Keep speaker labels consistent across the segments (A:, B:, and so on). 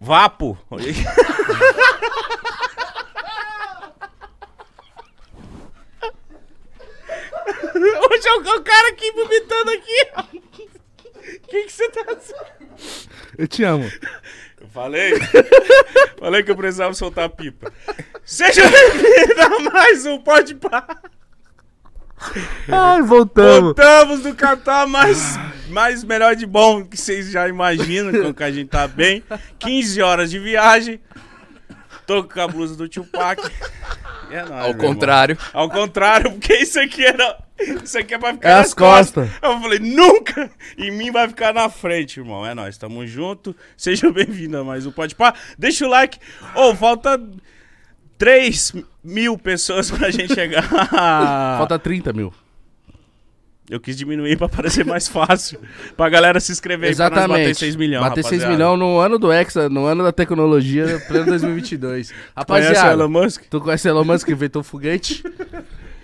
A: Vapo. Hoje é o cara aqui vomitando aqui. O que que você tá fazendo?
B: Eu te amo.
A: Eu falei. falei que eu precisava soltar a pipa. Seja bem-vindo a mais um Pode Pá.
B: Ai, voltamos.
A: Voltamos do capital mais, mais melhor de bom que vocês já imaginam, como que a gente tá bem. 15 horas de viagem. Tô com a blusa do Tupac. É nóis, meu
C: Ao
A: irmão.
C: contrário.
A: Ao contrário, porque isso aqui era. Isso aqui é pra ficar
B: É
A: nas
B: as costas.
A: Eu falei, nunca! Em mim vai ficar na frente, irmão. É nóis, tamo junto. Seja bem-vindo a mais um Pode Pá. Deixa o like. Ô, falta 3 mil pessoas pra gente chegar. Ah.
B: Falta 30 mil.
A: Eu quis diminuir pra parecer mais fácil. pra galera se inscrever aí pra nós bater 6 milhões.
B: Bater 6
A: rapaziada.
B: milhões no ano do Hexa, no ano da tecnologia, pleno 2022.
A: Conhece o Elon
B: Rapaziada,
A: Musk?
B: tu conhece Elon Musk que inventou o foguete?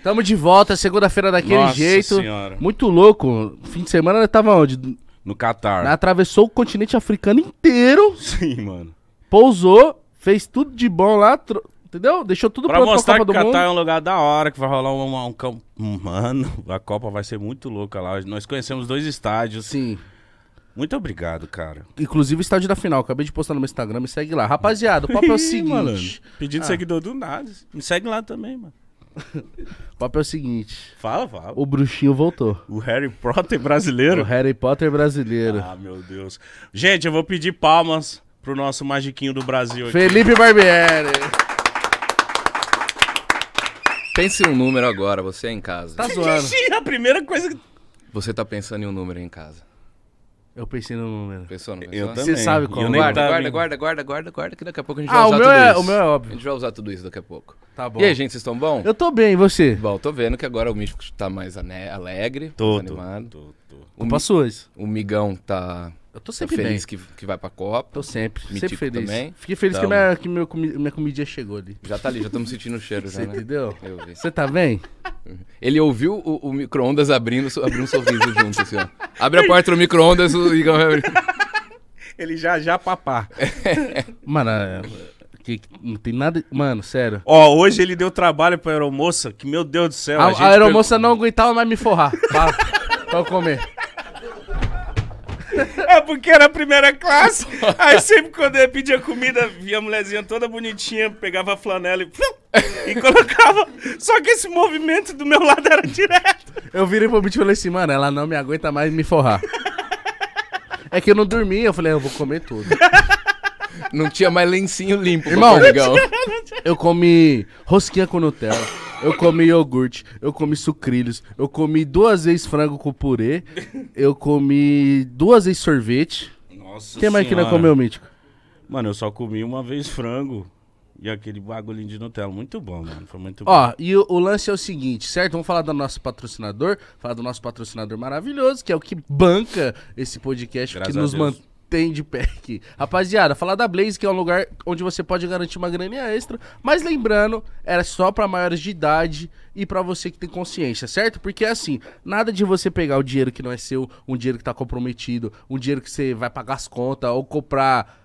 B: Tamo de volta, segunda-feira daquele
A: Nossa
B: jeito.
A: Senhora.
B: Muito louco. Fim de semana eu tava onde?
A: No Catar.
B: Atravessou o continente africano inteiro,
A: Sim, mano.
B: pousou, fez tudo de bom lá, tro- entendeu? Deixou tudo
A: Pra
B: pronto pra
A: mostrar
B: Copa
A: que
B: do
A: o Catar
B: Mundo.
A: é um lugar da hora, que vai rolar um, um, cam- Mano, a Copa vai ser muito louca lá. Nós conhecemos dois estádios.
B: Sim.
A: Muito obrigado, cara.
B: Inclusive o estádio da final. Acabei de postar no meu Instagram, me segue lá. Rapaziada, o papo é o
A: Ih,
B: seguinte. Ah.
A: malandro. Pedindo seguidor do nada. Me segue lá também, mano.
B: O papo é o seguinte.
A: Fala, fala.
B: O bruxinho voltou.
A: O Harry Potter
B: O
A: brasileiro.
B: Harry Potter brasileiro.
A: Ah, meu Deus. Gente, eu vou pedir palmas pro nosso magiquinho do Brasil aqui.
B: Felipe Barbieri.
C: Pense em um número agora, você é em casa.
B: Tá zoando.
A: Sim, a primeira coisa que.
C: Você tá pensando em um número em casa.
B: Eu pensei no número.
C: Pensou, não pensou?
A: Eu também.
B: Você sabe qual
A: eu
B: é.
A: nem
C: Guarda,
A: tava-
C: guarda, guarda, guarda, guarda, guarda, que daqui a pouco a gente
B: Ah,
C: vai
B: o
C: usar
B: meu
C: tudo
B: é-
C: isso.
B: o meu é óbvio.
C: A gente vai usar tudo isso daqui a pouco.
B: Tá bom.
C: E aí, gente, vocês estão bom?
B: Eu tô bem, e você?
C: Bom, tô vendo que agora o Místico tá mais ane- alegre,
A: Tô,
C: mais
A: tô,
C: animado.
A: tô, tô.
C: O,
B: Culpa
C: Mi-
B: sua. isso.
C: o Migão tá,
B: Eu tô
C: tá
B: sempre bem.
C: feliz que, que vai pra Copa.
B: Tô sempre.
C: Mitico
B: sempre feliz.
C: também.
B: Fiquei feliz que,
C: Tamo.
B: minha, que meu comi- minha comidinha chegou ali.
C: Já tá ali, já estamos sentindo o cheiro já,
B: Você
C: né?
B: entendeu?
C: Eu vi.
B: Você tá bem?
C: Ele ouviu o, o micro-ondas abrindo, so- abriu um sorriso junto, assim, ó. Abre a porta do micro-ondas, o Igão vai abrir.
A: Ele já já papá.
B: Mano, é- que, que- não tem nada. Mano, sério.
A: Ó, hoje ele deu trabalho pra aeromoça, que meu Deus do céu.
B: A,
A: gente
B: a aeromoça não aguentava mais me forrar. Pra, pra eu comer.
A: pegou- É porque era a primeira classe. Aí sempre quando eu pedia comida, via a mulherzinha toda bonitinha, pegava a flanela e. e colocava. Só que esse movimento do meu lado era direto.
B: Eu virei pro bicho e falei assim, mano, ela não me aguenta mais me forrar. É que eu não dormi, eu falei, eu vou comer tudo.
C: Não tinha mais lencinho limpo,
B: Irmão,
C: meu Migão.
B: Eu comi rosquinha com Nutella, eu comi iogurte, eu comi sucrilhos, eu comi duas vezes frango com purê, eu comi duas vezes sorvete.
A: Nossa
B: Quem mais que não comeu, Mítico?
A: Mano, eu só comi uma vez frango e aquele bagulhinho de Nutella. Muito bom, mano. Foi muito bom.
B: Ó, e o, o lance é o seguinte, certo? Vamos falar do nosso patrocinador, falar do nosso patrocinador maravilhoso, que é o que banca esse podcast,
A: Graças
B: que
A: a
B: nos
A: Deus.
B: mantém de pé aqui. Rapaziada, falar da Blaze, que é um lugar onde você pode garantir uma graninha extra, mas lembrando, era só pra maiores de idade e pra você que tem consciência, certo? Porque é assim, nada de você pegar o dinheiro que não é seu, um dinheiro que tá comprometido, um dinheiro que você vai pagar as contas ou comprar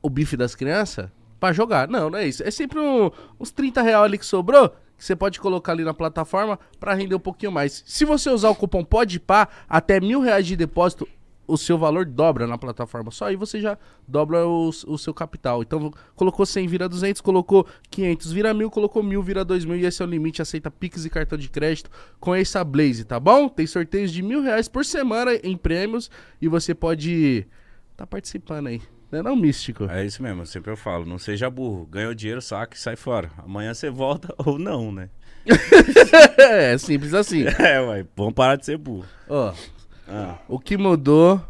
B: o bife das crianças pra jogar. Não, não é isso. É sempre um- uns 30 reais ali que sobrou, que você pode colocar ali na plataforma pra render um pouquinho mais. Se você usar o cupom PODPAR, até mil reais de depósito, o seu valor dobra na plataforma. Só aí você já dobra o, s- o seu capital. Então, colocou 100, vira 200, colocou 500, vira 1.000, colocou 1.000, vira 2.000 e esse é o limite. Aceita Pix e cartão de crédito. Conheça a Blaze, tá bom? Tem sorteios de mil reais por semana em prêmios e você pode tá participando aí. Não é não, místico?
A: É isso mesmo, sempre eu falo, não seja burro. Ganhou dinheiro, saca e sai fora. Amanhã você volta ou não, né?
B: É, simples assim.
A: É, ué, vamos parar de ser burro.
B: Ó,
A: Ah.
B: o que mudou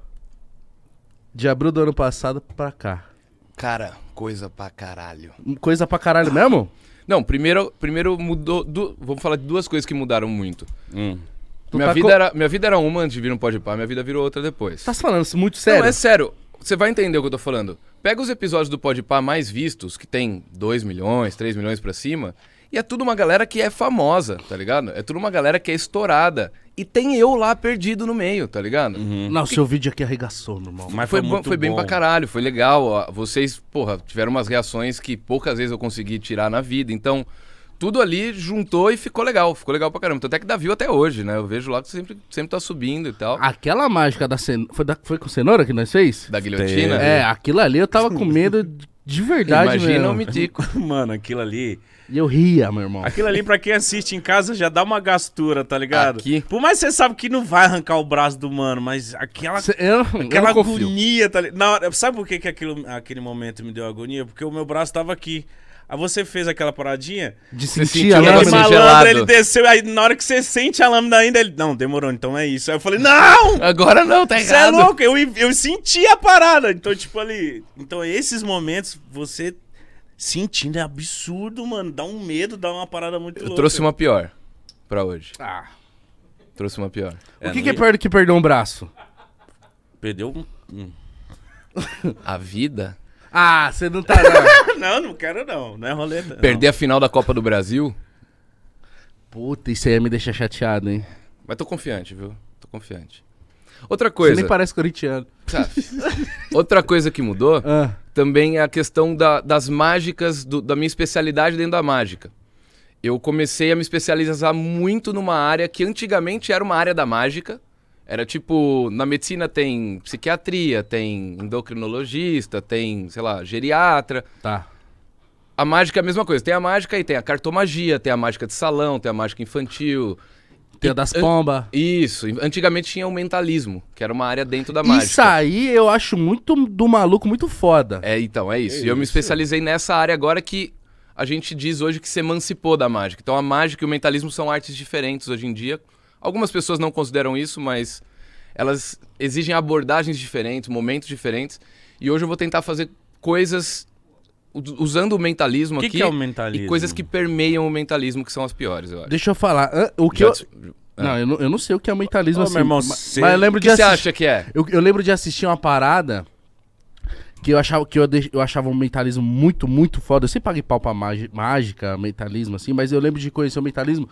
B: de abril do ano passado pra cá?
C: Cara, coisa pra caralho.
B: Coisa pra caralho mesmo?
C: Não, primeiro, primeiro mudou. du- Vamos falar de duas coisas que mudaram muito.
A: Hum.
B: Tu
C: minha,
B: tá
C: vida
B: co-
C: era, minha vida era uma antes de vir um pode pá, minha vida virou outra depois.
B: Tá se falando isso muito
C: Não,
B: sério?
C: é sério. Você vai entender o que eu tô falando. Pega os episódios do Podpah mais vistos, que tem 2 milhões, 3 milhões pra cima, E é tudo uma galera que é famosa, tá ligado? É tudo uma galera que é estourada. E tem eu lá perdido no meio, tá ligado?
B: Não, seu vídeo aqui arregaçou, meu irmão.
A: Mas
C: foi,
A: foi,
C: bom-
A: muito
C: foi bem
A: bom.
C: pra caralho, foi legal. ó. Vocês, porra, tiveram umas reações que poucas vezes eu consegui tirar na vida. Então, tudo ali juntou e ficou legal. Ficou legal pra caramba. Então, até que dá view até hoje, né? Eu vejo lá que sempre, sempre tá subindo e
A: Ah,
C: tal.
B: Aquela mágica da cenoura. Foi, da- foi com cenoura que nós fez?
C: Da guilhotina.
B: É, aquilo ali eu tava com medo de- de verdade,
C: Imagina
B: mesmo.
C: o Midico.
A: Mano, aquilo ali.
B: E eu ria, meu irmão.
A: Aquilo ali, pra quem assiste em casa, já dá uma gastura, tá ligado?
C: Aqui.
A: Por mais que você sabe que não vai arrancar o braço do mano, mas aquela
B: Cê- Eu, eu
A: Aquela
B: não confio.
A: agonia, tá ligado? Na hora- Sabe por que, que aquilo, aquele momento me deu agonia? Porque o meu braço tava aqui. Aí você fez aquela paradinha.
B: De
C: Você
B: sentir a
C: sentiu
A: Aquele
C: negócio
B: lâmina.
A: malandro,
C: gelado.
A: ele desceu. Aí na hora que você sente a lâmina ainda, ele. Não, demorou, então é isso. Aí eu falei, não!
C: Agora não, tá
A: Você é
C: errado.
A: louco, eu, eu senti a parada. Então, tipo ali. Então, esses momentos, você sentindo é absurdo, mano. Dá um medo, dá uma parada muito
C: eu
A: louca.
C: trouxe uma pior pra hoje.
B: Ah,
C: Trouxe uma pior.
B: o que, que é pior do que perder um braço?
A: Perdeu um.
C: A vida?
B: Ah, você não tá. Não.
A: não, não quero não. Não é roleta. não.
C: Perder a final da Copa do Brasil?
B: Puta, isso aí ia me deixar chateado, hein?
C: Mas tô confiante, viu? Tô confiante. Outra
B: Você
C: coisa.
B: nem parece corintiano.
C: Sabe? Outra coisa que mudou
B: Ah,
C: também é a questão da- das mágicas, do- da minha especialidade dentro da mágica. Eu comecei a me especializar muito numa área que antigamente era uma área da mágica. Era tipo, na medicina tem psiquiatria, tem endocrinologista, tem, sei lá, geriatra.
B: tá.
C: A mágica é a mesma coisa. Tem a mágica e tem a cartomagia, tem a mágica de salão, tem a mágica infantil.
B: Tem a das pombas.
C: Isso. Antigamente tinha o mentalismo, que era uma área dentro da mágica.
B: Isso aí eu acho muito do maluco muito foda.
C: É, então, é isso.
A: É
C: e eu me
A: isso.
C: especializei nessa área agora que a gente diz hoje que se emancipou da mágica. Então, a mágica e o mentalismo são artes diferentes hoje em dia. Algumas pessoas não consideram isso, mas elas exigem abordagens diferentes, momentos diferentes. E hoje eu vou tentar fazer coisas u- usando o mentalismo
A: O que,
C: aqui
A: que é o mentalismo?
C: e coisas que permeiam o mentalismo, que são as piores, eu acho.
B: Deixa eu falar. ah, O que
C: Já
B: eu...
C: dis-
B: Não, eu não, eu não sei o que é mentalismo
A: Ô,
B: assim.
A: meu irmão,
B: ma- mas,
A: cê-
B: eu lembro
C: O
B: de
C: que você
B: assistir-
C: acha que é?
B: Eu, eu lembro de assistir uma parada que eu achava que eu, deix- eu achava um mentalismo muito, muito foda. Eu sempre paguei pau pra magi- mágica, mentalismo, assim, mas eu lembro de conhecer o mentalismo.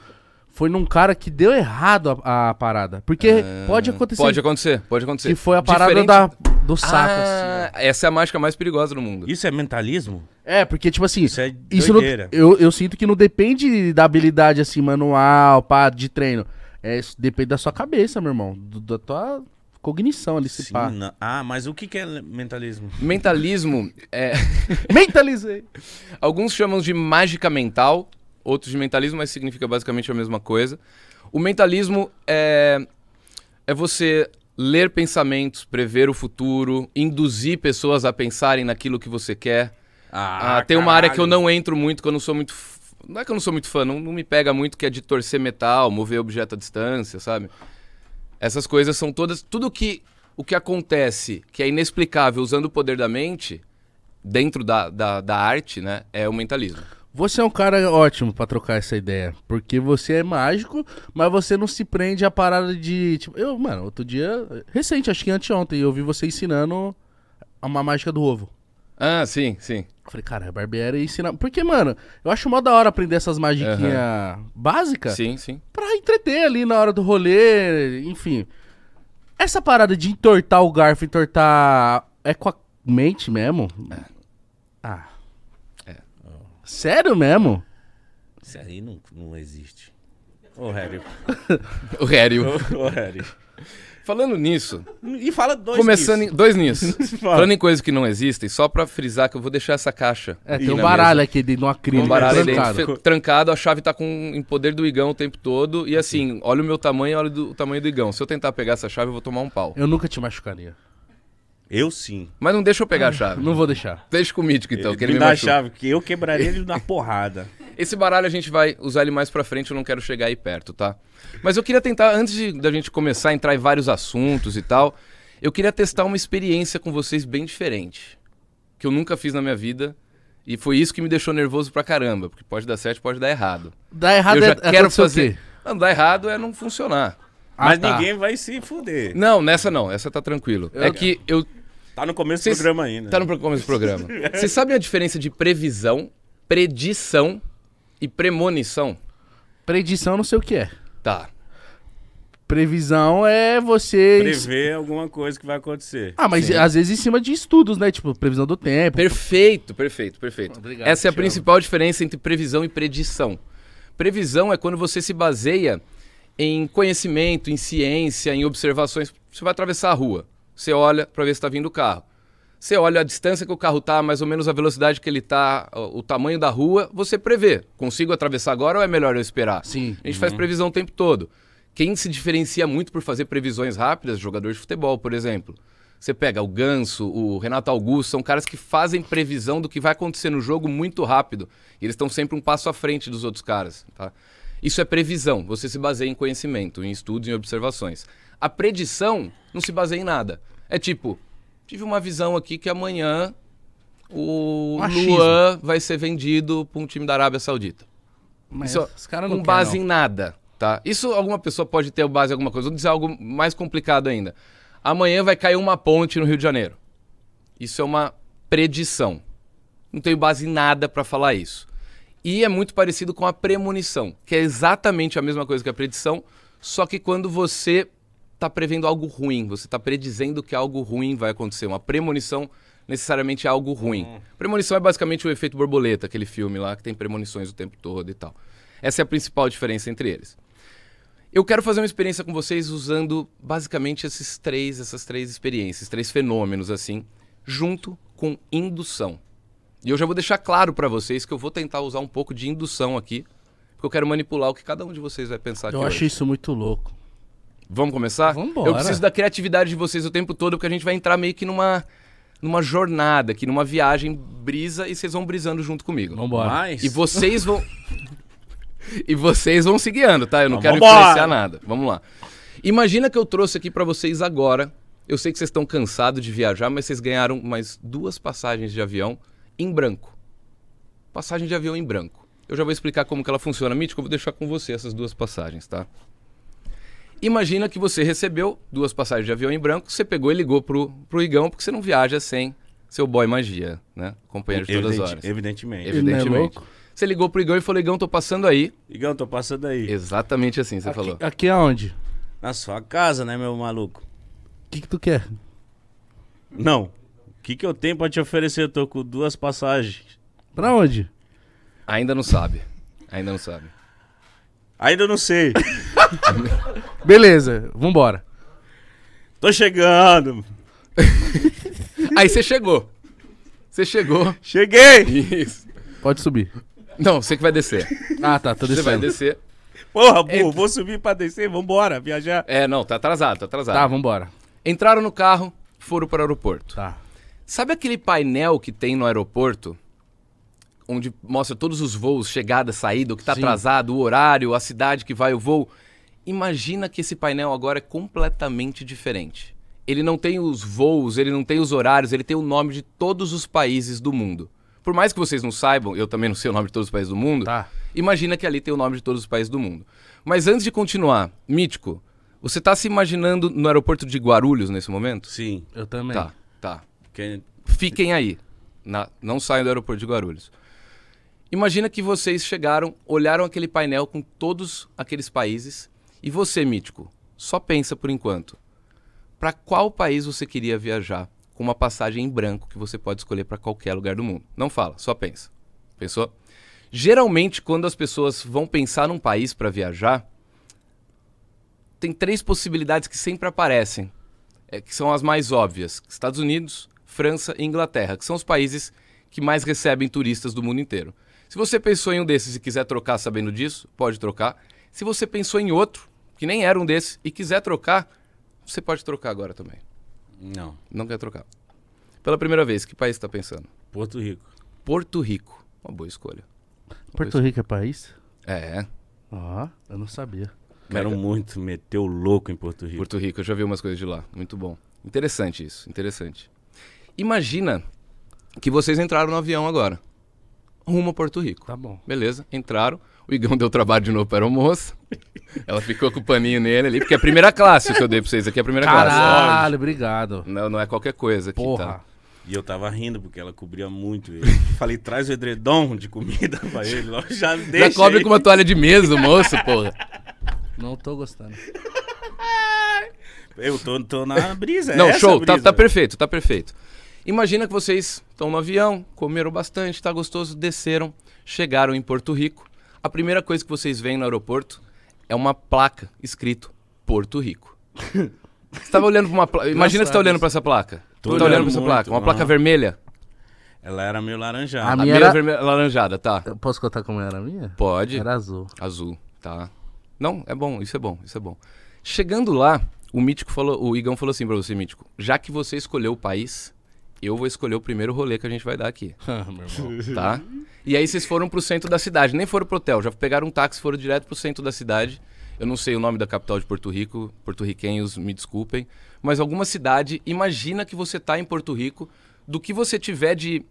B: Foi num cara que deu errado a, a parada. Porque pode acontecer.
C: É, Pode acontecer, pode acontecer.
B: Assim, Que foi a parada
C: Diferente-
B: da, do saco, assim.
C: Ah, Essa é a mágica mais perigosa do mundo.
A: Isso é mentalismo?
B: É, porque, tipo assim,
A: Isso é
B: isso não,
A: doideira.
B: eu, eu sinto que não depende da habilidade, assim, manual, pá, de treino. É, isso depende da sua cabeça, meu irmão. do- da tua cognição ali, se
A: Sim,
B: pá.
A: na- Ah, mas o que, que é le- mentalismo?
C: Mentalismo é.
B: Mentalizei!
C: Alguns chamam de mágica mental, outros de mentalismo, mas significa basicamente a mesma coisa. O mentalismo é, é você ler pensamentos, prever o futuro, induzir pessoas a pensarem naquilo que você quer. Ah, tem uma área que eu não entro muito, que eu não sou muito. f- Não é que eu não sou muito fã, não, não me pega muito, que é de torcer metal, mover objeto à distância, sabe? Essas coisas são todas. Tudo que o que acontece, que é inexplicável usando o poder da mente, dentro da, da, da arte, né? É o mentalismo.
B: Você é um cara ótimo pra trocar essa ideia. Porque você é mágico, mas você não se prende à parada de. Tipo, eu, mano, outro dia, recente, acho que anteontem, eu vi você ensinando uma mágica do ovo.
C: Ah, sim, sim.
B: Eu Falei, cara, é barbeiro e ensinar. Porque, mano, eu acho mó da hora aprender essas magiquinhas básicas
C: Sim, sim.
B: pra entreter ali na hora do rolê, enfim. Essa parada de entortar o garfo, entortar. É com a mente mesmo?
C: É.
B: Ah. Sério mesmo?
A: Isso aí não, não existe. Ô, Harry.
C: O Rério.
A: Ô, ô, Harry.
C: Falando nisso,
A: E fala dois
C: começando
A: disso.
C: em. Dois nisso.
A: Fala.
C: Falando em coisas que não existem, só pra frisar que eu vou deixar essa caixa.
B: É,
C: aqui
B: tem um
C: na
B: baralho aqui de uma crime.
C: Um baralho ali
B: trancado.
C: dentro, fe- trancado, a chave tá com em poder do Igão o tempo todo. E assim, olha o meu tamanho, olha do- o tamanho do Igão. Se eu tentar pegar essa chave, eu vou tomar um pau.
B: Eu nunca te machucaria.
A: Eu sim.
C: Mas não deixa eu pegar a chave.
B: Não vou deixar.
C: Deixa com o Mítico, então, que ele
A: me
C: me
A: dá a
C: machuca.
A: chave, que eu quebraria ele na porrada.
C: Esse baralho a gente vai usar ele mais pra frente, eu não quero chegar aí perto, tá? Mas eu queria tentar, antes de, da gente começar a entrar em vários assuntos e tal, eu queria testar uma experiência com vocês bem diferente. Que eu nunca fiz na minha vida. E foi isso que me deixou nervoso pra caramba. Porque pode dar certo, pode dar errado.
B: Dá errado
C: eu já
B: é- é
C: quero
B: acontecer o
C: fazer.
B: quê?
C: Não, dar errado é não funcionar.
A: Mas
B: tá.
A: ninguém vai se fuder.
C: Ah, Não, nessa não, essa tá tranquilo. É que eu. tá
A: Tá no começo
C: Vocês-
A: do programa ainda.
C: Tá no começo do programa. Vocês sabem a diferença de previsão, predição E premonição?
B: Predição não sei o que é.
C: Tá.
B: Previsão é você.
A: Prever alguma coisa que vai acontecer.
B: Ah, mas
C: Sim.
B: às vezes em cima de estudos, né? Tipo, previsão do tempo.
C: Perfeito, perfeito, perfeito.
B: Obrigado,
C: Essa é a
B: te
C: principal diferença entre previsão e predição. Previsão é quando você se baseia em conhecimento, em ciência, em observações. Você vai atravessar a rua, você olha para ver se está vindo o carro. Você olha a distância que o carro tá, mais ou menos a velocidade que ele tá, o o tamanho da rua, você prevê. Consigo atravessar agora ou é melhor eu esperar?
B: Sim.
C: A gente faz previsão o tempo todo. Quem se diferencia muito por fazer previsões rápidas, jogador de futebol, por exemplo. Você pega o Ganso, o Renato Augusto, são caras que fazem previsão do que vai acontecer no jogo muito rápido. E eles estão sempre um passo à frente dos outros caras. tá? Isso é previsão. Você se baseia em conhecimento, em estudos, em observações. A predição não se baseia em nada. É tipo, tive uma visão aqui que amanhã o
B: Machismo.
C: Luan vai ser vendido para um time da Arábia Saudita
B: Mas
C: Isso
B: os caras não
C: com
B: quer,
C: base
B: não.
C: em nada, tá? Isso alguma pessoa pode ter base em alguma coisa. Vou dizer algo mais complicado ainda. Amanhã vai cair uma ponte no Rio de Janeiro. Isso é uma predição. Não tenho base em nada pra falar isso. E é muito parecido com a premonição, que é exatamente a mesma coisa que a predição, só que quando você tá prevendo algo ruim, você tá predizendo que algo ruim vai acontecer. Uma premonição necessariamente é algo ruim. Premonição é basicamente o efeito borboleta, aquele filme lá que tem premonições o tempo todo e tal. Essa é a principal diferença entre eles. Eu quero fazer uma experiência com vocês usando basicamente esses três, essas três experiências, três fenômenos assim, junto com indução. E eu já vou deixar claro pra vocês que eu vou tentar usar um pouco de indução aqui, porque eu quero manipular o que cada um de vocês vai pensar aqui.
B: Eu
C: hoje.
B: acho isso muito louco.
C: Vamos começar?
B: Vambora.
C: Eu preciso da criatividade de vocês o tempo todo, porque a gente vai entrar meio que numa numa jornada aqui, numa viagem brisa e vocês vão brisando junto comigo.
B: Vambora.
A: Mas.
C: E vocês vão. e vocês vão se guiando, tá? Eu não
A: Mas
C: quero
A: vambora!
C: influenciar nada. Vamos lá. Imagina que eu trouxe aqui pra vocês agora. Eu sei que vocês estão cansados de viajar, mas vocês ganharam mais duas passagens de avião em branco. Passagem de avião em branco. Eu já vou explicar como que ela funciona. Mítico, eu vou deixar com você essas duas passagens, tá? Imagina que você recebeu duas passagens de avião em branco, você pegou e ligou pro, pro Igão, porque você não viaja sem seu boy magia, né? Companheiro de todas as
A: Evidente-
C: horas.
A: Evidentemente.
B: Ele não é
C: Evidentemente.
B: louco?
C: Você ligou pro Igão e falou, Igão, tô passando aí.
A: Igão, tô passando aí.
C: Exatamente assim, você
B: aqui,
C: falou.
B: Aqui é onde?
A: Na sua casa, né, meu maluco?
B: O que, que tu quer?
A: Não. O que, que eu tenho pra te oferecer? Eu tô com duas passagens.
B: Pra onde?
C: Ainda não sabe. Ainda não sabe.
A: Ainda não sei.
B: Beleza, vambora.
A: tô chegando.
C: Aí você chegou. Você chegou.
A: Cheguei!
C: Isso.
B: Pode subir.
C: Não, você que vai descer.
B: Ah, tá, tô
C: Você vai
B: descendo.
C: descer.
A: Porra, burro,
C: Entra.
A: vou subir pra descer, vambora, viajar.
C: É, não, tá atrasado, tá atrasado.
B: Tá, vambora.
C: Entraram no carro, foram para o aeroporto.
B: Tá.
C: Sabe aquele painel que tem no aeroporto? Onde mostra todos os voos, chegada, saída, o que está
B: Sim.
C: atrasado, o horário, a cidade que vai o voo. Imagina que esse painel agora é completamente diferente. Ele não tem os voos, ele não tem os horários, ele tem o nome de todos os países do mundo. Por mais que vocês não saibam, eu também não sei o nome de todos os países do mundo,
B: Tá.
C: imagina que ali tem o nome de todos os países do mundo. Mas antes de continuar, Mítico, você está se imaginando no aeroporto de Guarulhos nesse momento?
A: Sim.
B: Eu também.
C: Tá, tá
A: Quem...
C: fiquem aí. na- não saiam do aeroporto de Guarulhos. Imagina que vocês chegaram, olharam aquele painel com todos aqueles países e você, mítico, só pensa por enquanto. Para qual país você queria viajar com uma passagem em branco que você pode escolher para qualquer lugar do mundo? Não fala, só pensa. Pensou? Geralmente, quando as pessoas vão pensar num país para viajar, tem três possibilidades que sempre aparecem é, que são as mais óbvias: Estados Unidos, França e Inglaterra, que são os países que mais recebem turistas do mundo inteiro. Se você pensou em um desses e quiser trocar sabendo disso, pode trocar. Se você pensou em outro, que nem era um desses, e quiser trocar, você pode trocar agora também.
A: Não,
C: Não quer trocar. Pela primeira vez, que país está pensando?
A: Porto Rico.
C: Porto Rico. Uma boa escolha.
B: Porto Rico é país?
C: É,
B: Ó, eu não sabia.
A: Quero muito meter o louco em Porto Rico.
C: Porto Rico, eu já vi umas coisas de lá. Muito bom. Interessante isso, interessante. Imagina que vocês entraram no avião agora, rumo a Porto Rico.
B: Tá bom.
C: Beleza, entraram. O Igão deu trabalho de novo para a moça. Ela ficou com o paninho nele ali, porque é a primeira classe que eu dei pra vocês aqui, é a primeira classe.
B: Caralho, obrigado.
C: Não, não é qualquer coisa aqui,
B: Porra.
C: tá?
A: E eu tava rindo, porque ela cobria muito ele. Falei, traz o edredom de comida pra ele. Logo, já deixa
C: Já cobre
A: aí.
C: com uma toalha de mesa, moço, porra.
B: Não tô gostando.
A: Eu tô, tô na brisa. é
C: Não,
A: essa a
C: show, tá,
A: brisa.
C: tá perfeito, tá perfeito. Imagina que vocês estão no avião, comeram bastante, tá gostoso, desceram, chegaram em Porto Rico. A primeira coisa que vocês veem no aeroporto é uma placa escrito Porto Rico. Você tava olhando pra uma placa. Imagina que você tá olhando pra essa placa.
A: Tô
C: Tô tá olhando
A: olhando
C: pra essa
A: muito,
C: placa. Uma
A: aham.
C: placa vermelha.
A: Ela era meio
B: A
A: laranjada.
C: A
B: minha
C: minha
B: era-
C: vermelha laranjada, tá.
B: Eu posso contar como era a minha?
C: Pode.
B: Era azul.
C: Azul, tá. Não, é bom, isso é bom, isso é bom. Chegando lá, o Mítico falou, o Igão falou assim pra você, Mítico, já que você escolheu o país, eu vou escolher o primeiro rolê que a gente vai dar aqui,
B: meu irmão.
C: tá? e aí vocês foram pro centro da cidade, nem foram pro hotel, já pegaram um táxi, foram direto pro centro da cidade. Eu não sei o nome da capital de Porto Rico, porto-riquenhos me desculpem, mas alguma cidade, imagina que você tá em Porto Rico, do que você tiver de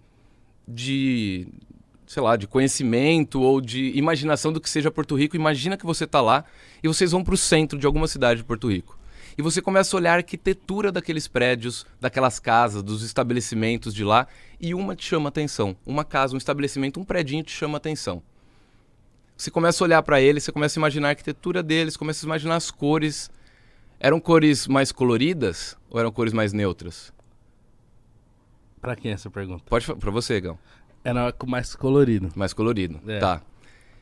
C: de, sei lá, de conhecimento ou de imaginação do que seja Porto Rico, imagina que você tá lá e vocês vão pro centro de alguma cidade de Porto Rico. E você começa a olhar a arquitetura daqueles prédios, daquelas casas, dos estabelecimentos de lá, e uma te chama atenção. Uma casa, um estabelecimento, um predinho te chama atenção. Você começa a olhar para eles, você começa a imaginar a arquitetura deles, começa a imaginar as cores. Eram cores mais coloridas ou eram cores mais neutras?
B: Pra quem é essa pergunta?
C: Pode fa- pra você, Gão.
B: Era com mais colorido.
C: Mais colorido.
B: É.
C: Tá.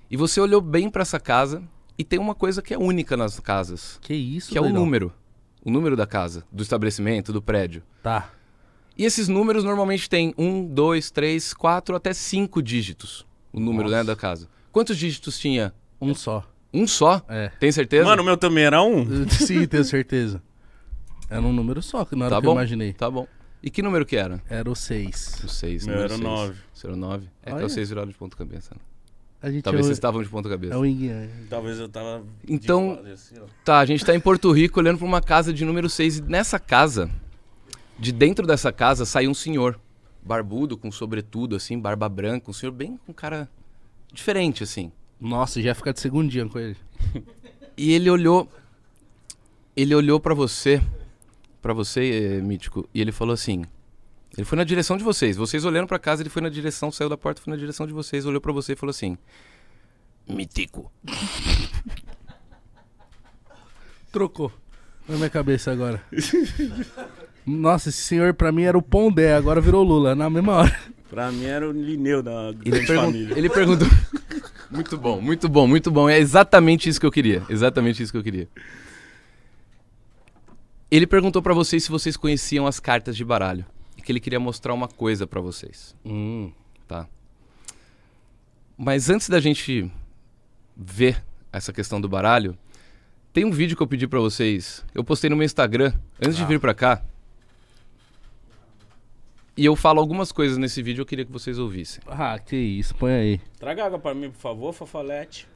C: E você olhou bem pra essa casa e tem uma coisa que é única nas casas,
B: Que um isso,
C: que é o
B: doidão?
C: número. O número da casa, do estabelecimento, do prédio.
B: Tá.
C: E esses números normalmente têm um, dois, três, quatro, até cinco dígitos. O número né,
B: Nossa.
C: da casa. Quantos dígitos tinha?
B: Um só.
C: Um só?
B: É.
C: Tem certeza?
A: Mano, o meu também era um.
B: Sim, tenho certeza. Era um número só, que na hora
C: tá
B: que
C: bom.
B: eu imaginei.
C: Tá bom. E que número que era?
B: Era o 6.
C: O seis.
A: Meu,
C: número
A: era o
C: seis.
A: nove.
C: Isso Era o nove? É que é
B: Olha.
C: o seis virado de ponta cabeça. né?
B: A gente
C: Talvez tá
B: é o,
C: vocês estavam de ponta cabeça.
B: é o yin yang.
A: Talvez eu tava. de
C: Então-
A: quadro, assim, ó.
C: Tá, a gente tá em Porto Rico olhando pra uma casa de número 6 e nessa casa, de dentro dessa casa, sai um senhor, barbudo, com sobretudo, assim, barba branca, um senhor bem com cara diferente, assim.
B: Nossa, já ia ficar de segundinha com ele.
C: E ele olhou, ele olhou pra você, pra você, eh, Mítico, e ele falou assim, ele foi na direção de vocês, vocês olhando pra casa, ele foi na direção, saiu da porta, foi na direção de vocês, olhou pra você e falou assim, Mítico.
B: Trocou. Na minha cabeça agora. Nossa, esse senhor pra mim era o Pondé, agora virou Lula, na mesma hora.
A: Pra mim era o Lineu da grande
C: Ele, pergun-
A: família.
C: ele perguntou. muito bom, muito bom, muito bom. É exatamente isso que eu queria. Exatamente isso que eu queria. Ele perguntou pra vocês se vocês conheciam as cartas de baralho. E que ele queria mostrar uma coisa pra vocês,
B: Hum.
C: tá? Mas antes da gente ver essa questão do baralho, tem um vídeo que eu pedi pra vocês. Eu postei no meu Instagram antes de vir pra cá. E eu falo algumas coisas nesse vídeo, eu queria que vocês ouvissem.
B: Ah, que isso, põe aí.
A: Traga água pra mim, por favor, Fafalete.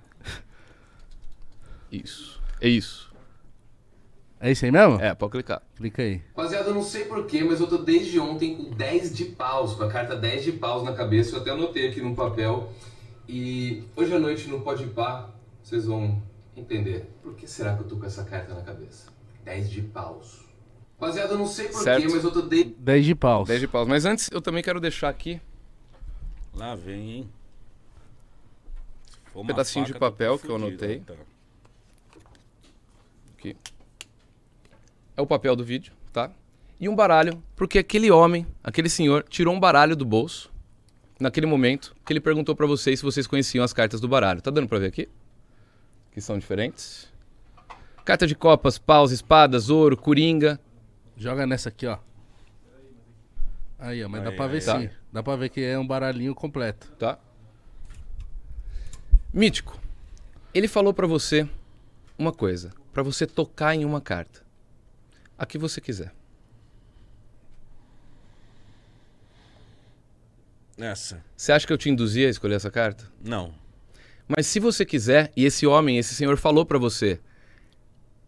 C: Isso. É isso.
B: É isso aí mesmo?
C: É, pode clicar.
B: Clica aí.
D: Rapaziada, eu não sei porquê, mas eu tô desde ontem com 10 de paus, com a carta 10 de paus na cabeça. Eu até anotei aqui num papel. E hoje à noite no Pode Pá, vocês vão entender por que será que eu tô com essa carta na cabeça. 10 de paus. Rapaziada, eu não sei porquê,
C: Certo.
D: mas eu tô desde.
B: 10 de paus.
C: 10 de paus. Mas antes, eu também quero deixar aqui
A: Lá vem, hein? Se for uma
C: Pedacinho de
A: faca, tô
C: papel que eu
A: fudido,
C: anotei.
A: então.
C: é o papel do vídeo, tá? E um baralho, porque aquele homem, aquele senhor, tirou um baralho do bolso naquele momento que ele perguntou pra vocês se vocês conheciam as cartas do baralho. Tá dando pra ver aqui? Que são diferentes. Carta de copas, paus, espadas, ouro, coringa.
B: Joga nessa aqui, ó. Aí, ó, mas dá
A: Aí,
B: pra
A: aí,
B: ver
C: tá.
B: sim. Dá pra ver que é um baralhinho completo.
C: tá? Mítico, ele falou pra você uma coisa, Pra você tocar em uma carta, a que você quiser.
A: Essa.
C: Você acha que eu te induzia a escolher essa carta?
A: Não.
C: Mas se você quiser, e esse homem, esse senhor falou pra você,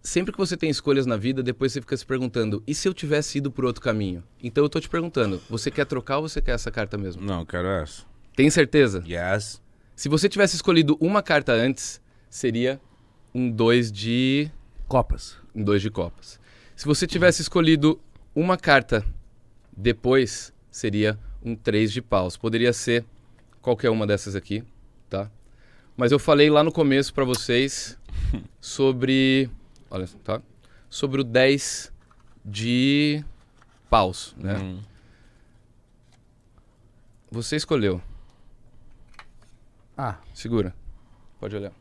C: sempre que você tem escolhas na vida, depois você fica se perguntando, e se eu tivesse ido por outro caminho? Então eu tô te perguntando, você quer trocar ou você quer essa carta mesmo?
A: Não, quero essa.
C: Tem certeza?
A: Yes.
C: Se você tivesse escolhido uma carta antes, seria um 2 de
B: Copas.
C: em dois de copas. Se você tivesse escolhido uma carta depois, seria um 3 de paus. Poderia ser qualquer uma dessas aqui, tá? Mas eu falei lá no começo pra vocês sobre. Olha, tá? Sobre o 10 de paus, né? Você escolheu.
B: Ah,
C: Segura. Pode olhar.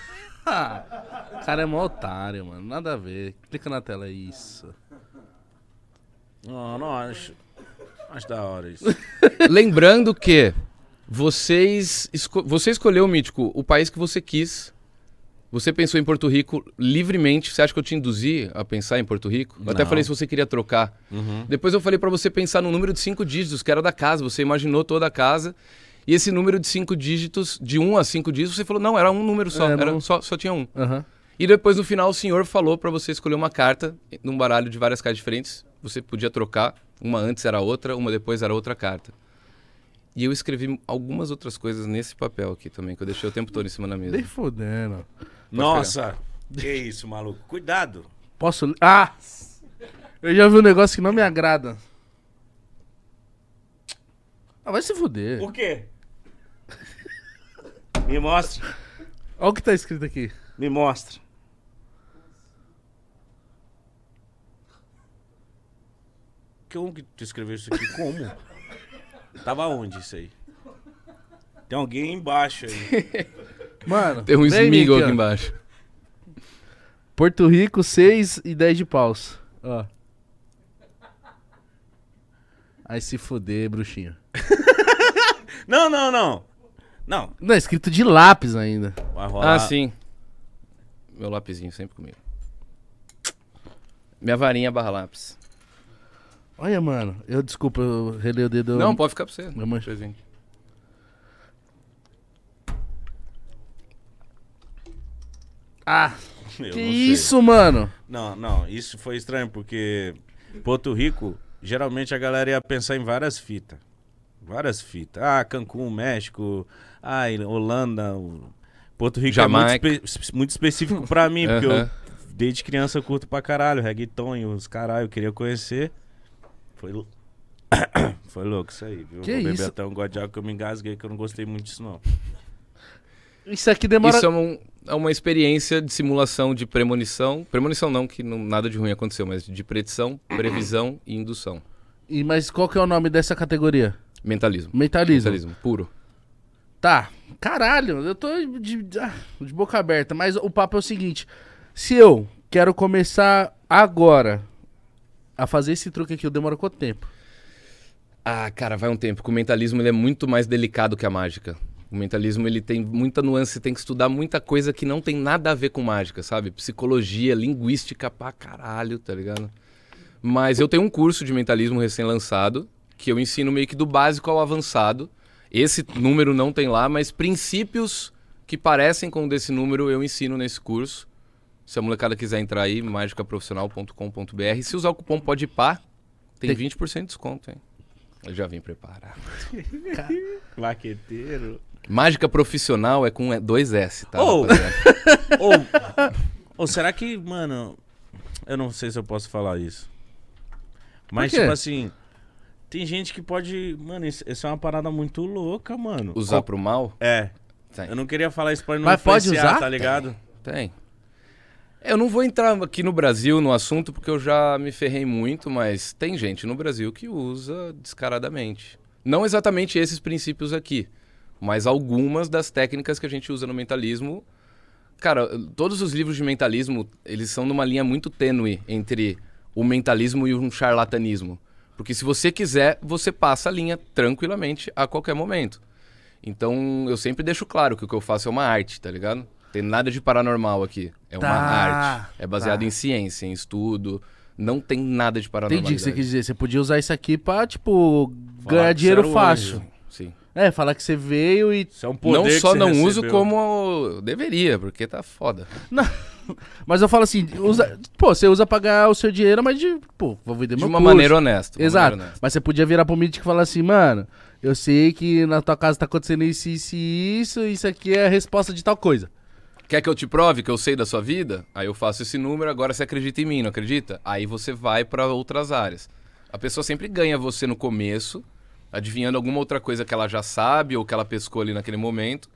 B: o cara é mó otário, mano. Nada a ver. Clica na tela, é isso.
A: Não, não acho. Acho da hora isso.
C: Lembrando que vocês esco- você escolheu, Mítico, o país que você quis. Você pensou em Porto Rico livremente. Você acha que eu te induzi a pensar em Porto Rico? Eu até
A: Não.
C: falei se você queria trocar. Depois eu falei pra você pensar no número de cinco dígitos, que era da casa. Você imaginou toda a casa. E esse número de cinco dígitos, de um a cinco dígitos, você falou, não, era um número só.
B: É,
C: era
B: não-
C: só, só tinha um.
B: Aham.
C: E depois, no final, o senhor falou pra você escolher uma carta num baralho de várias cartas diferentes. Você podia trocar. Uma antes era outra, uma depois era outra carta. E eu escrevi algumas outras coisas nesse papel aqui também, que eu deixei o tempo todo em cima da mesa.
B: Nem fodendo.
A: Nossa! Que isso, maluco? Cuidado!
B: Posso. Ah! Eu já vi um negócio que não me agrada. Ah, vai se fuder.
A: Por quê? Me mostre,
B: Olha o que tá escrito aqui.
A: me mostre. Como que tu escreveu isso aqui? Como? Tava onde isso aí? Tem alguém embaixo aí.
B: Mano.
C: Tem um
B: vem em mim
C: Smeagol
B: ó.
C: aqui embaixo.
B: Porto Rico, 6 e 10 de paus. Ó. Aí se fuder, bruxinho.
A: Não, não, não. Não,
B: Não, é escrito de lápis ainda.
A: vai rolar.
C: Ah, sim. Meu lapisinho sempre comigo. Minha varinha barra lápis.
B: Olha, mano. Eu desculpa, eu relei o dedo.
C: Não, pode ficar pra você.
B: Minha mãe-
C: Presente.
B: Ah,
A: Eu
B: que
A: não sei.
B: isso, mano?
A: Não, não, isso foi estranho, porque Porto Rico, geralmente a galera ia pensar em várias fitas. Várias fitas. Ah, Cancún, México, ai, Holanda. o- Porto Rico
C: Jamaica.
A: é muito, espe- muito específico pra mim, porque
C: Aham.
A: eu desde criança eu curto pra caralho, reggaeton e os caralho, eu queria conhecer. Foi, lou- foi louco isso aí, viu?
B: Que
A: Vou beber
B: isso?
A: até um gole de água que eu me engasguei, que eu não gostei muito disso, não.
B: Isso aqui demora.
C: Isso é um- é uma, experiência de simulação de premonição. Premonição não, que não- nada de ruim aconteceu, mas de predição, previsão e indução.
A: um
B: E, mas qual que é o nome dessa categoria?
C: Mentalismo.
B: Mentalismo.
C: Mentalismo, puro.
B: Tá. Caralho, eu tô de, de- ah, de boca aberta. Mas o papo é o seguinte: se eu quero começar agora a fazer esse truque aqui, eu demoro quanto tempo?
C: Ah, cara, vai um tempo. Que o mentalismo ele é muito mais delicado que a mágica. O mentalismo ele tem muita nuance, você tem que estudar muita coisa que não tem nada a ver com mágica, sabe? Psicologia, linguística pra caralho, tá ligado? Mas eu tenho um curso de mentalismo recém-lançado, que eu ensino meio que do básico ao avançado. Esse número não tem lá, mas princípios que parecem com o desse número eu ensino nesse curso. Se a molecada quiser entrar aí, mágicaprofissional.com.br. Se usar o cupom PODPAR, tem 20% de desconto, hein? Eu já vim preparado.
A: Plaqueteiro.
C: Mágica profissional é com dois S, tá?
A: Oh!
C: rapaziada?
A: Ou, ou será que, mano, eu não sei se eu posso falar isso. Mas,
B: Por quê?
A: tipo assim, tem gente que pode. Mano, isso, isso é uma parada muito louca, mano.
C: Usar pro mal?
A: É.
C: Tem.
A: Eu não queria falar isso pra não
B: Mas pode
A: influenciar,
B: usar?
A: tá ligado?
C: Tem. Eu não vou entrar aqui no Brasil no assunto porque eu já me ferrei muito, mas tem gente no Brasil que usa descaradamente. Não exatamente esses princípios aqui, mas algumas das técnicas que a gente usa no mentalismo. Cara, todos os livros de mentalismo, eles são numa linha muito tênue entre o mentalismo e um charlatanismo. Porque se você quiser, você passa a linha tranquilamente a qualquer momento. Então, eu sempre deixo claro que o que eu faço é uma arte, tá ligado? Tem nada de paranormal aqui. É uma
B: Tá,
C: arte. É baseado
B: tá.
C: em ciência, em estudo. Não tem nada de paranormal.
B: Entendi o que você quis dizer. Você podia usar isso aqui pra, tipo, ganhar
A: que
B: dinheiro
A: você era o
B: fácil.
A: anjo.
C: Sim.
B: É, falar que você veio e.
A: Isso é um poder
C: não
A: que
C: só
A: você
C: não
A: recebeu.
C: uso como deveria, porque tá foda.
B: Não. Mas eu falo assim, usa... pô, você usa pra ganhar o seu dinheiro, mas de. Pô, vou vender
C: De
B: meu
C: uma
B: curso.
C: maneira honesta. uma
B: Exato.
C: maneira honesta.
B: Mas você podia virar pro mítico e falar assim, mano, eu sei que na tua casa tá acontecendo isso, isso e isso, isso aqui é a resposta de tal coisa.
C: Quer que eu te prove que eu sei da sua vida? Aí eu faço esse número, agora você acredita em mim, não acredita? Aí você vai pra outras áreas. A pessoa sempre ganha você no começo, adivinhando alguma outra coisa que ela já sabe ou que ela pescou ali naquele momento.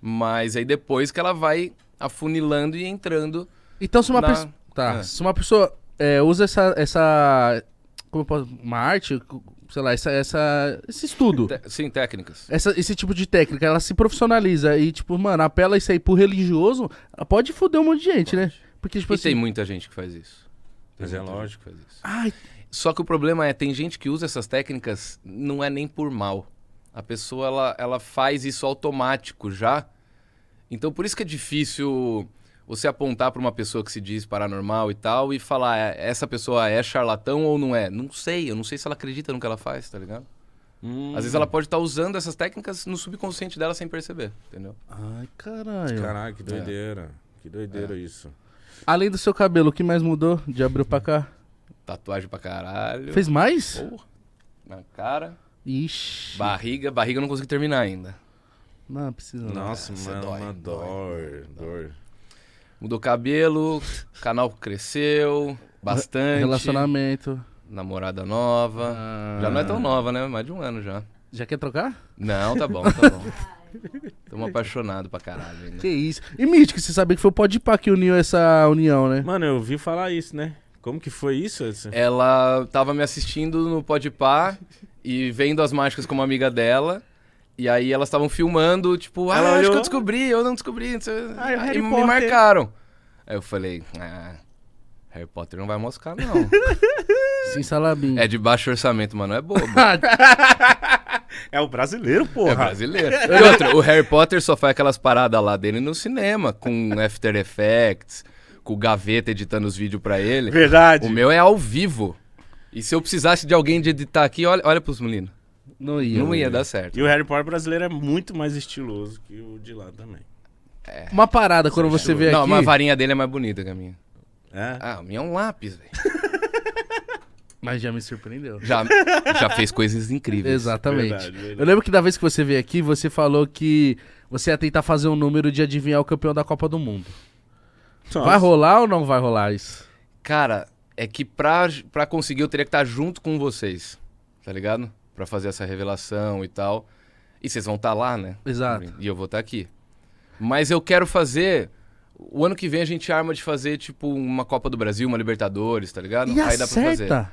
C: Mas aí depois que ela vai afunilando e entrando.
B: Então, se uma
C: Na-
B: pessoa. Tá.
C: É.
B: Se uma pessoa é, usa essa. essa como eu posso. Uma arte, sei lá, essa, essa, esse estudo.
C: te- Sim, técnicas.
B: essa- esse tipo de técnica, ela se profissionaliza e, tipo, mano, apela isso aí pro religioso, ela pode foder um monte de gente, né? Porque, tipo
C: E
B: assim.
C: tem muita gente que faz isso. Tem
A: Mas é
C: muita gente
A: lógico.
C: que faz isso.
B: Ai,
C: Só que o problema é, tem gente que usa essas técnicas, não é nem por mal. A pessoa, ela, ela faz isso automático já. Então, por isso que é difícil você apontar para uma pessoa que se diz paranormal e tal e falar, "É, essa pessoa é charlatão ou não é? Não sei, eu não sei se ela acredita no que ela faz, tá ligado?
A: Hum.
C: Às vezes ela pode estar usando essas técnicas no subconsciente dela sem perceber, entendeu?
B: ai, caralho.
A: Caralho, que doideira. Que doideira isso.
B: Além do seu cabelo, o que mais mudou de abril pra cá?
C: Tatuagem pra caralho.
B: Fez mais?
C: Porra. Na cara.
B: Ixi.
C: Barriga, barriga eu não consegui terminar ainda.
B: Não, precisa
C: É.
B: não.
A: Nossa,
C: Nossa,
A: mano,
C: dói,
A: uma
C: dói,
A: dor, dor.
C: Mudou cabelo, canal cresceu bastante.
B: Relacionamento. Ah.
C: Namorada nova. Já não é tão nova, né? Mais de um ano já.
B: Já quer trocar?
C: Não, tá bom, tá bom. Tamo apaixonado pra caralho ainda.
B: Que isso. E Mítico, você sabia que foi o Podpah que uniu essa união, né?
A: Mano, eu ouvi falar isso, né? Como que foi isso? Edson?
C: É, Ela tava me assistindo no Podpah e vendo as mágicas com uma amiga dela. E aí elas estavam filmando, tipo, ah,
A: Ela
C: acho que
A: olhou.
C: eu descobri, eu não descobri. Não sei.
A: Ah, é o Harry
C: e me
A: Potter.
C: marcaram. Aí eu falei, ah, Harry Potter não vai moscar, não.
B: Sim, Salabim.
C: é de baixo orçamento, mano, é bobo.
A: É o brasileiro,
C: É
A: porra.
C: brasileiro. E outra, o Harry Potter só faz aquelas paradas lá dele no cinema, com After Effects, com o Gaveta editando os vídeos pra ele.
A: Verdade.
C: O meu é ao vivo. E se eu precisasse de alguém de editar aqui, olha, olha pros meninos.
B: Não ia.
C: Não ia dar certo.
A: E o Harry Potter brasileiro é muito mais estiloso que o de lá também.
B: Uma parada quando você vê
C: Não,
B: aqui.
C: mas a varinha dele é mais bonita que a minha.
A: É?
C: Ah, a minha é um lápis, velho.
B: Mas já me surpreendeu.
C: Já, já fez coisas incríveis.
B: Exatamente.
A: Verdade, verdade.
B: Eu lembro que da vez que você veio aqui, você falou que você ia tentar fazer um número de adivinhar o campeão da Copa do Mundo.
C: Ah,
A: Nossa.
B: Vai rolar ou não vai rolar isso?
C: Cara, é que pra, pra conseguir eu teria que estar junto com vocês, tá ligado? Pra fazer essa revelação e tal. E vocês vão estar lá, né?
B: Exato.
C: E eu vou estar aqui. Mas eu quero fazer. O ano que vem a gente arma de fazer, tipo, uma Copa do Brasil, uma Libertadores, tá ligado?
B: e
C: Aí dá pra fazer.
B: acerta.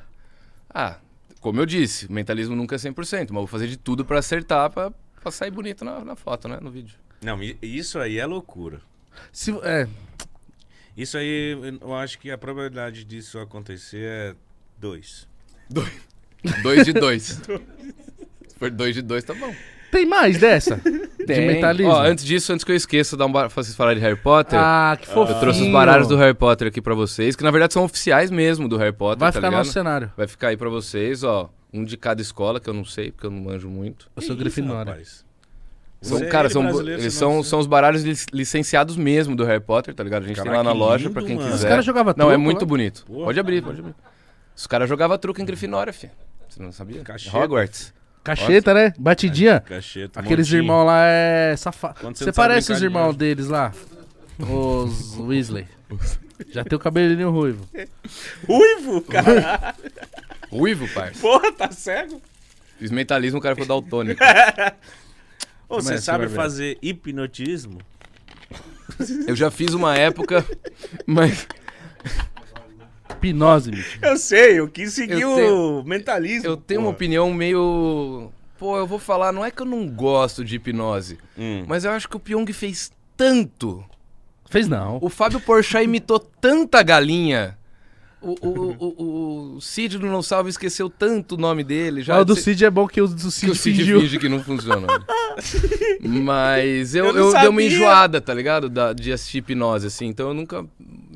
C: Ah, como eu disse, mentalismo nunca é 100%, mas vou fazer de tudo pra acertar, pra, pra sair bonito na, na foto, né? No vídeo.
A: Não, i- isso aí é loucura.
B: Se, é,
A: Isso aí, eu acho que a probabilidade disso acontecer é dois.
C: Dois de dois. Se for dois de dois, tá bom.
B: tem mais dessa? De mentalismo?
C: Ó, antes disso, antes que eu esqueça, dar um bar... vocês falarem de Harry Potter.
B: Ah, que fofinho.
C: eu trouxe os baralhos do Harry Potter aqui pra vocês, que na verdade são oficiais mesmo do Harry Potter,
B: Vai
C: tá
B: ficar no
C: ligado?
B: nosso cenário.
C: Vai ficar aí pra vocês, ó. Um de cada escola, que eu não sei, porque eu não manjo muito.
B: Eu sou
A: Que isso,
B: Grifinória.
A: rapaz?
C: São,
A: Você é
C: cara, são,
A: brasileiro,
C: eles
A: você
C: são,
A: não-
C: são os baralhos lic- licenciados mesmo do Harry Potter, tá ligado? A gente
A: Caraca,
C: tem lá na
A: que
C: loja
A: lindo,
C: pra quem
A: mano. Os
C: quiser.
B: caras jogavam
C: Não, é
B: truco né?
C: muito
B: lá?
C: bonito.
A: Porra.
C: Pode abrir, pode abrir. Os caras jogavam truco em Grifinória, filho. Você não sabia?
A: Cacheta.
C: Hogwarts.
B: Cacheta, né? Batidinha.
A: Cacheta,
B: Aqueles
A: montinho.
B: irmãos lá é safado.
A: Quando você
B: Você
A: não sabe
B: parece
A: brincar
B: os
A: de
B: irmãos
A: mágica.
B: deles lá. Os Weasley. Já tem o cabelinho ruivo.
A: Ruivo, cara.
C: Ruivo, parça.
A: Porra, tá cego?
C: Fiz mentalismo, o cara ficou daltônico.
A: Ô, você
B: é, você
A: sabe
B: vai ver.
A: fazer hipnotismo?
C: Eu já fiz uma época, mas
B: Pinose, bicho.
A: Eu sei, eu quis seguir
C: Eu
A: o
C: tenho-
A: mentalismo.
C: eu tenho uma
A: pô.
C: opinião meio... Pô, eu vou falar, não é que eu não gosto de hipnose,
A: Hum.
C: mas eu acho que o Pyong fez tanto
B: Fez não.
C: O Fábio Porchat imitou tanta galinha. O, o, o, o, o Cid do Não Salvo esqueceu tanto o nome dele. Já
B: Ah, o do
C: se-
B: Cid é bom que o do
C: que
B: Cid,
C: o Cid
B: fingiu.
C: finge que não funciona. Mas eu,
A: Eu
C: eu,
A: não
C: dei uma
A: sabia.
C: enjoada, tá ligado? Da, de assistir hipnose, assim. Então eu nunca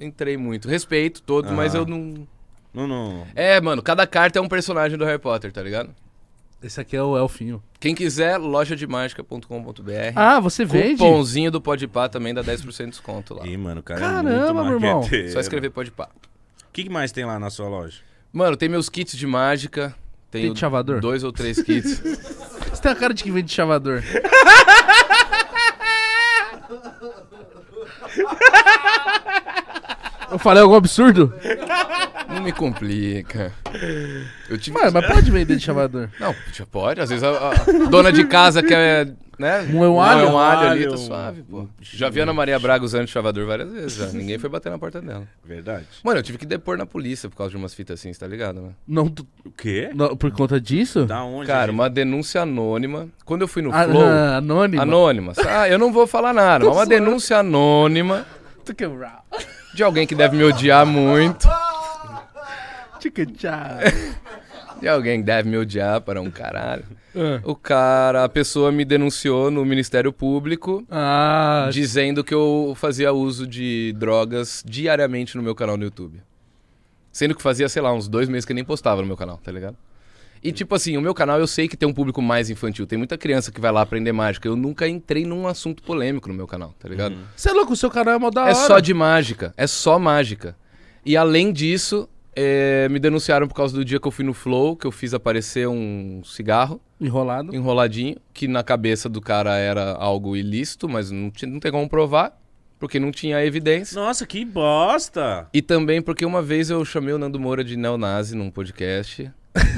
C: entrei muito. Respeito todo, mas
A: Ah.
C: eu não.
A: Não, não.
C: É, mano, cada carta é um personagem do Harry Potter, tá ligado?
B: Esse aqui é o Elfinho.
C: Quem quiser, lojademagica.com.br.
B: Ah, você vende?
C: Cupomzinho do Podpah também dá 10% de desconto lá.
A: Ih, mano, o cara é
B: Caramba,
A: muito
B: meu irmão.
A: marqueteiro.
C: Só escrever Podpah.
A: O que, que mais tem lá na sua loja?
C: Mano, tem meus kits de mágica. Tenho
B: Kit chavador?
C: dois ou três kits.
B: Você tem a cara de que vende chavador. Eu falei algum absurdo?
C: Não me complica. Eu tive.
B: Mano, mas pode vender de chamador.
C: Não, já pode. Às vezes a, a dona de casa quer. Né?
B: Um é um alho?
C: Um alho ali,
A: Um
C: tá
A: alho,
C: suave, pô. Já vi a Ana Maria Braga usando o chavador várias vezes. Já. Ninguém foi bater na porta dela.
A: Verdade.
C: Mano, eu tive que depor na polícia por causa de umas fitas assim, você tá ligado, né?
B: Não, tu-
A: O quê?
B: não, por conta disso?
A: Da onde?
C: Cara,
A: gente?
C: uma denúncia anônima. Quando eu fui no
B: Ah,
C: Flow.
B: ah, anônima.
C: Anônima. Ah, eu não vou falar nada, mas uma denúncia anônima
B: Tu é quebrar.
C: de alguém que deve me odiar muito. é
B: Tchica, tchá.
C: E alguém deve me odiar para um caralho. O cara, a pessoa me denunciou no Ministério Público
B: Ah,
C: dizendo que eu fazia uso de drogas diariamente no meu canal no YouTube. Sendo que fazia, sei lá, uns dois meses que eu nem postava no meu canal, tá ligado? E tipo assim, o meu canal eu sei que tem um público mais infantil. Tem muita criança que vai lá aprender mágica. Eu nunca entrei num assunto polêmico no meu canal, tá ligado?
B: você é louco, o seu canal é mó da hora.
C: É só de mágica. É só mágica. E além disso, é, me denunciaram por causa do dia que eu fui no Flow, que eu fiz aparecer um cigarro
B: Enrolado.
C: enroladinho, que na cabeça do cara era algo ilícito, mas não, tinha, não tem como provar, porque não tinha evidência.
A: Nossa, que bosta!
C: E também porque uma vez eu chamei o Nando Moura de neonazi num podcast.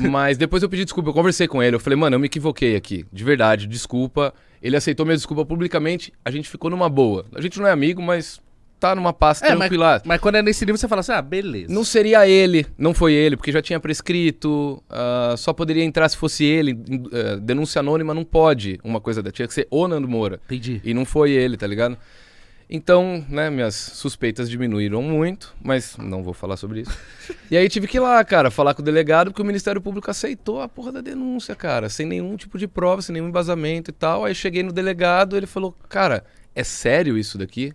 C: mas depois eu pedi desculpa, eu conversei com ele. Eu falei, mano, eu me equivoquei aqui. De verdade, desculpa. Ele aceitou minha desculpa publicamente. A gente ficou numa boa. A gente não é amigo, mas tá numa paz
B: É, mas,
C: tranquila.
B: mas quando é nesse nível você fala assim, ah, beleza.
C: Não seria ele, não foi ele, porque já tinha prescrito, ah, só poderia entrar se fosse ele. em- eh, denúncia anônima não pode uma coisa da tinha que ser o Nando Moura.
B: Entendi.
C: E não foi ele, tá ligado? Então, né, minhas suspeitas diminuíram muito, mas não vou falar sobre isso. E aí tive que ir lá, cara, falar com o delegado, porque o Ministério Público aceitou a porra da denúncia, cara, sem nenhum tipo de prova, sem nenhum embasamento e tal. Aí cheguei no delegado, ele falou, cara, é sério isso daqui?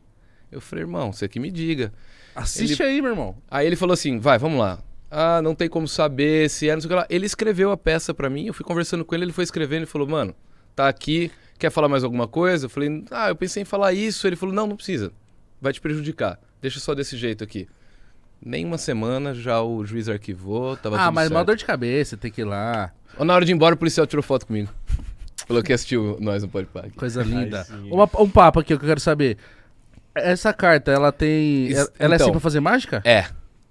C: Eu falei, irmão, você que me diga.
B: Assiste aí, meu irmão.
C: Aí ele falou assim: vai, vamos lá. Ah, não tem como saber se é, não sei o que lá. Ele escreveu a peça pra mim, eu fui conversando com ele, ele foi escrevendo, ele falou, mano, tá aqui, quer falar mais alguma coisa? Eu falei, ah, eu pensei em falar isso. Ele falou, não, não precisa, vai te prejudicar, deixa só desse jeito aqui. Nem uma semana já o juiz arquivou, tava
B: ah,
C: tudo
B: mas
C: certo.
B: mó dor de cabeça, tem que ir lá.
C: Na hora de ir embora, o policial tirou foto comigo. Falou que assistiu nós no Podpag.
B: Coisa linda.
A: sim.
B: Uma- um papo aqui que eu quero saber. Essa carta, ela tem.
C: Isso,
B: ela é
C: então.
B: assim pra fazer mágica?
C: É.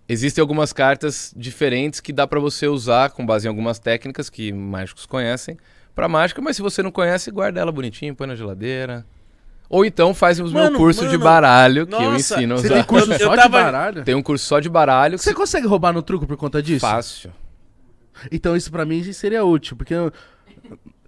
C: Existem algumas cartas diferentes que dá pra você usar com base em algumas técnicas que mágicos conhecem pra mágica, mas se você não conhece, guarda ela bonitinho, põe na geladeira. Ou então faz o meu
A: Mano,
C: curso de
A: mano,
C: baralho, que eu
A: nossa,
C: ensino a
B: Você
C: usar.
B: tem curso
A: Eu- eu
B: só de
A: tava-
B: baralho?
C: Tem um curso só de baralho que
B: Você
C: você
B: consegue roubar no truco por conta disso?
C: fácil.
B: Então isso pra mim seria útil, porque eu,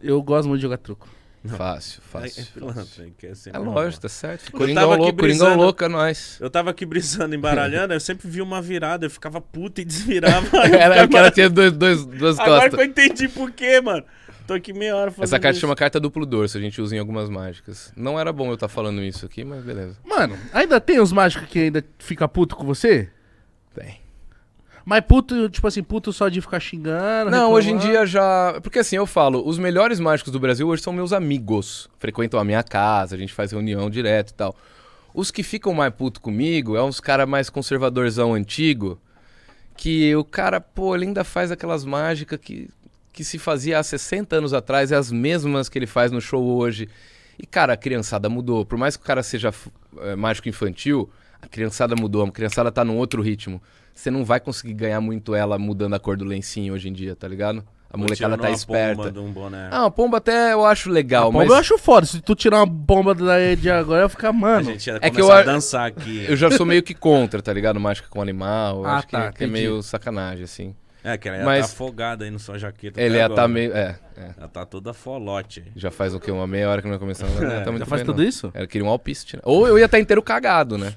B: eu gosto muito de jogar truco.
C: Fácil,
A: Ai,
C: fácil.
A: é
C: fácil.
A: pilantra, que é sempre
C: É
A: uma
C: lógico, tá certo.
A: Eu
C: Coringão
A: tava aqui
C: louco, Coringão
A: brisando.
C: louco é nós.
A: Eu tava aqui brisando, embaralhando, eu sempre vi uma virada, eu ficava puta e desvirava.
C: Ela,
A: Eu
C: porque ela tinha dois, dois, duas
A: ficava- Agora que eu
C: costas.
A: entendi por quê, mano. Tô aqui meia hora falando
C: Essa carta
A: isso.
C: chama carta duplo dorso, a gente usa em algumas mágicas. Não era bom eu estar falando isso aqui, mas beleza.
B: Mano, ainda tem os mágicos que ainda fica puto com você?
C: Tem.
B: Mas puto, tipo assim, puto só de ficar xingando.
C: Não, hoje em
B: reclamando.
C: dia já. Porque assim, eu falo, os melhores mágicos do Brasil hoje são meus amigos. Frequentam a minha casa, a gente faz reunião direto e tal. Os que ficam mais puto comigo é uns cara mais conservadorzão antigo. Que o cara, pô, ele ainda faz aquelas mágicas que, que se fazia há 60 anos atrás, é as mesmas que ele faz no show hoje. E, cara, a criançada mudou. Por mais que o cara seja f- eh, mágico infantil, a criançada mudou, a criançada tá num outro ritmo. Você não vai conseguir ganhar muito ela mudando a cor do lencinho hoje em dia, tá ligado? A molecada
A: Tirando
C: tá
A: uma
C: esperta.
A: pomba de um boné.
C: Ah, a pomba até eu acho legal,
B: A bomba
C: mas
B: eu acho foda. Se tu tirar uma bomba daí de agora, eu ia ficar,
A: a
B: mano.
A: gente ia
C: é que
A: começar
C: eu
A: a
C: a-
A: dançar aqui.
C: eu já sou meio que contra, tá ligado? Mágica com animal. Eu
B: Ah,
C: acho que-
B: tá,
C: que, é
B: entendi.
C: meio sacanagem, assim.
A: É, que ela ia
C: Mas-
A: tá afogada aí no sua jaqueta.
C: Ele
A: até
C: ia tá
A: agora.
C: meio. É, é.
A: Ela tá toda folote. aí.
C: Já faz o quê? Uma meia hora que não começamos. Não tá muito
B: É, Já faz
C: bem,
B: tudo
C: não.
B: isso?
C: Era queria um alpiste, né? Ou eu ia estar inteiro cagado, né?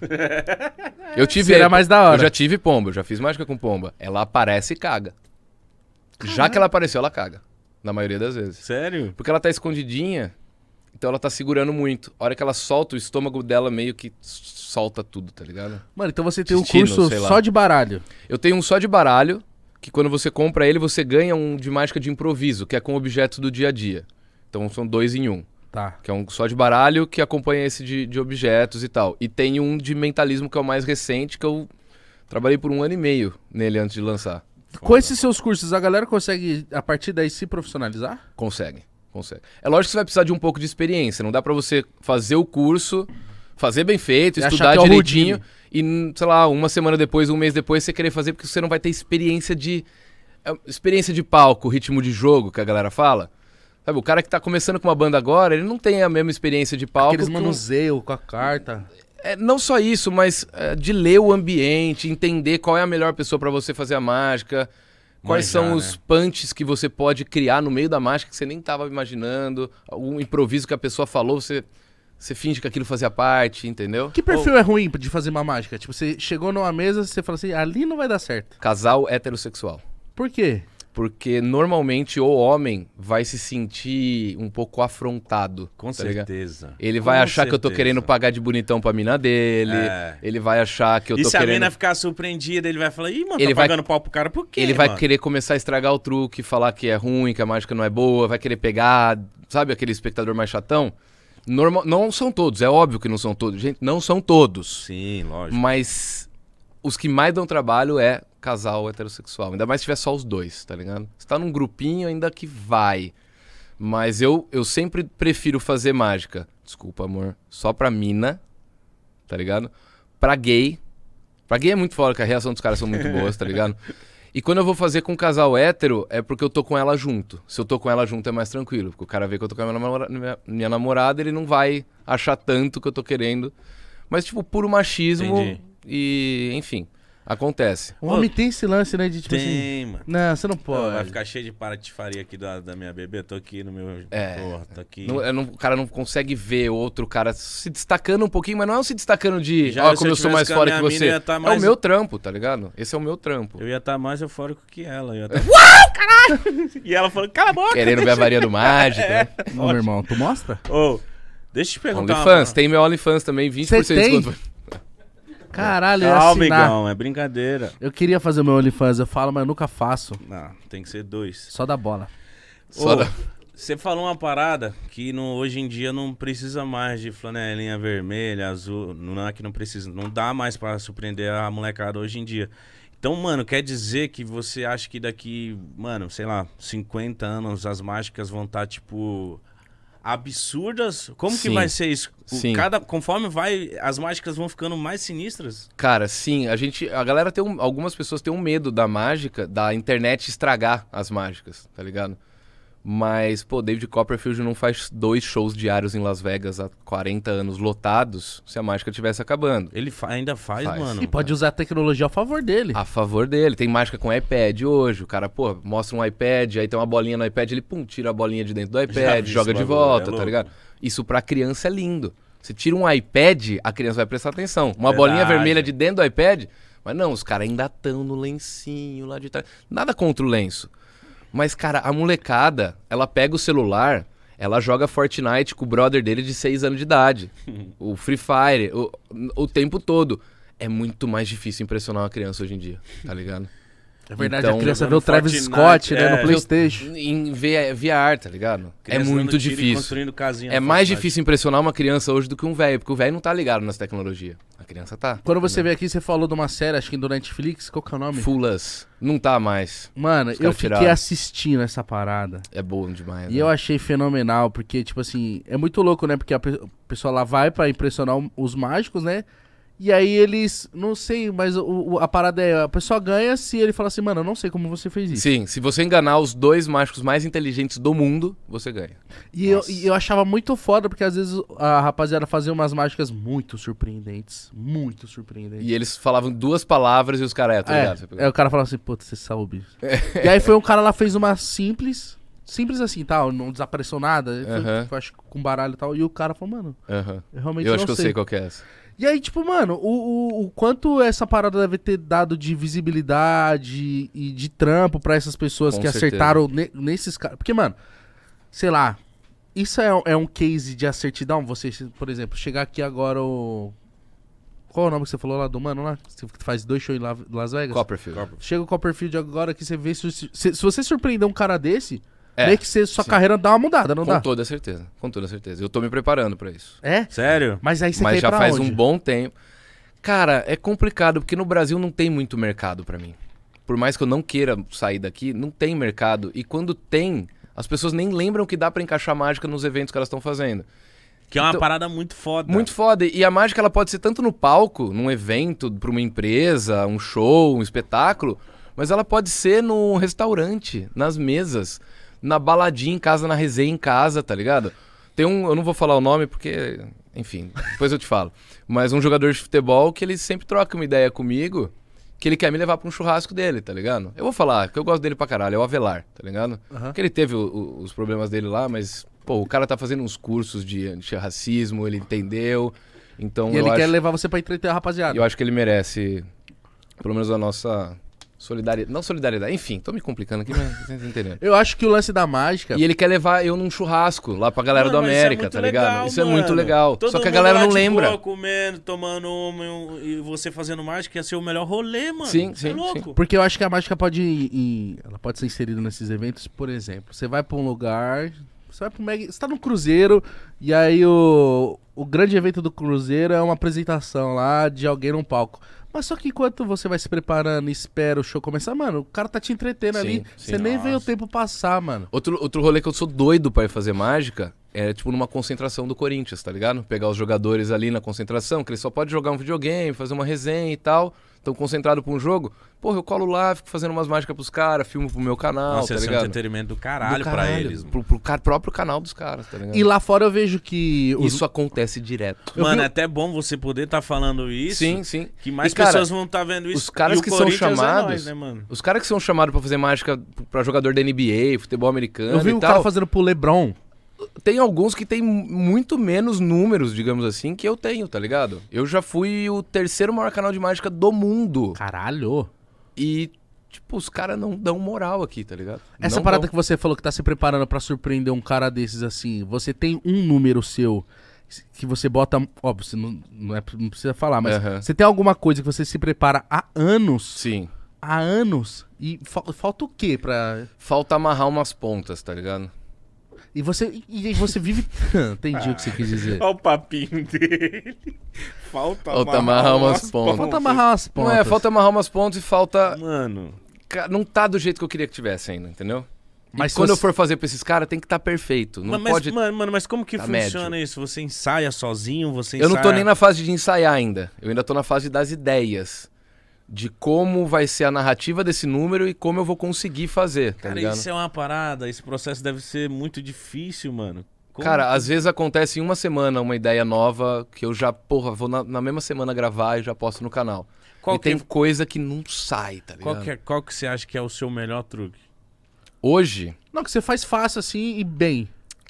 C: Eu tive.
B: Seria mais da hora.
C: Eu já tive pomba, eu já fiz mágica com pomba. Ela aparece e caga. Já que ela apareceu, ela caga. Na maioria das vezes.
A: Sério?
C: Porque ela tá escondidinha, então ela tá segurando muito. A hora que ela solta, o estômago dela meio que solta tudo, tá ligado?
B: Mano, então você tem um
C: Destino,
B: curso
C: sei lá.
B: só de baralho.
C: Eu tenho um só de baralho, que quando você compra ele, você ganha um de mágica de improviso, que é com objetos do dia a dia. Então são dois em um.
B: Tá.
C: Que é um só de baralho que acompanha esse de, de objetos e tal. E tem um de mentalismo que é o mais recente, que eu trabalhei por um ano e meio nele antes de lançar.
B: Com esses seus cursos, a galera consegue, a partir daí, se profissionalizar?
C: Consegue, consegue. É lógico que você vai precisar de um pouco de experiência. Não dá pra você fazer o curso, fazer bem feito,
B: E achar
C: estudar
B: que é o
C: direitinho
B: Houdini.
C: e, n- sei lá, uma semana depois, um mês depois, você querer fazer porque você não vai ter experiência de. é, Experiência de palco, ritmo de jogo que a galera fala. Sabe, o cara que tá começando com uma banda agora, ele não tem a mesma experiência de palco.
B: Aqueles
C: que um-
B: manuseio com a carta.
C: é, não só isso, mas é, de ler o ambiente, entender qual é a melhor pessoa pra você fazer a mágica, quais
A: Manjar,
C: são os
A: né?
C: punches que você pode criar no meio da mágica que você nem tava imaginando, algum improviso que a pessoa falou, você, você finge que aquilo fazia parte, entendeu?
B: Que perfil é ruim de fazer uma mágica? Tipo, você chegou numa mesa, você fala assim, ali não vai dar certo.
C: Ou casal heterossexual.
B: Por quê?
C: Porque normalmente o homem vai se sentir um pouco afrontado.
A: Com
C: tá ligado?
A: certeza.
C: Ele vai
A: Com
C: achar que eu tô
A: certeza.
C: querendo pagar de bonitão pra mina dele.
A: É.
C: Ele vai achar que eu
A: e
C: tô
A: se
C: querendo.
A: a mina ficar surpreendida, ele vai falar, ih, mano, tá
C: Ele vai-
A: pagando pau pro cara por quê?
C: ele vai
A: mano?
C: querer começar a estragar o truque, falar que é ruim, que a mágica não é boa, vai querer pegar, sabe aquele espectador mais chatão? Normal, não são todos, é óbvio que não são todos, gente, não são todos.
A: Sim, lógico.
C: Mas os que mais dão trabalho é casal heterossexual, ainda mais se tiver só os dois, tá ligado? Você tá num grupinho ainda que vai. Mas eu, eu sempre prefiro fazer mágica, desculpa amor, só pra mina, tá ligado? Pra gay. Pra gay é muito foda, que a reação dos caras são muito boas, tá ligado? E quando eu vou fazer com um casal hétero, é porque eu tô com ela junto. Se eu tô com ela junto, é mais tranquilo. Porque o cara vê que eu tô com a minha, namora- minha- minha namorada, ele não vai achar tanto que eu tô querendo. Mas, tipo, puro machismo.
A: Entendi.
C: E, enfim, acontece.
B: O
A: Ô,
B: homem tem esse lance, né? De tipo assim.
A: Tem, mano.
B: Não, você não
A: Pô, vai
B: pode.
A: ficar cheio de paratifaria aqui da, da minha bebê. Eu tô aqui no meu.
C: É.
A: Porra, tô aqui.
C: Não- é, não- o cara não consegue ver o outro cara se destacando um pouquinho, mas não é um se destacando de,
A: Já
C: ó,
A: se
C: como
A: eu
C: eu sou
A: tivesse
C: mais
A: com a
C: fora que
A: minha mina, eu
C: você.
A: ia tá
C: É o
A: mais-
C: meu trampo, tá ligado? Esse é o meu trampo.
A: Eu ia estar mais eufórico que ela. Eu ia tá... Uau, caralho! E ela falou, cala a boca!
C: Querendo ver a varinha
A: É.
C: do mágico. né?
B: Ô, meu irmão, tu mostra?
A: Ô, deixa eu te perguntar. uma
C: OnlyFans,
A: parada.
C: tem meu OnlyFans também, 20%
B: Cê
C: de
B: tem?
C: desconto.
B: Caralho, eu ia
A: Calma,
B: assinar.
A: amigão, é brincadeira.
B: Eu queria fazer o meu OnlyFans, eu falo, mas eu nunca faço.
A: Não, tem que ser dois.
B: Só da bola.
C: Só
A: Ô,
C: da-
A: Você falou uma parada que no- hoje em dia não precisa mais de flanelinha vermelha, azul. Não é que não precisa. Não dá mais pra surpreender a molecada hoje em dia. Então, mano, quer dizer que você acha que daqui, mano, sei lá, 50 anos as mágicas vão estar, tipo, absurdas? Como
C: Sim.
A: que vai ser isso? O-
C: Sim.
A: Cada, conforme vai, as mágicas vão ficando mais sinistras?
C: Cara, sim, a gente, a galera tem um, algumas pessoas têm um medo da mágica, da internet estragar as mágicas, tá ligado? Mas, pô, David Copperfield não faz dois shows diários em Las Vegas há 40 anos lotados se a mágica tivesse acabando.
A: Ele fa- ainda faz,
C: Faz.
A: mano.
B: E pode usar a tecnologia a favor dele.
C: A favor dele, tem mágica com iPad hoje, o cara, pô, mostra um iPad, aí tem uma bolinha no iPad, ele pum, tira a bolinha de dentro do iPad,
A: vi
C: joga
A: esse bagulho, é
C: de volta, tá
A: louco.
C: ligado? Isso pra criança é lindo. Você tira um iPad, a criança vai prestar atenção. Uma
A: Verdade.
C: bolinha vermelha de dentro do iPad, mas não, os caras ainda estão no lencinho lá de trás. Nada contra o lenço. Mas, cara, a molecada, ela pega o celular, ela joga Fortnite com o brother dele de 6 anos de idade. o Free Fire, o, o tempo todo. É muito mais difícil impressionar uma criança hoje em dia, tá ligado?
B: É verdade,
C: Então,
B: a criança vê o
A: jogando
B: Travis
A: Fortnite,
B: Scott, né,
A: é.
B: no Playstation.
C: Em VR, VR, tá ligado? é
A: Criança dando
C: muito
A: tiro e
C: difícil.
A: construindo casinha
C: É
A: na
C: mais
A: faculdade.
C: difícil impressionar uma criança hoje do que um velho, porque o velho não tá ligado nas tecnologias. A criança tá.
B: Quando você veio aqui, você falou de uma série, acho que do Netflix, qual que é o nome?
C: Fulas. Não tá mais.
B: Mano,
C: Os
B: eu
C: caras
B: fiquei
C: tiraram.
B: assistindo essa parada.
C: É bom demais.
B: E
C: né?
B: eu achei fenomenal, porque, tipo assim, é muito louco, né? Porque a pe- o pessoal lá vai pra impressionar o- os mágicos, né? E aí eles, não sei, mas o- o- a parada é, a pessoa ganha se ele fala assim, mano, eu não sei como você fez isso.
C: Sim, se você enganar os dois mágicos mais inteligentes do mundo, você ganha.
B: E eu,
A: Nossa.
B: e eu achava muito foda, porque às vezes a rapaziada fazia umas mágicas muito surpreendentes. Muito surpreendentes.
C: E eles falavam duas palavras e os caras, é, tá ligado? Você
B: é,
C: pegou. É.
B: aí o cara falava assim, puta, você soube. E aí foi um cara lá, fez uma simples, simples assim, tal, não desapareceu nada. foi-
C: Aham.
B: foi, acho que com baralho e tal. E o cara falou, mano,
C: Aham.
B: eu realmente
C: Eu
B: não
C: acho que eu
B: sei.
C: sei qual que é essa.
B: E aí, tipo, mano, o, o, o quanto essa parada deve ter dado de visibilidade e de trampo pra essas pessoas
C: Com
B: que
C: certeza.
B: acertaram ne- nesses caras. Porque, mano, sei lá, isso é, um- é um case de acertidão. Você, por exemplo, chegar aqui agora o. Qual é o nome que você falou lá do mano lá? Você faz dois shows em La- Las Vegas?
C: Copperfield.
B: Chega o Copperfield agora que você vê. Se, se, se você surpreender um cara desse,
C: É,
B: meio que você- sua
C: sim.
B: carreira dá uma mudada, não
C: com
B: dá?
C: toda certeza. Com toda certeza. Eu tô me preparando pra isso.
B: É?
A: Sério?
B: Mas aí você quer
C: Mas
B: ir
C: já
B: pra
C: faz
B: onde?
C: um bom tempo. Cara, é complicado, porque no Brasil não tem muito mercado pra mim. Por mais que eu não queira sair daqui, não tem mercado. E quando tem, as pessoas nem lembram que dá pra encaixar mágica nos eventos que elas estão fazendo.
A: Que é uma
C: Então-
A: parada muito foda.
C: Muito foda. E a mágica ela pode ser tanto no palco, num evento, pra uma empresa, um show, um espetáculo, mas ela pode ser no restaurante, nas mesas, na baladinha em casa, na resenha em casa, tá ligado? Tem um, eu não vou falar o nome porque, enfim, depois eu te falo. Mas um jogador de futebol que ele sempre troca uma ideia comigo, que ele quer me levar pra um churrasco dele, tá ligado? Eu vou falar, que eu gosto dele pra caralho, é o Avelar, tá ligado? Porque ele teve o- o- os problemas dele lá, mas, pô, o cara tá fazendo uns cursos de antirracismo, ele entendeu. Então
B: E
C: eu,
B: ele quer
C: acho,
B: levar você pra entreter a rapaziada.
C: eu acho que ele merece, pelo menos, a nossa solidariedade. Não solidariedade, enfim, tô me complicando aqui, mas vocês entenderam.
B: Eu acho que o lance da mágica.
C: E ele quer levar eu num churrasco lá pra galera
A: Mano,
C: do
A: mas isso é
C: América,
A: muito
C: tá ligado?
A: legal,
C: isso é muito
A: mano.
C: legal.
A: Todo
C: Só que a
A: mundo
C: galera
A: lá
C: não
A: de
C: lembra.
A: boa, comendo, tomando uma e um- e você fazendo mágica, ia ser o melhor rolê, mano.
C: Sim,
A: Você é
C: sim,
A: louco.
B: Porque eu acho que a mágica pode ir- ir- ela pode ser inserida nesses eventos, por exemplo, você vai pra um lugar, você vai pro mega, você tá num cruzeiro e aí o o grande evento do cruzeiro é uma apresentação lá de alguém num palco. Mas só que enquanto você vai se preparando e espera o show começar, mano, o cara tá te entretendo
C: Sim,
B: ali,
C: sim.
B: você nem vê o tempo passar, mano.
C: Outro, outro rolê que eu sou doido pra ir fazer mágica é tipo numa concentração do Corinthians, tá ligado? Pegar os jogadores ali na concentração, que eles só podem jogar um videogame, fazer uma resenha e tal. Tão concentrado pra um jogo. Porra, eu colo lá, fico fazendo umas mágicas pros caras, filmo pro meu canal,
A: Nossa,
C: tá
A: esse é um
C: ligado?
A: entretenimento do
C: Do
A: caralho, pra
C: caralho,
A: eles. mano.
C: Pro, pro ca- próprio canal dos caras, tá ligado?
B: E lá fora eu vejo que os-
C: Isso acontece direto.
B: Eu
A: Mano,
B: vi-
A: é até bom você poder estar falando isso.
C: Sim, sim.
A: Que mais
C: E, cara,
A: pessoas vão estar vendo isso.
C: os caras
A: E o
C: que são
A: Corinthians é
C: chamados-
A: nós, né, mano?
C: Os caras que são chamados pra fazer mágica pra jogador da NBA, futebol americano
B: eu vi
C: e
B: um
C: tal,
B: cara fazendo pro LeBron.
C: tem alguns que tem muito menos números, digamos assim, que eu tenho, tá ligado? Eu já fui o terceiro maior canal de mágica do mundo.
B: Caralho.
C: E, tipo, os caras não dão moral aqui, tá ligado?
B: Essa
C: Não
B: parada
C: dão.
B: que você falou que tá se preparando pra surpreender um cara desses assim, você tem um número seu que você bota. Óbvio, você não, não, é- não precisa falar, mas
C: Aham.
B: você tem alguma coisa que você se prepara há anos?
C: Sim.
B: Há anos? E fa- falta o quê pra.
C: Falta amarrar umas pontas, tá ligado?
B: E você, e aí você vive. Entendi o que você quis dizer.
A: Olha o papinho dele. Falta,
C: Falta amarrar umas pontas.
B: Falta amarrar as pontas.
C: Não é, falta amarrar umas pontas e falta.
A: Mano,
C: Ca- Não tá do jeito que eu queria que tivesse ainda, entendeu?
B: Mas
C: Mas quando
B: você-
C: eu for fazer pra esses caras, tem que estar perfeito. Não
A: mas,
C: pode.
A: mano, mano, mas como que
C: tá
A: funciona isso? Você ensaia sozinho? Você ensaia...
C: eu não tô nem na fase de ensaiar ainda. Eu ainda tô na fase das ideias. De como vai ser a narrativa desse número e como eu vou conseguir fazer, tá
A: Cara,
C: ligado?
A: isso é uma parada. Esse processo deve ser muito difícil, mano. Como-
C: Cara, às vezes acontece em uma semana uma ideia nova que eu já, porra, vou na, na mesma semana gravar e já posto no canal.
A: Qual
C: e
A: que- é?
C: tem coisa que não sai, tá ligado?
A: qual, que é- qual que você acha que é o seu melhor truque?
C: Hoje,
B: Não, que você faz fácil assim e bem.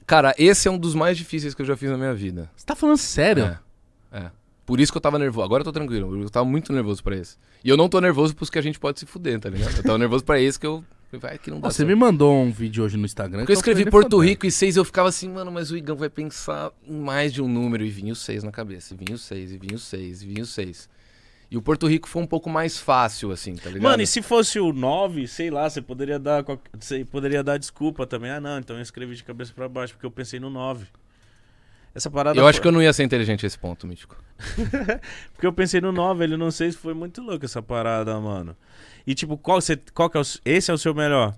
C: cara, esse é um dos mais difíceis que eu já fiz na minha vida.
B: Você tá falando sério?
C: É. É. Por isso que eu tava nervoso. Agora eu tô tranquilo. Eu tava muito nervoso pra esse. E eu não tô nervoso pros que a gente pode se fuder, tá ligado? Eu tava nervoso pra esse que eu. Vai que não dá
B: Ó, você
C: tá certo.
B: me mandou um vídeo hoje no Instagram. então
C: Porque eu
B: tô
C: escrevi
B: nem
C: Porto
B: fodendo.
C: Rico e seis, eu ficava assim, mano, mas o Igão vai pensar em mais de um número. E vinha o seis na cabeça, e vinha o seis, e vinha o seis, e vinha o seis. E o Porto Rico foi um pouco mais fácil, assim, tá ligado?
A: Mano, e se fosse o 9, sei lá, você poderia dar qual- você poderia dar desculpa também. Ah, não, então eu escrevi de cabeça pra baixo porque eu pensei no 9. Essa parada
C: Eu acho
A: foi-
C: que eu não ia ser inteligente a esse ponto, Mítico.
A: porque eu pensei no 9, ele não sei se foi muito louco essa parada, mano. E tipo, qual você qual que é o, esse é o seu melhor?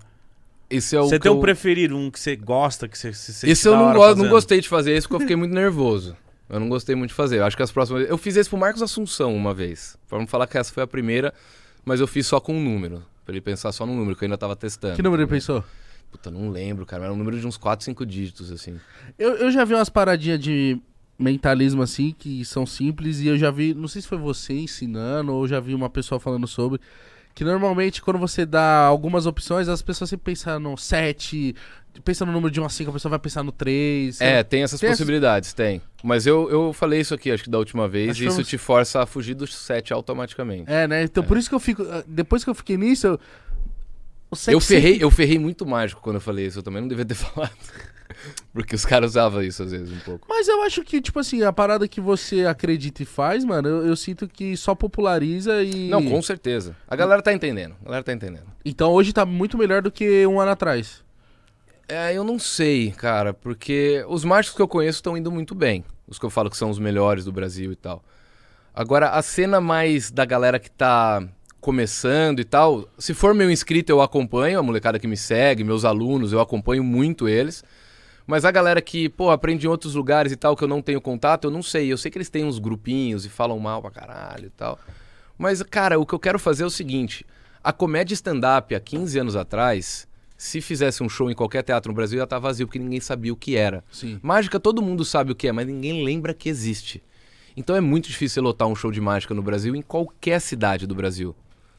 C: Esse é o
A: Você
C: que
A: tem um
C: eu-
A: preferido, um que você gosta, que você se sente
C: Esse eu
A: da
C: não,
A: hora
C: gosto, não
A: fazendo?
C: gostei de fazer esse porque eu fiquei muito nervoso. Eu não gostei muito de fazer. Eu acho que as próximas. Eu fiz esse pro Marcos Assunção uma vez. Pra não falar que essa foi a primeira, mas eu fiz só com um número. Pra ele pensar só no número, que eu ainda tava testando.
B: Que número ele pensou?
C: Puta, não lembro, cara. mas Era um número de uns 4, 5 dígitos, assim.
B: Eu, eu já vi umas paradinhas de mentalismo assim, que são simples, e eu já vi, não sei se foi você ensinando, ou já vi uma pessoa falando sobre, que normalmente quando você dá algumas opções, as pessoas sempre pensam no 7, pensam no número de 1 a 5, a pessoa vai pensar no 3.
C: É, tem essas
B: Tem essas-
C: possibilidades, tem. Mas eu, eu falei isso aqui, acho que da última vez,
B: Acho
C: e
B: que
C: isso
B: foi- um
C: te força a fugir do 7 automaticamente.
B: É, né? Então por isso que eu fico, depois que eu fiquei nisso, eu... o sete
C: eu, ferrei,
B: sempre-
C: eu ferrei muito mágico quando eu falei isso, eu também não devia ter falado. Porque os caras usavam isso às vezes um pouco.
B: Mas eu acho que, tipo assim, a parada que você acredita e faz, mano, eu, eu sinto que só populariza e...
C: Não, com certeza. A galera tá entendendo. A galera tá entendendo.
B: Então hoje tá muito melhor do que um ano atrás.
C: É, eu não sei, cara, porque os mágicos que eu conheço estão indo muito bem. Os que eu falo que são os melhores do Brasil e tal. Agora, a cena mais da galera que tá começando e tal, se for meu inscrito, eu acompanho, a molecada que me segue, meus alunos, eu acompanho muito eles. Mas a galera que, pô, aprende em outros lugares e tal, que eu não tenho contato, eu não sei. Eu sei que eles têm uns grupinhos e falam mal pra caralho e tal. Mas, cara, o que eu quero fazer é o seguinte: a comédia stand-up há 15 anos atrás, se fizesse um show em qualquer teatro no Brasil, ia estar vazio, porque ninguém sabia o que era.
B: Sim.
C: Mágica todo mundo sabe o que é, mas ninguém lembra que existe. Então é muito difícil você lotar um show de mágica no Brasil, em qualquer cidade do Brasil.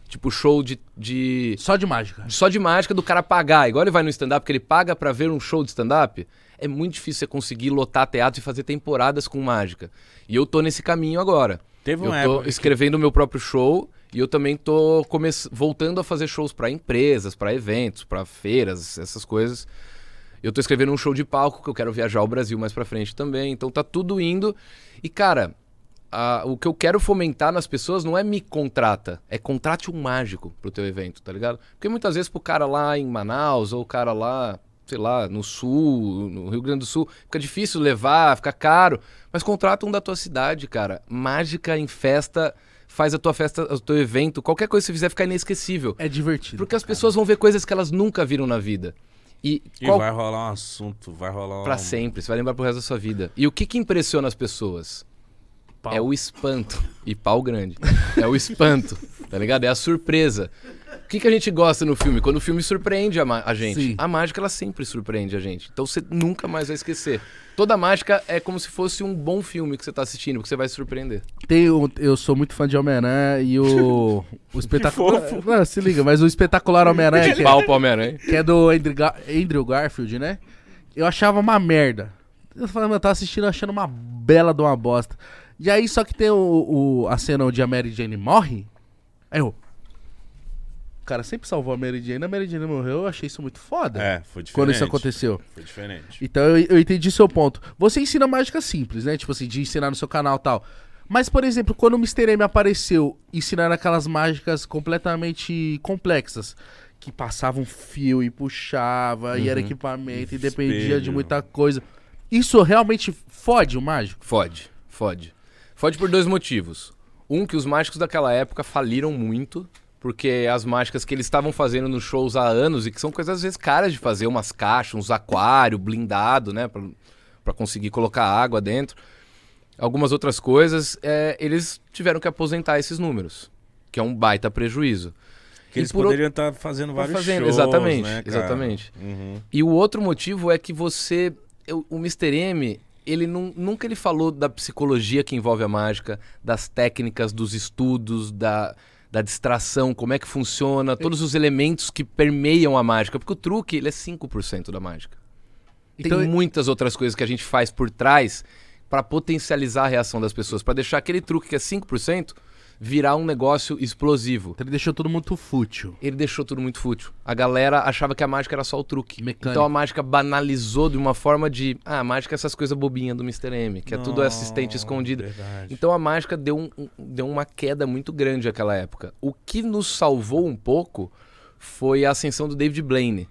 C: Tipo, show de- de
B: Só de mágica.
C: só de mágica do cara pagar. Igual ele vai no stand-up, que ele paga pra ver um show de stand-up. É muito difícil você conseguir lotar teatro e fazer temporadas com mágica. E eu tô nesse caminho agora.
A: Teve uma
C: eu tô
A: época que-
C: escrevendo o meu próprio show e eu também tô come... voltando a fazer shows pra empresas, pra eventos, pra feiras, essas coisas. Eu tô escrevendo um show de palco que eu quero viajar ao Brasil mais pra frente também. Então tá tudo indo. E cara, a- o que eu quero fomentar nas pessoas não é me contrata, é contrate um mágico pro teu evento, tá ligado? Porque muitas vezes pro cara lá em Manaus ou o cara lá, sei lá, no sul, no Rio Grande do Sul, fica difícil levar, fica caro, mas contrata um da tua cidade, cara. Mágica em festa, faz a tua festa, o teu evento, qualquer coisa que você fizer ficar inesquecível.
B: É divertido.
C: Porque as pessoas vão ver coisas que elas nunca viram na vida. E,
A: E
C: qual-
A: vai rolar um assunto, vai rolar um...
C: Pra sempre, você vai lembrar pro resto da sua vida. E o que que impressiona as pessoas?
B: Pau.
C: É o espanto. E pau grande. É o espanto, tá ligado? É a surpresa. O que que a gente gosta no filme? Quando o filme surpreende a, ma- a gente.
B: Sim.
C: A mágica, ela sempre surpreende a gente. Então você nunca mais vai esquecer. Toda mágica é como se fosse um bom filme que você tá assistindo, porque você vai se surpreender.
B: Tem o- eu sou muito fã de Homem-Aranha e o. O espetacular.
A: fofo.
B: Não, se liga, mas o espetacular Homem-Aranha. que é-
C: Pau, Palmeiras, hein?
B: que é do Andrew, Ga- Andrew Garfield, né? Eu achava uma merda. Eu falei, mano, eu tava assistindo achando uma bela de uma bosta. E aí, só que tem o, o- a cena onde a Mary Jane morre. Aí eu. O cara sempre salvou a Mary Jane, a Mary Jane morreu, eu achei isso muito foda.
C: Né?
A: É, foi diferente.
B: quando isso aconteceu.
A: Foi diferente.
B: Então eu, eu entendi seu ponto. Você ensina mágica simples, né? Tipo assim, de ensinar no seu canal e tal. Mas, por exemplo, quando o Mr. M apareceu ensinando aquelas mágicas completamente complexas, que passava um fio e puxava, e
C: Uhum.
B: era equipamento, e dependia de
A: Espelho.
B: muita coisa. Isso realmente fode o mágico?
C: Fode, fode. Fode por dois motivos. Um, que os mágicos daquela época faliram muito, porque as mágicas que eles estavam fazendo nos shows há anos, e que são coisas às vezes caras de fazer, umas caixas, uns aquários, blindado, né, pra, pra conseguir colocar água dentro, algumas outras coisas, é, eles tiveram que aposentar esses números, que é um baita prejuízo.
A: Porque eles
C: e por outro-
A: poderiam estar fazendo vários
C: fazendo,
A: shows,
C: exatamente,
A: né, cara?
C: exatamente.
A: Uhum.
C: E o outro motivo é que você. eu- O Mr. M, ele nun- nunca ele falou da psicologia que envolve a mágica, das técnicas, dos estudos, da, da distração, como é que funciona, todos os elementos que permeiam a mágica. Porque o truque, ele é 5% da mágica.
B: Então-
C: Tem muitas outras coisas que a gente faz por trás pra potencializar a reação das pessoas, pra deixar aquele truque que é 5% virar um negócio explosivo.
B: Então ele deixou todo mundo fútil.
C: Ele deixou tudo muito fútil. A galera achava que a mágica era só o truque.
B: Mecânico.
C: Então a mágica banalizou de uma forma de. Ah, a mágica é essas coisas bobinhas do Mr. M, que é tudo assistente
A: Não,
C: escondido.
A: Verdade.
C: Então a mágica deu, um- um- deu uma queda muito grande naquela época. O que nos salvou um pouco foi a ascensão do David Blaine,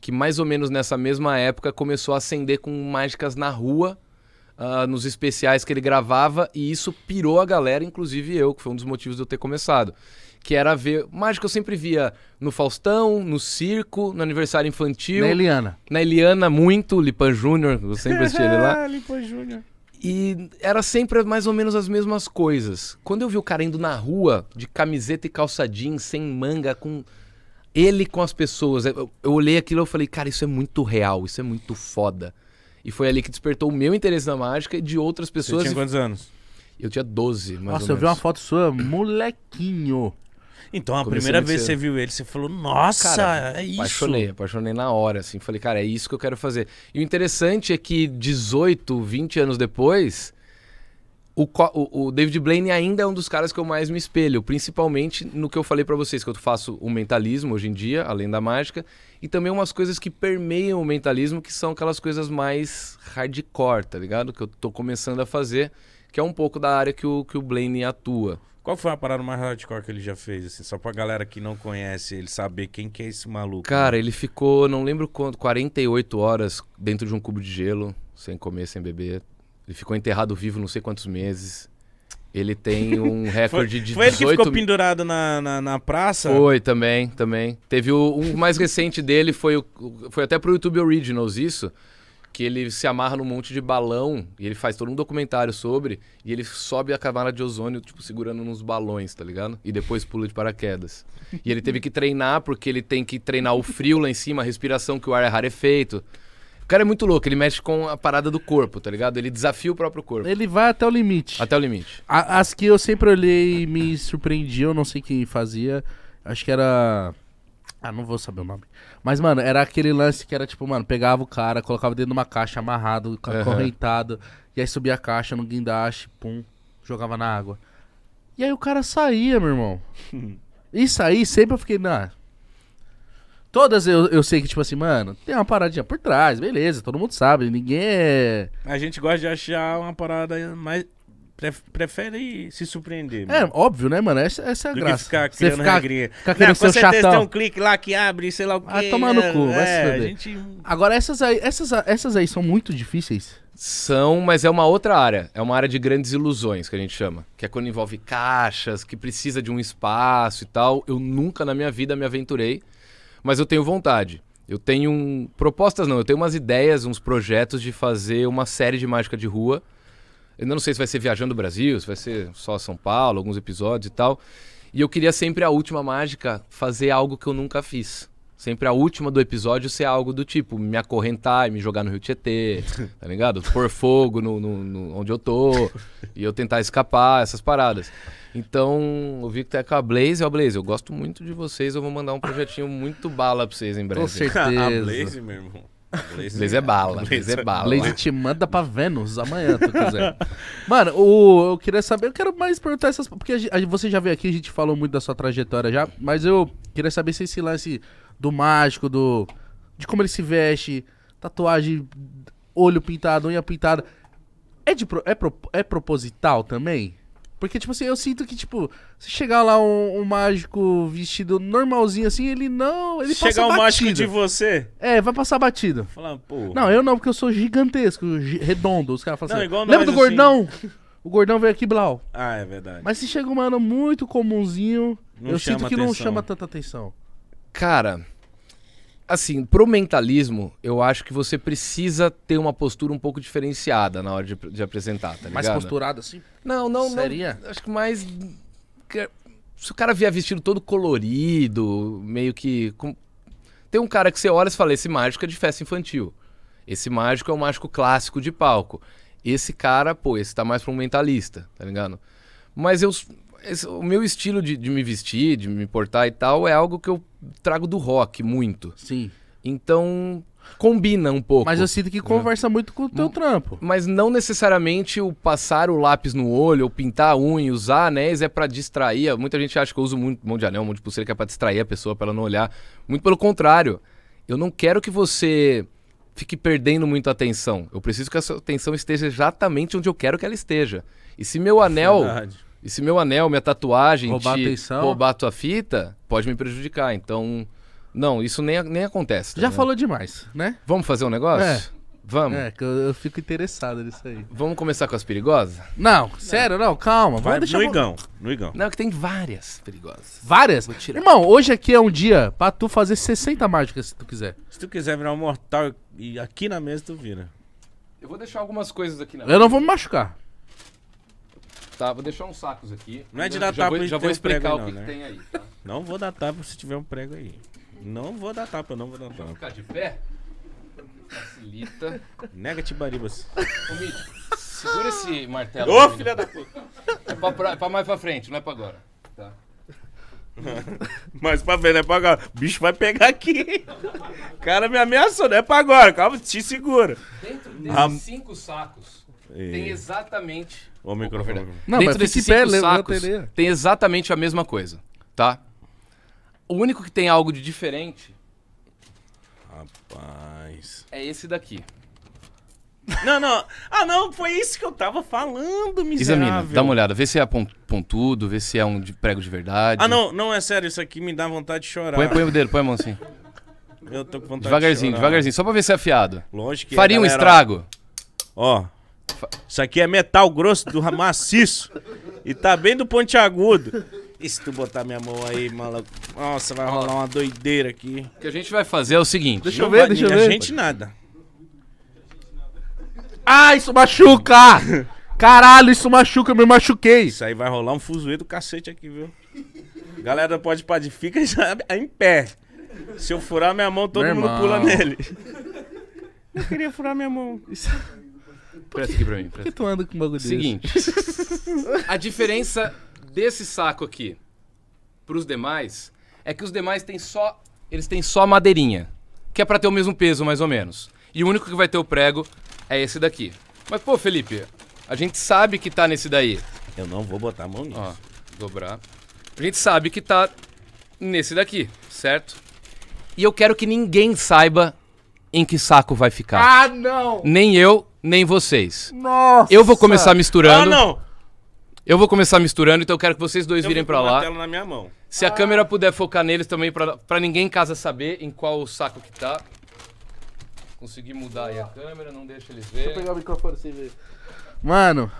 C: que mais ou menos nessa mesma época começou a ascender com mágicas na rua, ah, nos especiais que ele gravava, e isso pirou a galera, inclusive eu, que foi um dos motivos de eu ter começado. Que era ver. Mágica eu sempre via no Faustão, no circo, no aniversário infantil,
B: Né, Eliana?
C: na Eliana muito, Lipan Júnior, eu sempre assisti ele lá.
A: Ah, Lipa Júnior.
C: E era sempre mais ou menos as mesmas coisas. Quando eu vi o cara indo na rua, de camiseta e calça jeans, sem manga, com. Ele com as pessoas. Eu, eu olhei aquilo e eu falei, cara, isso é muito real, isso é muito foda. E foi ali que despertou o meu interesse na mágica e de outras
A: Você
C: pessoas.
A: tinha quantos anos?
C: Eu tinha 12, mais
B: Nossa,
C: ou
B: eu vi uma
C: menos.
B: foto sua, molequinho.
A: Então, a
C: Comecei
A: primeira
C: muito
A: vez que você
C: cedo.
A: viu ele, você falou, nossa,
C: Cara,
A: é isso.
C: Apaixonei, apaixonei na hora, assim. Falei, cara, é isso que eu quero fazer. E o interessante é que 18, 20 anos depois, o, co- o- o David Blaine ainda é um dos caras que eu mais me espelho, principalmente no que eu falei pra vocês, que eu faço o mentalismo hoje em dia, além da mágica, e também umas coisas que permeiam o mentalismo, que são aquelas coisas mais hardcore, tá ligado? Que eu tô começando a fazer, que é um pouco da área que o, que o Blaine atua.
A: Qual foi a parada mais hardcore que ele já fez, assim? Só pra galera que não conhece ele saber quem que é esse maluco.
C: Cara, ele ficou, não lembro quanto, 48 horas dentro de um cubo de gelo, sem comer, sem beber. Ele ficou enterrado vivo não sei quantos meses. Ele tem um
A: foi,
C: recorde de
A: foi ele que
C: 18
A: ficou pendurado na, na, na praça?
C: Foi, também, também. Teve o um mais recente dele, foi, o, foi até pro YouTube Originals isso, que ele se amarra num monte de balão e ele faz todo um documentário sobre e ele sobe a camada de ozônio, tipo, segurando nos balões, tá ligado? E depois pula de paraquedas. E ele teve que treinar porque ele tem que treinar o frio lá em cima, a respiração, que o ar é rarefeito. O cara é muito louco, ele mexe com a parada do corpo, tá ligado? Ele desafia o próprio corpo.
B: Ele vai até o limite.
C: Até o limite.
B: A- As que eu sempre olhei e me surpreendi, eu não sei quem fazia. Acho que era. Ah, não vou saber o nome. Mas, mano, era aquele lance que era tipo, mano, pegava o cara, colocava dentro de uma caixa amarrado, ca-
C: Aham.
B: correntado, e aí subia a caixa no guindaste, pum, jogava na água. E aí o cara saía, meu irmão. Isso aí sempre eu fiquei, na. Todas eu, eu sei que, tipo assim, mano, tem uma paradinha por trás, beleza, todo mundo sabe, ninguém é.
A: A gente gosta de achar uma parada mais. pre- Prefere se surpreender.
B: É,
A: mano,
B: óbvio, né, mano? Essa, essa é a
A: do
B: graça.
A: que ficar
B: Você
A: criando
B: ficar-
A: regrinha.
B: ficar querendo
A: Não, com
B: ser
A: certeza
B: chatão.
A: tem um clique lá que abre, sei lá o quê.
B: Ah, tomar no
A: né?
B: cu, vai se
A: é, a
B: fuder.
A: gente...
B: Agora, essas aí, essas, essas aí são muito difíceis.
C: São, mas é uma outra área. É uma área de grandes ilusões, que a gente chama. Que é quando envolve caixas, que precisa de um espaço e tal. Eu nunca na minha vida me aventurei, mas eu tenho vontade. Eu tenho um- propostas, não. Eu tenho umas ideias, uns projetos de fazer uma série de mágica de rua. Eu ainda não sei se vai ser Viajando o Brasil, se vai ser só São Paulo, alguns episódios e tal. E eu queria sempre a última mágica fazer algo que eu nunca fiz. Sempre a última do episódio ser algo do tipo, me acorrentar e me jogar no Rio Tietê, tá ligado? Pôr fogo no, no- no- onde eu tô e eu tentar escapar, essas paradas. Então, eu vi que tá com a Blaze. Ó, Blaze, eu gosto muito de vocês, eu vou mandar um projetinho muito bala pra vocês em breve.
B: Com certeza.
A: A Blaze, meu irmão. A Blaze,
C: Blaze é bala, Blaze é bala.
B: Blaze te manda pra Vênus amanhã, se tu quiser. Mano, o, eu queria saber, eu quero mais perguntar essas. Porque a gen- a- você já veio aqui, a gente falou muito da sua trajetória já, mas eu queria saber se esse lance do mágico, do. de como ele se veste, tatuagem, olho pintado, unha pintada. É, de, pro- é, pro- é proposital também? Porque, tipo assim, eu sinto que, tipo, se chegar lá um, um mágico vestido normalzinho assim, ele não. Ele
A: Chegar
B: passa
A: um mágico
B: batido.
A: de você,
B: É, vai passar batido.
A: falar, pô.
B: Não, eu não, porque eu sou gigantesco, gi- redondo. Os caras falam
A: Não,
B: assim.
A: igual
B: Lembra
A: nós,
B: do gordão? O gordão veio aqui, Blau.
A: Ah, é verdade.
B: Mas se chega um mano muito comumzinho,
A: Não
B: eu
A: chama
B: sinto que não
A: atenção.
B: chama tanta atenção.
C: Cara, assim, pro mentalismo, eu acho que você precisa ter uma postura um pouco diferenciada na hora de, de apresentar, tá ligado?
B: Mais posturado assim.
C: Não, não, não.
B: Seria?
C: Acho que mais. que- é, Se o cara vier vestido todo colorido, meio que. com- Tem um cara que você olha e fala: esse mágico é de festa infantil. Esse mágico é um mágico clássico de palco. Esse cara, pô, esse tá mais pra um mentalista, tá ligado? Mas eu. esse- o meu estilo de, de me vestir, de me portar e tal, é algo que eu trago do rock muito.
B: Sim.
C: Então, combina um pouco. Hum. Tá
B: Mas eu sinto que conversa muito com o teu trampo.
C: Mas não necessariamente o passar o lápis no olho, ou pintar a unha, usar anéis é pra distrair. Muita gente acha que eu uso muito um monte de anel, um monte de pulseira que é pra distrair a pessoa, pra ela não olhar. Muito pelo contrário. Eu não quero que você fique perdendo muito a atenção. Eu preciso que a sua atenção esteja exatamente onde eu quero que ela esteja. E se meu
B: é
C: anel,
A: é Verdade.
C: e se meu anel, minha tatuagem
B: Roubar
C: te
B: atenção.
C: roubar a tua fita, pode me prejudicar. Então, não, isso nem, nem acontece. tá
B: Já
C: ligado?
B: falou demais, né?
C: Vamos fazer um negócio?
B: É.
C: Vamos.
B: É, que eu, eu fico interessado nisso aí.
C: Vamos começar com as perigosas?
B: Não, sério, não, calma.
A: Vai
B: Vamos deixar.
A: no Igão, no Igão.
B: é
C: Não, que tem várias perigosas.
B: Várias?
C: tirar.
B: Irmão, hoje aqui é um dia pra tu fazer 60 mágicas se tu quiser.
A: Se tu quiser virar um mortal e aqui na mesa tu vira.
C: Eu vou deixar algumas coisas aqui na
B: Eu não vou me machucar.
C: Tá, vou deixar uns sacos aqui.
A: Não é de
C: Já-
A: dar
C: já
A: tapa
C: vou,
A: e
C: já
A: ter
C: vou
A: um prego
C: explicar
A: aí
C: o que,
A: não,
C: que
A: né?
C: tem aí. Tá?
A: Não vou dar tapa se tiver um prego aí. Não vou dar tapa, não vou dar
C: Vou
A: tapa.
C: ficar de pé. Facilita.
A: Nega Tibaribas.
C: Ô, Mitch, segura esse martelo.
A: Ô,
C: menino.
A: filha da puta.
C: É pra, pra- é pra mais pra frente, não é pra agora. Tá.
A: Mas pra ver, não é pra agora. O bicho vai pegar aqui. O cara me ameaçou, não é pra agora. Calma, te segura.
C: Dentro
A: Ah.
C: desses cinco sacos, tem
A: Ei.
C: exatamente...
A: Ô, microfone.
C: Opa,
B: Não,
C: Dentro
B: mas fique
C: desses
B: em pé,
C: cinco
B: levanta
C: sacos,
B: ele.
C: tem exatamente a mesma coisa, tá? O único que tem algo de diferente
A: Rapaz.
C: é esse daqui.
A: Não, não. Ah, não, foi isso que eu tava falando, miserável.
C: Examina, dá uma olhada, vê se é pon- pontudo, vê se é um de prego de verdade.
A: Ah, não, não, é sério, isso aqui me dá vontade de chorar.
C: Põe, põe o dedo, põe a mão assim.
A: Tá Eu tô com vontade
C: Devagarzinho,
A: de chorar.
C: devagarzinho, só pra ver se é afiado.
A: Lógico que é,
C: Faria um
A: galera, ó.
C: estrago?
A: Ó. Isso aqui é metal grosso do ra- maciço. E tá bem do ponte agudo. E se tu botar minha mão aí, maluco? Nossa, vai rolar uma doideira aqui.
C: O que a gente vai fazer é o seguinte.
B: Deixa eu
A: Não
B: ver,
A: vai
B: deixa eu
A: nem a
B: ver.
A: gente nada.
B: Ah, isso machuca! Caralho, isso machuca, eu me machuquei.
A: Isso aí vai rolar um fuzuê do cacete aqui, viu? Galera, pode pá de fica já em pé. Se eu furar minha mão, todo
C: Meu
A: mundo
C: irmão.
A: pula nele. Não queria furar minha mão.
C: Presta aqui pra mim.
B: Por que tu anda com um bagulho desse?
C: Seguinte. a diferença desse saco aqui pros demais é que os demais têm só. Eles têm só madeirinha. Que é pra ter o mesmo peso, mais ou menos. E o único que vai ter o prego é esse daqui. Mas, pô, Felipe, a gente sabe que tá nesse daí.
A: Eu não vou botar a mão nisso. Ah,
C: Ó, dobrar. A gente sabe que tá nesse daqui, certo? E eu quero que ninguém saiba em que saco vai ficar.
B: Ah, não!
C: Nem eu, nem vocês.
B: Nossa!
C: Eu vou começar misturando.
A: Ah, não!
C: Eu vou começar misturando, então eu quero que vocês dois
A: Eu
C: virem
A: fico
C: pra
A: com o
C: lá.
A: martelo Ah! na minha mão.
C: Se a câmera puder focar neles também, pra, pra ninguém em casa saber em qual saco que tá. Consegui mudar aí a câmera, não deixa eles
B: Vou
C: verem.
B: pegar o microfone sem ver. Mano,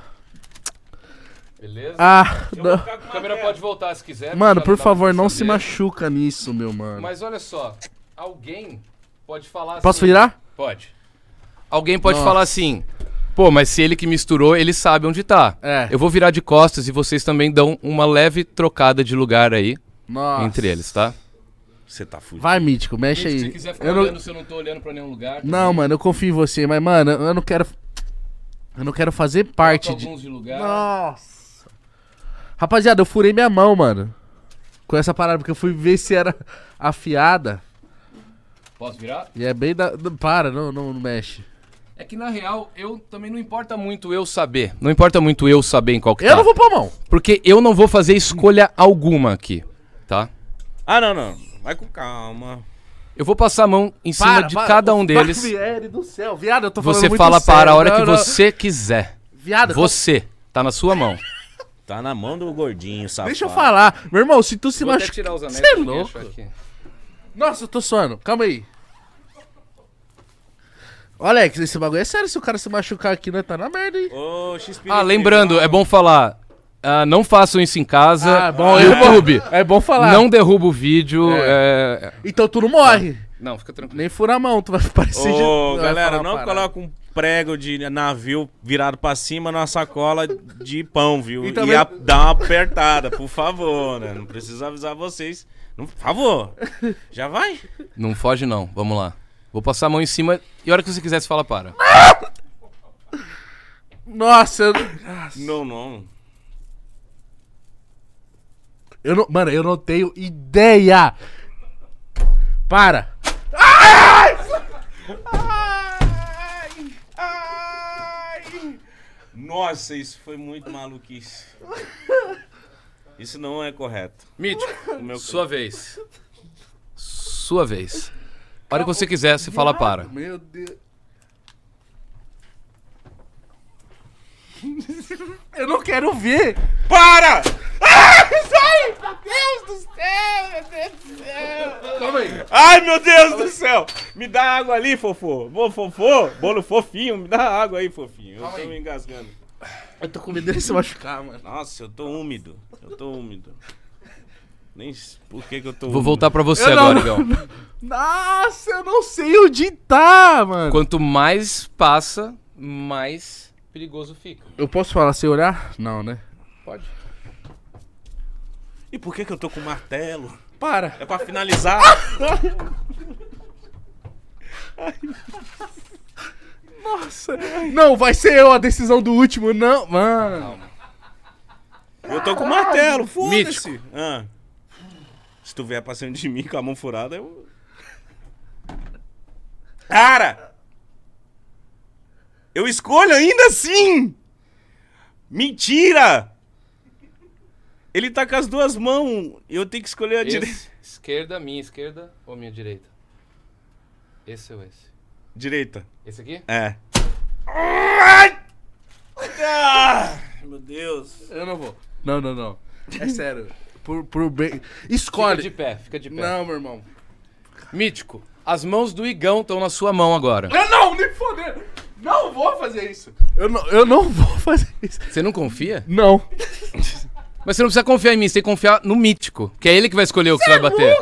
C: Beleza?
B: ah, não.
C: A câmera pode voltar se quiser.
B: mano,
C: já
B: por
C: dá pra
B: favor, não se
C: saber.
B: machuca nisso, meu mano.
C: Mas olha só, alguém pode falar
B: Posso
C: assim-
B: virar?
C: Pode. Alguém pode
B: Nossa.
C: falar assim. Pô, mas se ele que misturou, ele sabe onde tá.
B: É.
C: Eu vou virar de costas e vocês também dão uma leve trocada de lugar aí
B: Nossa.
C: entre eles, tá?
A: Você tá fudido.
B: Vai, Mítico, mexe aí.
C: Se quiser ficar
B: Eu não-
C: olhando, se eu não tô olhando pra nenhum lugar.
B: Não, mano, eu confio em você, mas, mano, eu não quero. Eu não quero fazer parte de.
C: alguns de lugar.
B: Nossa! Rapaziada, eu furei minha mão, mano. Com essa parada, porque eu fui ver se era afiada.
C: Posso virar?
B: E é bem da. não, Para, não, não, não mexe.
C: É que na real, eu também não importa muito eu saber. Não importa muito eu saber em qual que
B: Eu
C: tá.
B: não vou pôr a mão.
C: Porque eu não vou fazer escolha alguma aqui, tá?
A: Ah, não, não. Vai com calma.
C: Eu vou passar a mão em cima de cada um deles.
B: Barbieri do céu, viado, eu tô Tá falando
C: Você
B: muito
C: fala
B: sério.
C: para a hora
B: Não,
C: que
B: não.
C: você quiser.
B: Viado, eu tô-
C: Você. Tá na sua mão.
A: Tá na mão do gordinho, safado.
B: Deixa eu falar. Meu irmão, se tu se machucar.
C: os
B: anéis Cê é do
C: louco.
B: queixo Nossa, eu tô suando. Calma aí. Ô, Alex, esse bagulho é sério. Se o cara se machucar aqui, né? Tá na merda, hein?
A: Ô, XP.
C: Ah, lembrando, é bom falar. ah, não façam isso em casa.
B: Ah, bom, é bom.
C: YouTube.
B: É bom falar.
C: Não derruba o vídeo. é-
B: Então tu não morre.
C: Não, fica tranquilo.
B: Nem fura a mão, tu vai parecer. de-
A: Ô,
B: vai falar
A: galera,
B: uma
A: não
B: parada.
A: coloca um prego de navio virado pra cima numa sacola de pão, viu?
B: E
A: E,
B: também-
A: a- dá uma apertada, por favor, né? Não preciso avisar vocês. Não, por favor. Já vai?
C: é. Não foge, não. Vamos lá. Vou passar a mão em cima e a hora que você quiser, você fala para.
B: Nossa, eu não...
A: Não, não.
B: eu não. Mano, eu não tenho ideia. Para.
A: Ai! Ai! Nossa, isso foi muito maluquice. Isso não é correto.
C: Mítico,
A: O meu-
C: sua vez. Sua vez. A hora que você quiser, você fala para.
B: Meu Deus. Eu não quero ver.
A: Para!
B: Calma aí.
A: Ai, meu Deus do céu! Me dá água ali, fofô. Bom, fofô, bolo fofinho, me dá água aí, fofinho. Eu tô me engasgando.
B: Eu tô com medo dele se machucar, mano.
A: Nossa, eu tô úmido. Eu tô úmido. Nem s- por que que eu tô
C: Vou
A: úmido.
C: voltar pra você
B: Eu não-
C: agora, Igão.
B: Nossa, eu não sei onde tá, mano.
C: Quanto mais passa, mais perigoso fica.
B: Eu posso falar sem olhar? Não, né?
C: Pode.
A: E por que que eu tô com martelo?
B: Para.
A: É pra finalizar.
B: Nossa. Não, vai ser eu a decisão do último, não. Mano.
A: Eu tô com martelo, foda-se.
C: Mítico.
A: Ah. Se tu vier passando de mim com a mão furada, eu... Cara! Eu escolho ainda assim! Mentira! Ele tá com as duas mãos. Eu tenho que escolher a direita.
C: Esse, esquerda, minha esquerda ou minha direita? Esse ou esse?
A: Direita.
C: Esse aqui?
A: É. Ai! Ah, meu Deus.
B: Eu não vou. Não, não, não. É sério. Por, por bem. Escolhe.
C: Fica de pé, fica de pé.
B: Não, meu irmão.
C: Mítico, as mãos do Igão estão na sua mão agora.
B: Eu não, nem foder. Não vou fazer isso. Eu não, eu não vou fazer isso.
C: Você não confia?
B: Não.
C: Mas você não precisa confiar em mim, você tem que confiar no Mítico, que é ele que vai escolher o que você vai bater.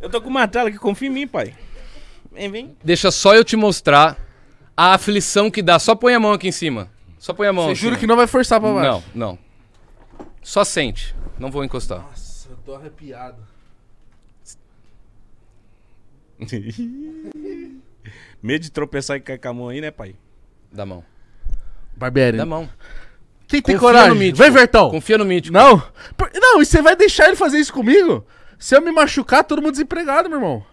A: Eu tô com martelo aqui, confia em mim, pai. Vem, vem.
C: Deixa só eu te mostrar A aflição que dá. Só põe a mão aqui em cima. Só põe a mão.
B: Você
C: aqui.
B: jura que não vai forçar pra baixo?
C: Não, não. Só sente. Não vou encostar.
B: Nossa, eu tô arrepiado.
A: Medo de tropeçar e cair com a mão aí, né, pai?
C: Dá mão.
B: Barbieri.
C: Dá mão.
B: Quem tem
C: Tá Confia no
B: coragem?
C: mítico.
B: Vem, Vertão.
C: Confia no mítico.
B: Não. Por- Não, e você vai deixar ele fazer isso comigo? Se eu me machucar, todo mundo desempregado, meu irmão.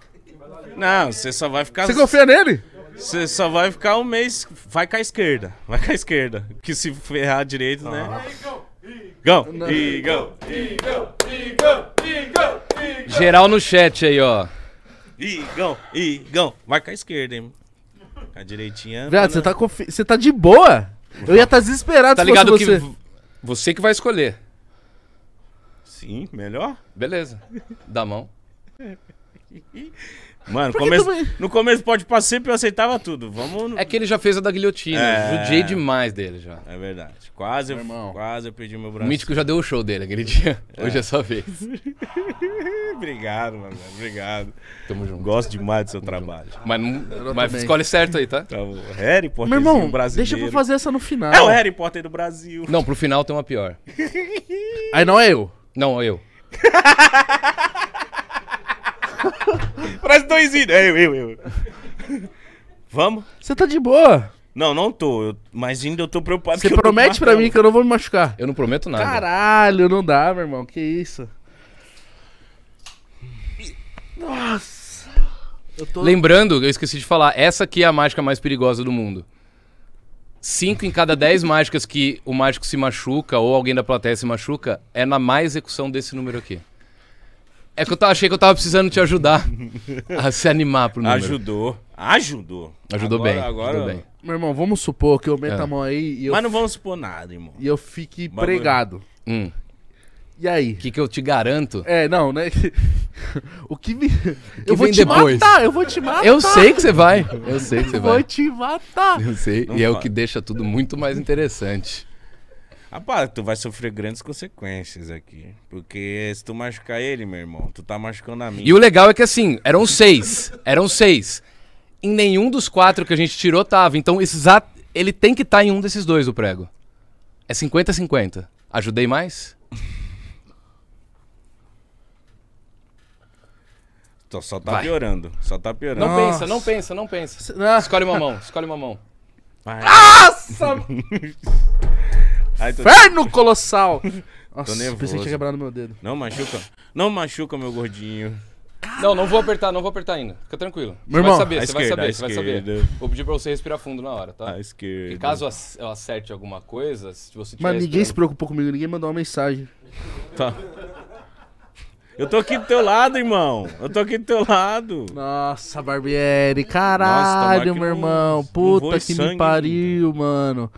A: Não, você só vai ficar.
B: Você confia nele?
A: Você só vai ficar um mês. Vai com a esquerda. Vai com a esquerda. Que se ferrar direito, né? Igão! Igão!
C: Geral no chat aí, ó.
A: Igão! Igão! Vai com a esquerda, hein? Com a direitinha.
B: Viado, você tá, confi... você tá de boa. Eu ia estar desesperado
C: Né? Tá
B: se fosse
C: ligado que
B: você.
C: v- você que vai escolher.
A: Sim, melhor.
C: Beleza. Dá mão.
A: Mano,
B: Por que
A: começo-
B: também?
A: no começo pode passar sempre eu aceitava tudo. Vamos. no-
C: É que ele já fez a da guilhotina.
A: É.
C: Judiei demais dele já.
A: É verdade. Quase, eu, quase eu perdi meu
C: O
A: braço.
C: Mítico já deu o show dele aquele dia. Hoje é sua vez.
A: Obrigado, mano. Obrigado.
C: Tamo junto.
A: Gosto demais do seu trabalho.
C: Mas, não, mas
B: também.
C: escolhe certo aí, tá?
A: Tá bom. Harry Potter
B: Meu irmão,
A: brasileiro.
B: deixa pra fazer essa no final.
A: É o Harry Potter do Brasil.
C: Não, pro final tem uma pior.
B: Aí não é eu.
C: Não, eu.
A: Parece dois índios. Eu, eu, eu. Vamos?
B: Você tá de boa.
A: Não, não tô. eu- mas ainda eu tô preocupado.
B: Você
A: que eu tô
B: promete
A: com
B: pra
A: martelo.
B: mim que eu não vou me machucar.
C: Eu não prometo nada.
B: Caralho, não dá, meu irmão. Que isso? Nossa. Eu tô...
C: Lembrando, eu esqueci de falar, essa aqui é a mágica mais perigosa do mundo. Cinco em cada dez mágicas que o mágico se machuca ou alguém da plateia se machuca é na má execução desse número aqui. É que eu tava- achei que eu tava precisando te ajudar a se animar pro número.
A: Ajudou. Ajudou.
C: Ajudou
A: Agora-
C: bem.
A: Agora.
C: Ajudou bem.
B: Meu irmão, vamos supor que eu meta
C: É.
B: a mão aí e eu,
A: Mas não vamos supor nada, irmão.
B: e eu fique
A: Bagulho.
B: pregado.
C: Hum, O
B: E aí?
C: que, que eu te garanto?
B: É, não, né? o que me. eu
C: que
B: vou
C: vem
B: te
C: depois?
B: matar, eu vou te matar.
C: Eu sei que você vai. Eu sei que você
B: eu vou
C: vai.
B: te matar.
C: Eu sei.
A: Não
C: e é o
A: fala.
C: que deixa tudo muito mais interessante.
A: Rapaz, tu vai sofrer grandes consequências aqui. Porque se tu machucar ele, meu irmão, tu tá machucando a mim.
C: E o legal é que assim, eram seis. Eram seis. Em nenhum dos quatro que a gente tirou tava. Então esses a- ele tem que estar em um desses dois, o prego. É 50-50. Ajudei mais?
A: Tô- Só tá
C: Vai.
A: piorando. Só tá piorando.
C: Não
B: Nossa.
C: pensa, não pensa, não pensa.
B: Ah,
C: Escolhe uma mão, escolhe uma mão.
A: Ai,
B: Nossa,
A: ai, tô-
B: inferno colossal! Nossa,
A: nervoso.
B: pensei que tinha quebrado meu dedo.
A: Não machuca. Não machuca, meu gordinho.
C: Não, não vou apertar, não vou apertar ainda. Fica tranquilo. Você
B: irmão,
C: vai saber,
A: à
C: você vai
A: esquerda, à
C: saber, você vai saber.
A: esquerda.
C: Vou pedir pra você respirar fundo na hora, tá?
A: À esquerda.
C: E caso ac- eu acerte alguma coisa, se você tiver.
B: Mas ninguém se
C: esperando-
B: preocupou comigo, ninguém mandou uma mensagem.
A: Tá. Eu tô aqui do teu lado, irmão. Eu tô aqui do teu lado.
B: Nossa,
A: tomara
B: Barbieri,
A: que
B: caralho, meu
A: não-
B: irmão.
A: não
B: Puta
A: voe
B: que
A: sangue
B: me
A: em
B: pariu, mano.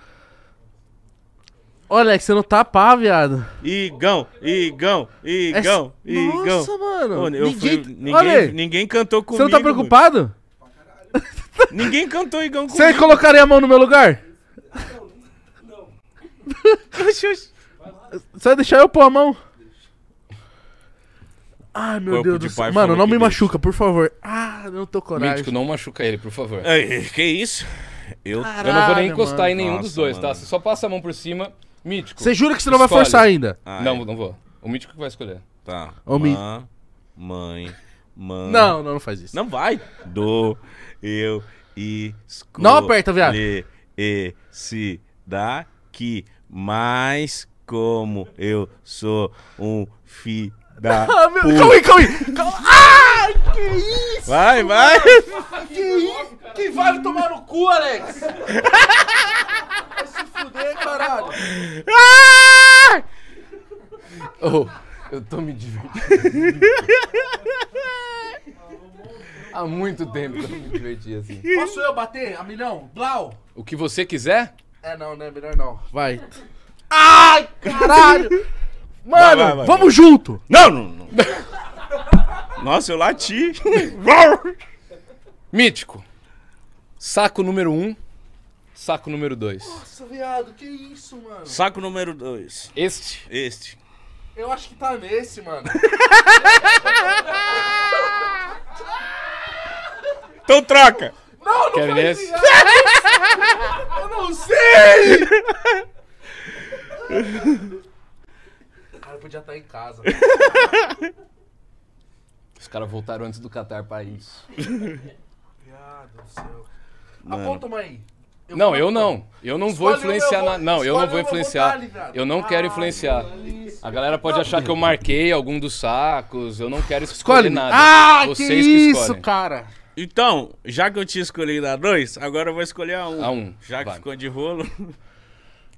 B: Olha, é que você não tá pá, viado.
A: Igão, Igão,
B: É-
A: Igão, Igão.
B: Nossa, mano.
A: Ô, eu fui-
B: ninguém...
A: ninguém,
B: Olha aí,
A: ninguém cantou comigo.
B: você não tá preocupado?
A: mano. Ninguém cantou Igão comigo.
B: Você colocaria a mão no meu lugar? Você vai deixar eu pôr a mão? Ai, meu
A: Corpo
B: Deus
A: de
B: do
A: pai
B: céu. Mano,
A: falou
B: não
A: que
B: me
A: deixa.
B: machuca, por favor. Ah, não tô coragem.
C: Mítico, não machuca ele, por favor.
A: Ai, que isso? Eu...
C: Eu não vou nem encostar em
B: ainda.
C: nenhum
A: Nossa,
C: dos dois, tá?
A: mano.
C: Você só passa a mão por cima. Mítico.
B: Você jura que você não vai
C: Escolhe.
B: forçar ainda?
A: Ai,
C: Não, não vou. O Mítico que vai escolher.
A: Tá.
B: Ô, Mi.
A: Mãe, mãe, mãe.
B: Não, não, não faz isso.
A: Não vai. Do, eu, e,
B: Não aperta, viado.
A: E, se, daqui. Mas, como eu sou um fi da
B: Ah, meu,
A: puta.
B: calma aí, calma aí. Calma. Ah, que isso?
A: Vai, vai.
B: Que isso? Quem vai me tomar no cu, Alex? Vai se fuder, caralho.
A: Ah!
C: Oh, eu tô me divertindo. Há muito tempo que eu não me diverti assim.
B: Posso eu bater a milhão? Blau?
C: O que você quiser?
B: É não, né? Melhor não. Vai. Ai, caralho!
A: vai,
B: Mano,
A: vai,
B: vamos junto!
A: Não, não, não. Nossa, eu lati.
C: Mítico. Saco número um, saco número dois.
B: Nossa, viado, que isso, mano?
A: Saco número 2.
C: Este
A: Este.
B: Eu acho que tá nesse, mano.
A: Então troca.
B: Não, não
C: Quer
A: Então
B: faz
C: nesse?
B: isso,
A: Eu não sei!
B: O cara podia estar em casa. tá
C: Os caras voltaram antes do Qatar pra isso.
B: Viado do céu. Aponta uma aí.
C: Não, eu não. Eu não vou
B: Escolhe o meu
C: influenciar
B: vo-
C: na... Não, eu não
B: escolhe
C: vou
B: o meu
C: influenciar.
B: vontade, viado.
C: Eu não quero
B: Ah,
C: influenciar. A galera pode achar que eu marquei algum dos sacos. Eu não quero escolher
B: Escolhe
C: nada.
B: Ah,
C: Vocês
B: que, isso,
C: escolhem.
B: cara.
A: Então, já que eu tinha escolhido a dois, agora eu vou escolher a um.
C: A um,
A: Já que
C: vai.
A: ficou de rolo.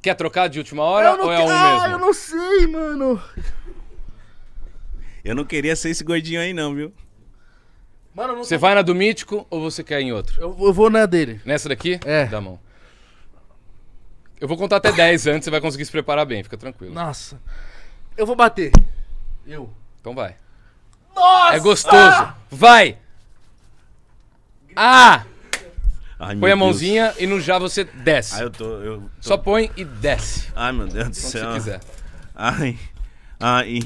C: Quer trocar de última hora
B: Eu não
C: ou é
B: que-
C: um
B: ah,
C: mesmo?
B: eu não sei, mano.
A: Eu não queria ser esse gordinho aí, não, viu?
B: Mano, eu não
C: Você vai na do mítico ou você quer em outro?
B: Eu, eu vou na dele.
C: Nessa daqui?
B: É.
C: Da mão. Eu vou contar até 10 antes, você vai conseguir se preparar bem, fica tranquilo.
B: Nossa. Eu vou bater. Eu.
C: Então vai.
B: Nossa!
C: É gostoso. Vai! Ah!
A: Ai,
C: Põe
A: meu
C: a mãozinha e no já você
A: Deus. Ai,
C: desce.
A: Ah, eu tô. Eu tô... é
C: Só põe e desce.
A: Ai, meu Deus do
C: Quando
A: céu.
C: você quiser.
A: Ai. Ai.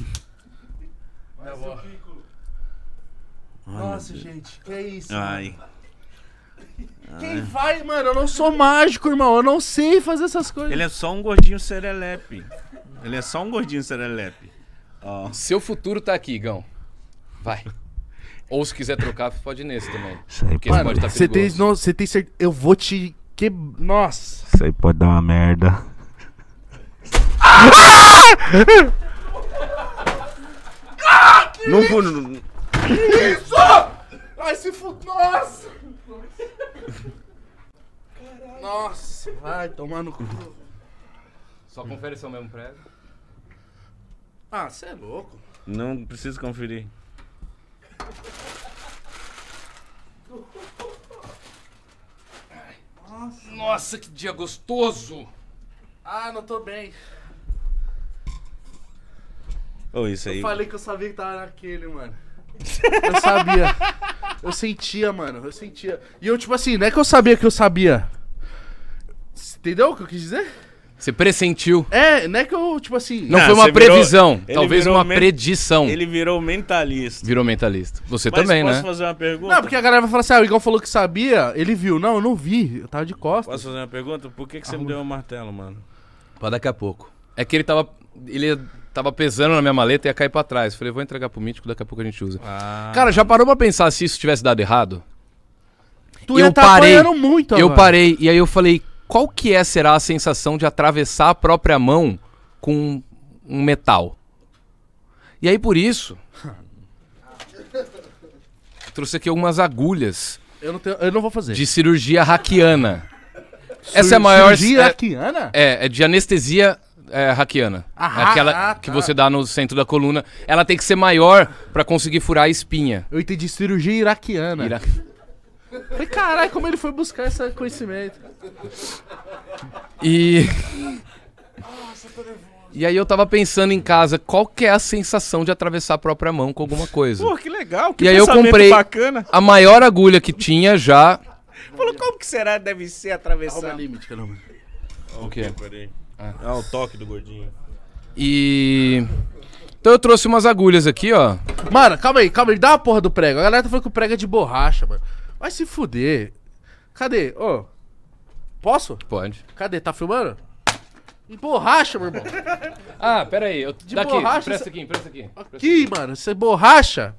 B: Nossa, gente, que isso?
A: Ai.
B: Quem vai, mano? Eu não sou mágico, irmão. Eu não sei fazer essas coisas.
A: Ele é só um gordinho serelepe. Ele é só um gordinho serelepe. Ó.
C: Seu futuro tá aqui, Igão. Vai. Ou se quiser trocar, pode ir nesse também.
A: aí
C: Porque esse
B: Mano,
C: pode estar
B: você tem,
C: perigoso.
B: não, você tem certeza. Eu vou te. Que... Nossa.
A: Isso aí pode dar uma merda. Não, vou- não,
B: Ai, se fu... Nossa! Nossa, vai tomar no cu.
C: Só confere se é o mesmo prego.
B: Ah, você é louco.
A: não preciso conferir.
C: Nossa, que dia gostoso!
B: Ah, não tô bem.
A: Ô, isso aí.
B: Falei que eu sabia que tava naquele, mano. Eu sabia. Eu sentia, mano. Eu sentia. E eu, tipo assim, não é que eu sabia que eu sabia. Entendeu o que eu quis dizer?
C: Você pressentiu.
B: É, não é que eu, tipo assim.
A: Não,
C: Não, foi uma
A: Ah, você virou-
C: previsão,
A: ele
C: talvez
A: virou
C: uma
A: men-
C: predição.
A: Ele virou um mentalista.
C: Virou mentalista. Você
A: Mas
C: também,
A: posso
C: né?
A: fazer uma pergunta?
B: Não, porque a galera vai falar assim, ah, o Igão falou que sabia, ele viu. Não, eu não vi, eu tava de costas.
A: Posso fazer uma pergunta? Por que, que você
C: Ah,
A: me deu um martelo, mano?
C: Pra daqui a pouco. É que ele tava. Ele tava pesando na minha maleta e ia cair pra trás. Falei, vou entregar pro mítico, daqui a pouco a gente usa.
A: Ah.
C: Cara, já parou pra pensar se isso tivesse dado errado?
B: Tu ia tá apanhando muito
C: eu
B: agora.
C: parei e aí eu falei, qual que é será a sensação de atravessar a própria mão com um metal? E aí por isso trouxe aqui algumas agulhas
B: Eu não, tenho, eu não vou fazer.
C: de cirurgia hackiana. Essa é a
B: Cir-
C: maior
B: Cirurgia
C: é,
B: iraquiana?
C: é, é de anestesia é, hackiana.
B: Ah,
C: É aquela
B: ah,
C: que
B: tá.
C: você dá no centro da coluna. Ela tem que ser maior pra conseguir furar a espinha.
B: Eu entendi cirurgia iraquiana.
C: Ira-
B: Falei, caralho, como ele foi buscar esse conhecimento.
C: E. E aí eu tava pensando em casa, qual que é a sensação de atravessar a própria mão com alguma coisa?
A: Pô, que legal. Que
C: E aí eu
A: pensamento
C: comprei.
A: bacana.
C: A maior agulha que tinha já.
A: Falou, como que será que deve ser
B: Calma
C: é
A: atravessar?
B: limite, caramba.
A: O
C: quê?
A: Peraí. Ah, o toque do gordinho.
C: E. Então eu trouxe umas agulhas aqui, ó.
B: Mano, calma aí, calma aí, dá uma porra do prego. A galera tá falando que o prego é de borracha, mano. Vai se fuder. Cadê? Ô, posso?
C: Pode.
B: Cadê? Tá filmando? Em borracha, meu irmão.
C: Ah, pera aí. Eu... Daqui,
B: borracha,
C: presta
B: cê-
C: aqui, presta aqui.
B: Aqui, mano, você borracha.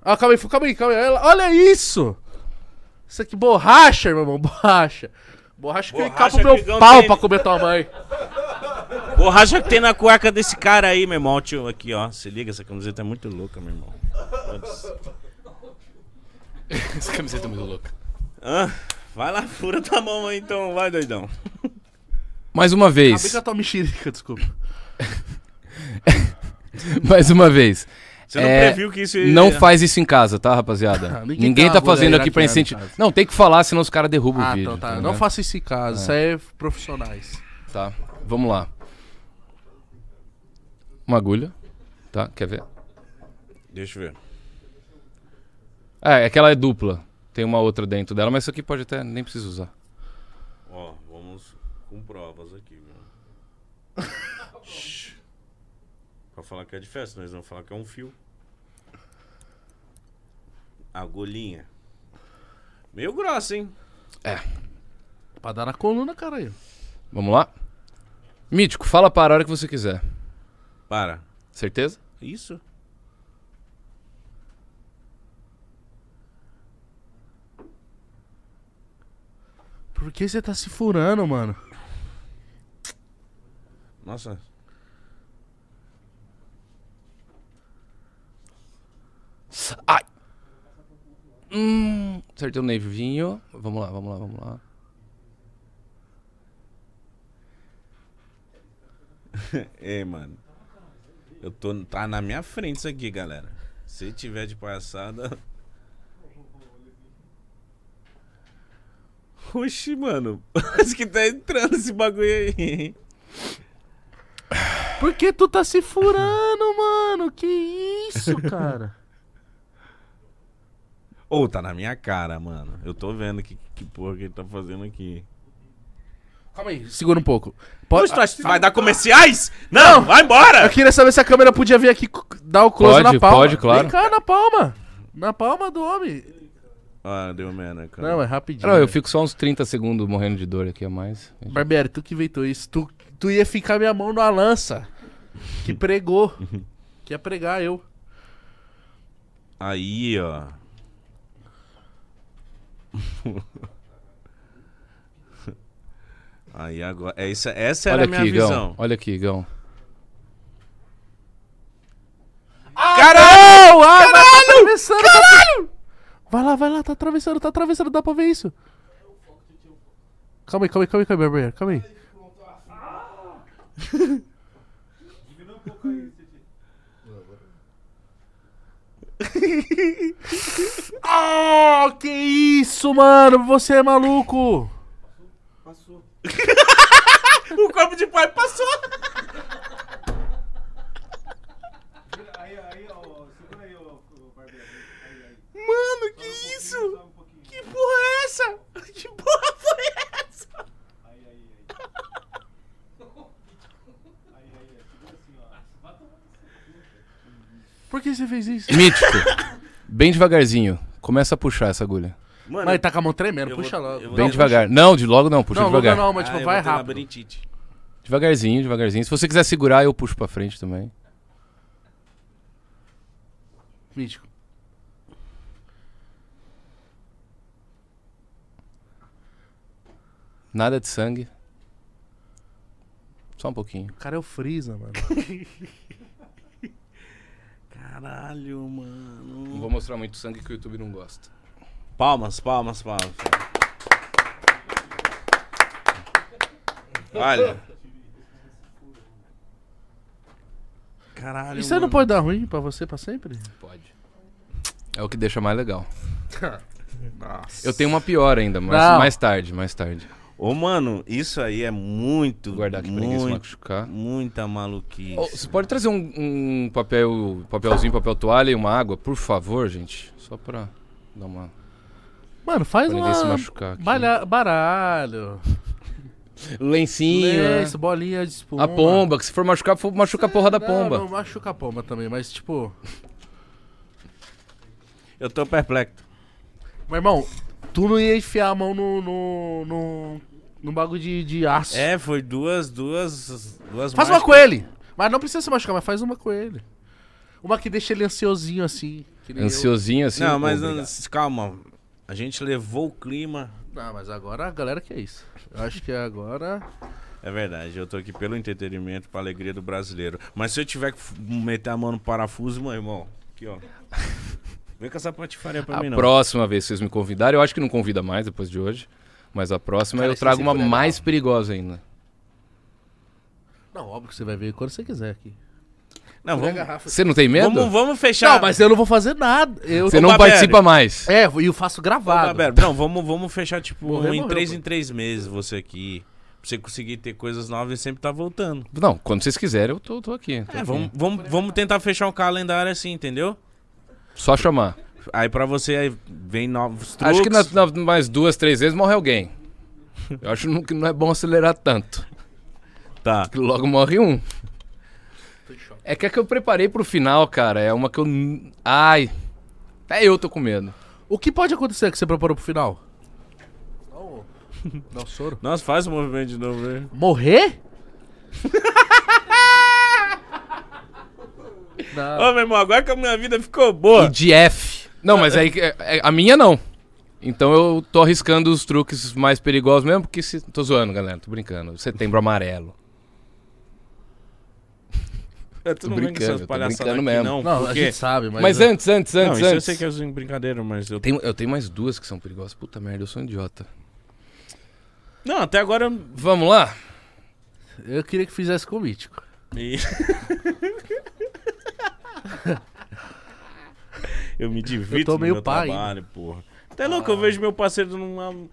B: Ah, calma aí, fu- calma aí, calma aí. Olha- Olha isso! Isso aqui, borracha, meu irmão, borracha. Borracha que eu
A: Borracha
B: encapo
A: que
B: meu
A: o Igão
B: pau
A: tem.
B: pra comer tua mãe.
A: Borracha que tem na cueca desse cara aí, meu irmão. Ó, Tio, aqui, ó. Se liga, essa camiseta é muito louca, meu irmão. Putz.
C: Essa camiseta é muito louca.
A: Hã? Vai lá, fura tua mão aí então. Vai, doidão.
C: Mais uma
B: Acabei com
C: vez.
B: a tua mexerica, desculpa.
C: Mais uma vez.
A: Você não
C: É,
A: previu que isso ia...
C: Não faz isso em casa, tá, rapaziada?
B: Ninguém
C: Ninguém
B: tem
C: tá
B: agulha
C: fazendo aqui pra
B: iraquiana em
C: incentivar.
B: casa.
C: Não, tem que falar, senão os caras derrubam o
B: Ah,
C: vídeo.
B: então tá.
C: tá
B: Não
C: ligado?
B: faça isso em casa, isso aí é profissionais.
C: Tá, vamos lá. Uma agulha, tá? Quer ver?
A: Deixa eu ver.
C: É, é que ela é dupla. Tem uma outra dentro dela, mas isso aqui pode até, nem precisa usar.
A: Ó, vamos com provas aqui, viu? Shhh. pra falar que é de festa, nós vamos falar que é um fio. Agulhinha. Meio grossa, hein?
C: É.
B: Pra dar na coluna, caralho.
C: Vamos lá? Mítico, fala para a hora que você quiser.
A: Para.
C: Certeza?
A: Isso?
B: Por que você tá se furando, mano?
A: Nossa.
C: Ai! Hum, acertei o nervinho. Vamos lá, vamos lá, vamos lá.
A: Ei, é, mano. Eu tô. Tá na minha frente isso aqui, galera. Se tiver de passada. Oxi, mano. Acho que tá entrando esse bagulho aí.
B: Por que tu tá se furando, mano? Que isso, cara?
A: Ou tá na minha cara, mano. Eu tô vendo que, que porra que ele tá fazendo aqui.
B: Calma aí, segura um pouco. Pode... Ah,
A: Vai dar comerciais? Não, vai
B: Eu
A: embora!
B: queria saber se a câmera podia vir aqui co- dar o close
C: Pode,
B: na palma.
C: pode, claro.
B: Vem cá, na palma. Na palma do homem.
A: Ah, deu merda, cara.
B: Não, é rapidinho.
C: Não, eu fico só uns 30 segundos morrendo de dor aqui a mais.
B: Barbieri, tu que inventou isso. Tu, tu ia ficar minha mão numa lança. Que pregou. que ia pregar eu.
A: Aí, ó. Aí agora. É isso, essa era
C: Olha
A: a minha
C: aqui, Igão.
A: visão.
C: Olha aqui, Igão.
A: Caralho!
B: Não, ah, caralho, tá atravessando, caralho! Vai lá, vai lá, tá atravessando, tá atravessando, dá pra ver isso. Calma aí, calma aí, calma aí, calma aí, Barbieri, calma aí.
E: um
B: Ah, que isso, mano? Você é maluco.
A: O corpo de pai passou!
E: Aí, aí, ó, segura aí, ó, o barbeiro. Aí, aí.
A: Mano, que
E: Só
A: isso?
E: um pouquinho.
A: Que porra é essa? Que porra foi essa?
E: Aí, aí, aí. Aí, aí, aí. Segura assim, ó. Vai tomar no seu cu.
B: Por que você fez isso?
C: Mítico, bem devagarzinho. Começa a puxar essa agulha.
A: Mano,
B: Mas ele tá com a mão tremendo,
A: eu
B: puxa
A: vou-
B: logo.
A: eu vou-
C: Bem
A: Não,
C: devagar. Não, de logo não, puxa
B: um Não,
C: devagar.
B: não, não, mas
A: ah,
B: tipo,
A: eu
B: vai
A: vou ter
B: rápido.
A: labirintite.
C: Devagarzinho, devagarzinho. Se você quiser segurar, eu puxo pra frente também.
B: Mítico.
C: Nada de sangue. Só um pouquinho.
B: O cara é o Freeza, mano.
A: Caralho, mano.
C: Não vou mostrar muito sangue que o YouTube não gosta.
A: Palmas, palmas, palmas. Olha. Caralho.
B: Isso aí não
A: mano.
B: pode dar ruim pra você pra sempre?
C: Pode. É o que deixa mais legal. Eu tenho uma pior ainda, mas
B: Não.
C: mais tarde, mais tarde.
A: Ô, mano, isso aí é muito.
C: Vou guardar aqui pra ninguém se
A: muito,
C: machucar.
A: Muita maluquice.
C: Ô, você pode trazer um, um papel, papelzinho, papel toalha e uma água, por favor, gente? Só pra dar uma.
B: Mano, faz
C: Pra ninguém se
B: uma...
C: machucar aqui.
B: balha- Baralho.
C: Lencinho. né?
B: Lenço, bolinha de espuma.
C: A pomba, que se for machucar, for- machuca a porra da
B: Não,
C: pomba.
B: Não, machuca a pomba também, mas tipo...
A: Eu tô perplexo.
B: Meu irmão, tu não ia enfiar a mão no... No, no, no bagulho de, de aço.
A: É, foi duas, duas. duas
B: faz uma
A: mágicas.
B: com ele. Mas não precisa se machucar, mas faz uma com ele. Uma que deixa ele ansiosinho assim. Que nem eu.
C: Ansiosinho assim.
A: Não, mas
C: obrigado.
A: calma. A gente levou o clima.
B: Não, Ah, mas agora a galera que é isso. Eu acho que agora...
A: É verdade, eu tô aqui pelo entretenimento, pra alegria do brasileiro. Mas se eu tiver que f- meter a mão no parafuso, meu irmão, aqui ó. Vem com essa patifaria pra
C: A
A: mim, não.
C: próxima vez que vocês me convidarem, eu acho que não convida mais depois de hoje. Mas a próxima
B: Cara,
C: eu
B: esse
C: trago uma
B: foi legal.
C: mais perigosa ainda.
B: Não, óbvio que você vai ver quando você quiser aqui.
A: Não, vamos,
C: Você não tem medo?
A: vamos, vamos fechar.
B: Não, mas eu não vou fazer nada. Eu...
C: Você
A: Ô,
C: não
A: Baberi.
C: participa mais.
B: É, e eu faço
A: Ô,
B: gravado.
A: Babero, não, vamos, vamos fechar, tipo,
B: Morreu,
A: em
B: morreu,
A: três
B: pô.
A: em três meses você aqui. Pra você conseguir ter coisas novas e sempre tá voltando.
C: Não, quando vocês quiserem, eu tô, tô aqui. tô
A: É,
C: aqui.
A: vamos, vamos, vamos tentar fechar um calendário assim, entendeu?
C: Só chamar.
A: Aí pra você aí vem novos truques.
C: Acho que nas, nas- mais duas, três vezes morre alguém. Eu acho não- que não é bom acelerar tanto.
A: Tá.
C: Que logo morre um. É que a que eu preparei pro final, cara, é uma que eu. n- Ai. Até eu tô com medo.
B: O que pode acontecer que você preparou pro final? Dá o soro.
A: Nossa, faz o movimento de novo, né? velho.
B: Morrer? Não.
A: Ô, meu irmão, agora que a minha vida ficou boa.
C: E de F. Não, mas aí é- é- a minha não. Então eu tô arriscando os truques mais perigosos mesmo, porque se... tô zoando, galera, tô brincando. Setembro amarelo.
A: Tu não vem com
C: brincando,
A: essas
C: tô
A: palhaçadas aqui,
C: brincando mesmo.
A: não.
B: Não, a
A: porque-
B: gente tá sabe, mas.
C: Mas antes, antes,
A: Não,
C: antes,
A: isso eu
C: antes.
A: sei que é um brincadeira, mas eu...
C: Tenho- eu tenho mais duas que são perigosas. Puta merda, eu sou um idiota.
A: Não, até agora... eu-
C: Vamos lá?
B: Eu queria que fizesse com o mítico.
A: me- eu me divirto
B: tô
A: no
B: meio
A: meu
B: pá ainda.
A: trabalho, porra. Até louco, eu vejo meu parceiro numa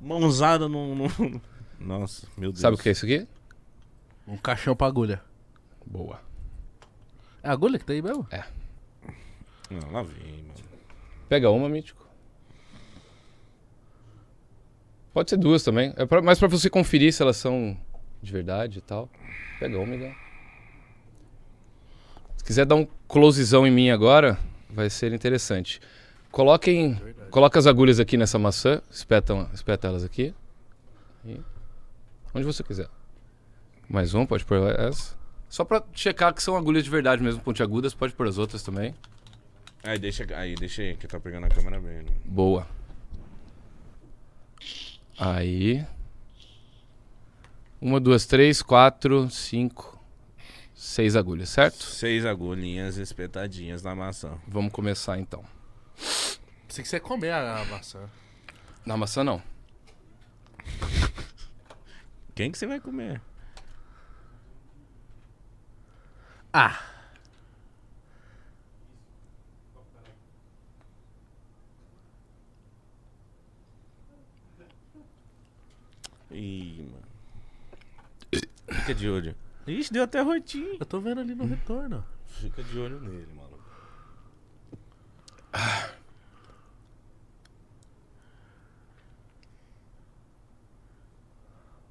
A: mãozada num... num- Nossa, meu Deus.
C: Sabe o que é isso aqui?
B: Um caixão pra agulha.
C: Boa.
B: É a agulha que tá aí mesmo?
A: Não, lá vem, mano.
C: Pega uma, mítico. Pode ser duas também. É pra- mas pra você conferir se elas são de verdade e tal. Pega uma, Miguel. Se quiser dar um closezão em mim agora, vai ser interessante. Coloquem. Coloca as agulhas aqui nessa maçã. Espetam, espeta elas aqui. E- onde você quiser. Mais um, pode pôr essa. Só pra checar que são agulhas de verdade mesmo, pontiagudas, pode pôr as outras também.
A: Aí, deixa aí, deixa aí, que tá pegando a câmera bem. Né?
C: Boa. Aí. Uma, duas, três, quatro, cinco, seis agulhas, certo?
A: Seis agulhinhas espetadinhas na maçã.
C: Vamos começar então.
B: Se quiser comer a maçã.
C: Na maçã não.
A: Quem que você vai comer?
B: Ah,
A: Ih, mano. Fica de olho. Ixi, deu até rotinho.
B: eu tô vendo ali
A: Hum.
B: no retorno.
A: Fica de olho nele, maluco.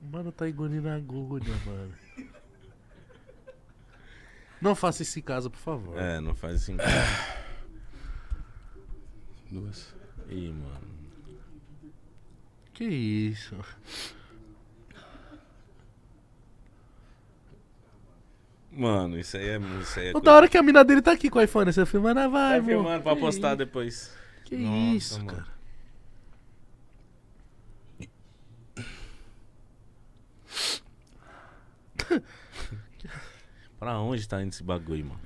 B: Mano, tá engolindo a agulha, mano. Não faça isso em casa, por favor.
A: É, não faz assim.
C: Duas.
A: Ih, mano.
B: Que
A: É
B: isso?
A: Mano, isso aí é. Isso aí é
B: O da
A: coisa-
B: hora que a mina dele tá aqui com o iPhone, você filmando, ah, vai,
A: Tá
B: mano.
A: filmando pra postar depois.
B: Que
A: Nossa,
B: isso,
A: mano.
B: cara.
A: Pra onde tá indo esse bagulho, mano?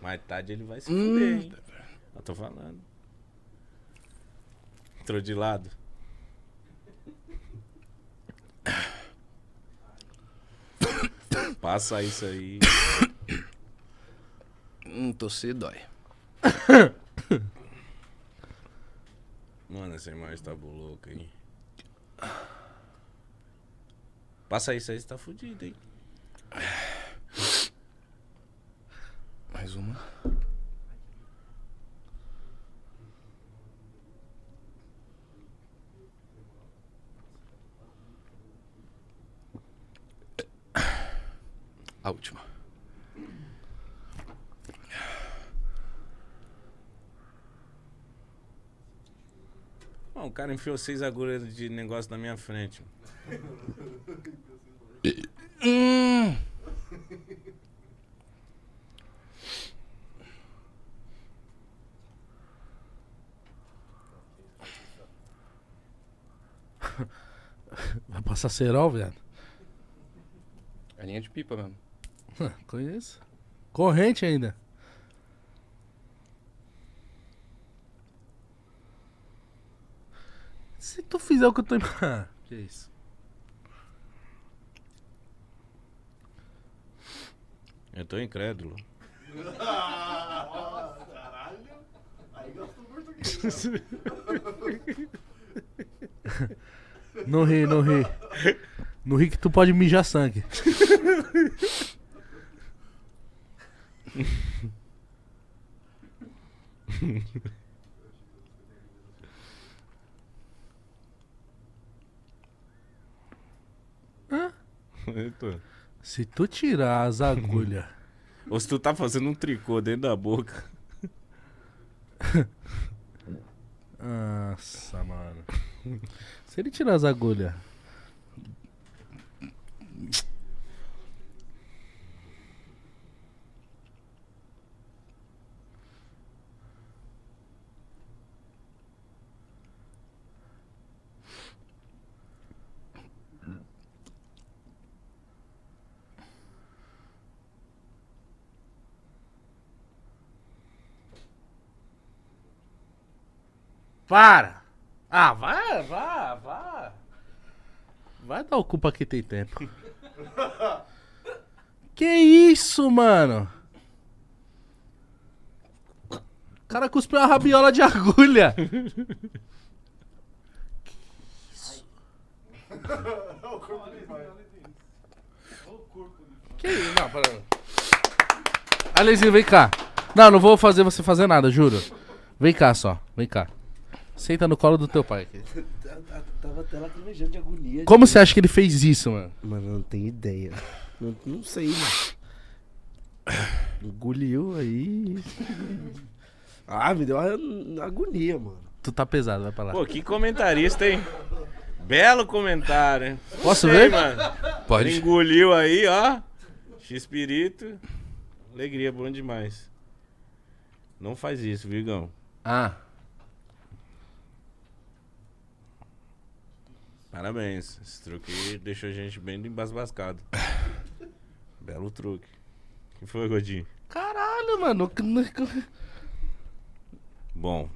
A: Mais tarde ele vai se
B: Hum.
A: fuder, hein? Eu tô falando. Entrou de lado. Passa isso aí.
C: Hum, tosser dói.
A: Mano, essa imagem tá louca, hein? Passa isso aí, você tá fudido, hein?
C: Mais uma. A última.
A: Mano, o cara enfiou seis agulhas de negócio na minha frente. mano.
C: Hum.
B: Vai passar cerol, viado?
C: É linha de pipa mesmo.
B: Conheço. Corrente ainda. Se tu fizer o que eu tô. im- Ah, que isso?
A: Eu tô incrédulo.
B: Não ri, não ri. Não ri que tu pode mijar sangue.
A: Eu tô.
B: Se tu tirar as agulhas.
A: Ou se tu tá fazendo um tricô dentro da boca.
B: Nossa, mano. Se ele tirar as agulhas. Para! Ah, vá, vá, vá. Vai dar o cu pra quem tem tempo. que isso, mano? O cara cuspiu uma rabiola de agulha. Que isso? Não, para. Alezinho, vem cá. Não, não vou fazer você fazer nada, juro. Vem cá só, vem cá. Senta no colo do teu pai. aqui.
F: Tava até lacrimejando de agonia.
B: Como você acha que ele fez isso, mano?
F: Mano, eu não tenho ideia. Não, não sei, mano. Engoliu aí. Ah, me deu uma agonia, mano.
B: Tu tá pesado, vai pra lá.
A: Pô, que comentarista, hein? Belo comentário, hein?
B: Posso
A: Sei,
B: ver?
A: mano.
C: Pode.
A: Engoliu aí, ó. X-Pirito. Alegria, bom demais. Não faz isso, Vigão.
B: Ah.
A: Parabéns. Esse truque deixou a gente bem embasbascado. Belo truque. O que foi, Godinho?
B: Caralho, mano.
A: Bom.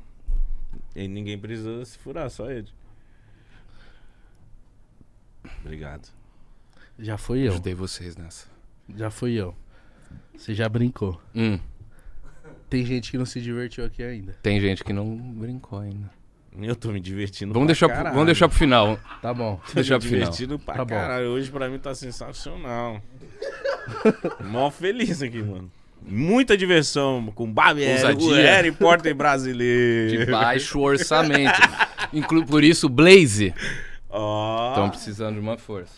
A: E ninguém precisa se furar, só ele. Obrigado.
B: Já fui eu.
C: Ajudei vocês nessa.
B: Já fui eu. Você já brincou.
C: Hum,
B: Tem gente que não se divertiu aqui ainda.
C: tem gente que não brincou ainda.
A: Eu tô me divertindo
C: Vamos
A: pra
C: deixar, pro,
A: caralho.
C: vamos deixar pro final.
B: Tá bom.
A: Tô
C: deixar
A: me
C: pro final.
A: divertindo pra
B: Tá bom.
A: caralho. Hoje pra mim tá sensacional. Mó feliz aqui, mano. Muita diversão com Babieri,
C: Ousadia.
A: o Harry Potter brasileiro.
C: De baixo orçamento. Inclu por isso, o Blaze.
A: Ó.
C: Estão precisando de uma força.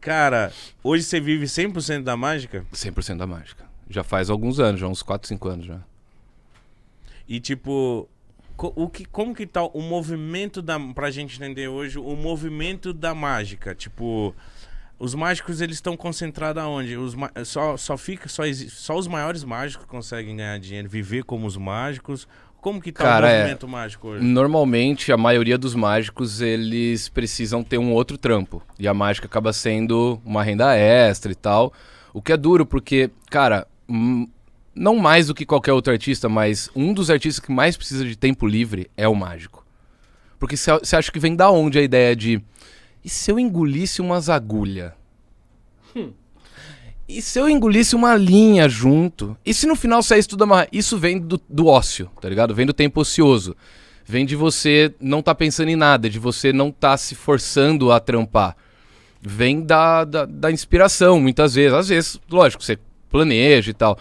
A: Cara, hoje você vive 100% da mágica
C: 100% da mágica. Já faz alguns anos, já uns 4, 5 anos já.
A: e tipo co- o que como que tá o movimento da pra gente entender hoje o movimento da mágica, tipo os mágicos eles estão concentrados aonde? Os ma- só só fica só exi- só os maiores mágicos conseguem ganhar dinheiro, viver como os mágicos. Como que tá
C: Cara,
A: o
C: é-
A: movimento mágico hoje?
C: Normalmente, a maioria dos mágicos, eles precisam ter um outro trampo. E a mágica acaba sendo uma renda extra e tal. O que é duro, porque, cara, hum, não mais do que qualquer outro artista, mas um dos artistas que mais precisa de tempo livre é o mágico. Porque você acha que vem da onde a ideia de. E se eu engolisse umas agulhas? E se eu engolisse uma linha junto? E se no final saísse tudo amarrado? Isso vem do, do ócio, tá ligado? Vem do tempo ocioso. Vem de você não tá pensando em nada, de você não tá se forçando a trampar. Vem da, da, da inspiração, muitas vezes. Às vezes, lógico, você planeja e tal.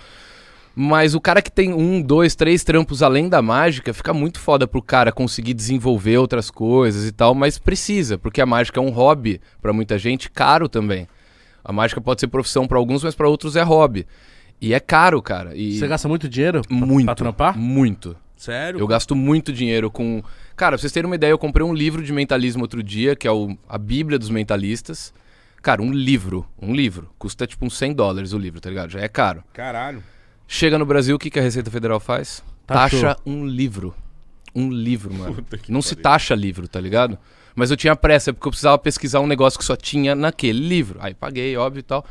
C: Mas o cara que tem um, dois, três trampos além da mágica, fica muito foda pro cara conseguir desenvolver outras coisas e tal, mas precisa, porque a mágica é um hobby pra muita gente, caro também. A mágica pode ser profissão pra alguns, mas pra outros é hobby. E é caro, cara. E
B: Você gasta muito dinheiro? pra-
C: muito.
B: Pra trampar?
C: Muito.
A: Sério?
C: Eu gasto muito dinheiro com. Cara, pra vocês terem uma ideia, eu comprei um livro de mentalismo outro dia, que é o... a Bíblia dos Mentalistas. Cara, um livro, um livro. Custa tipo uns 100 dólares o livro, tá ligado? Já é caro.
A: Caralho.
C: Chega no Brasil, o que, que a Receita Federal faz?
B: Taxou.
C: Taxa um livro. Um livro, mano. Não se taxa livro, tá ligado? Mas eu tinha pressa, porque eu precisava pesquisar um negócio que só tinha naquele livro. Aí paguei, óbvio e tal.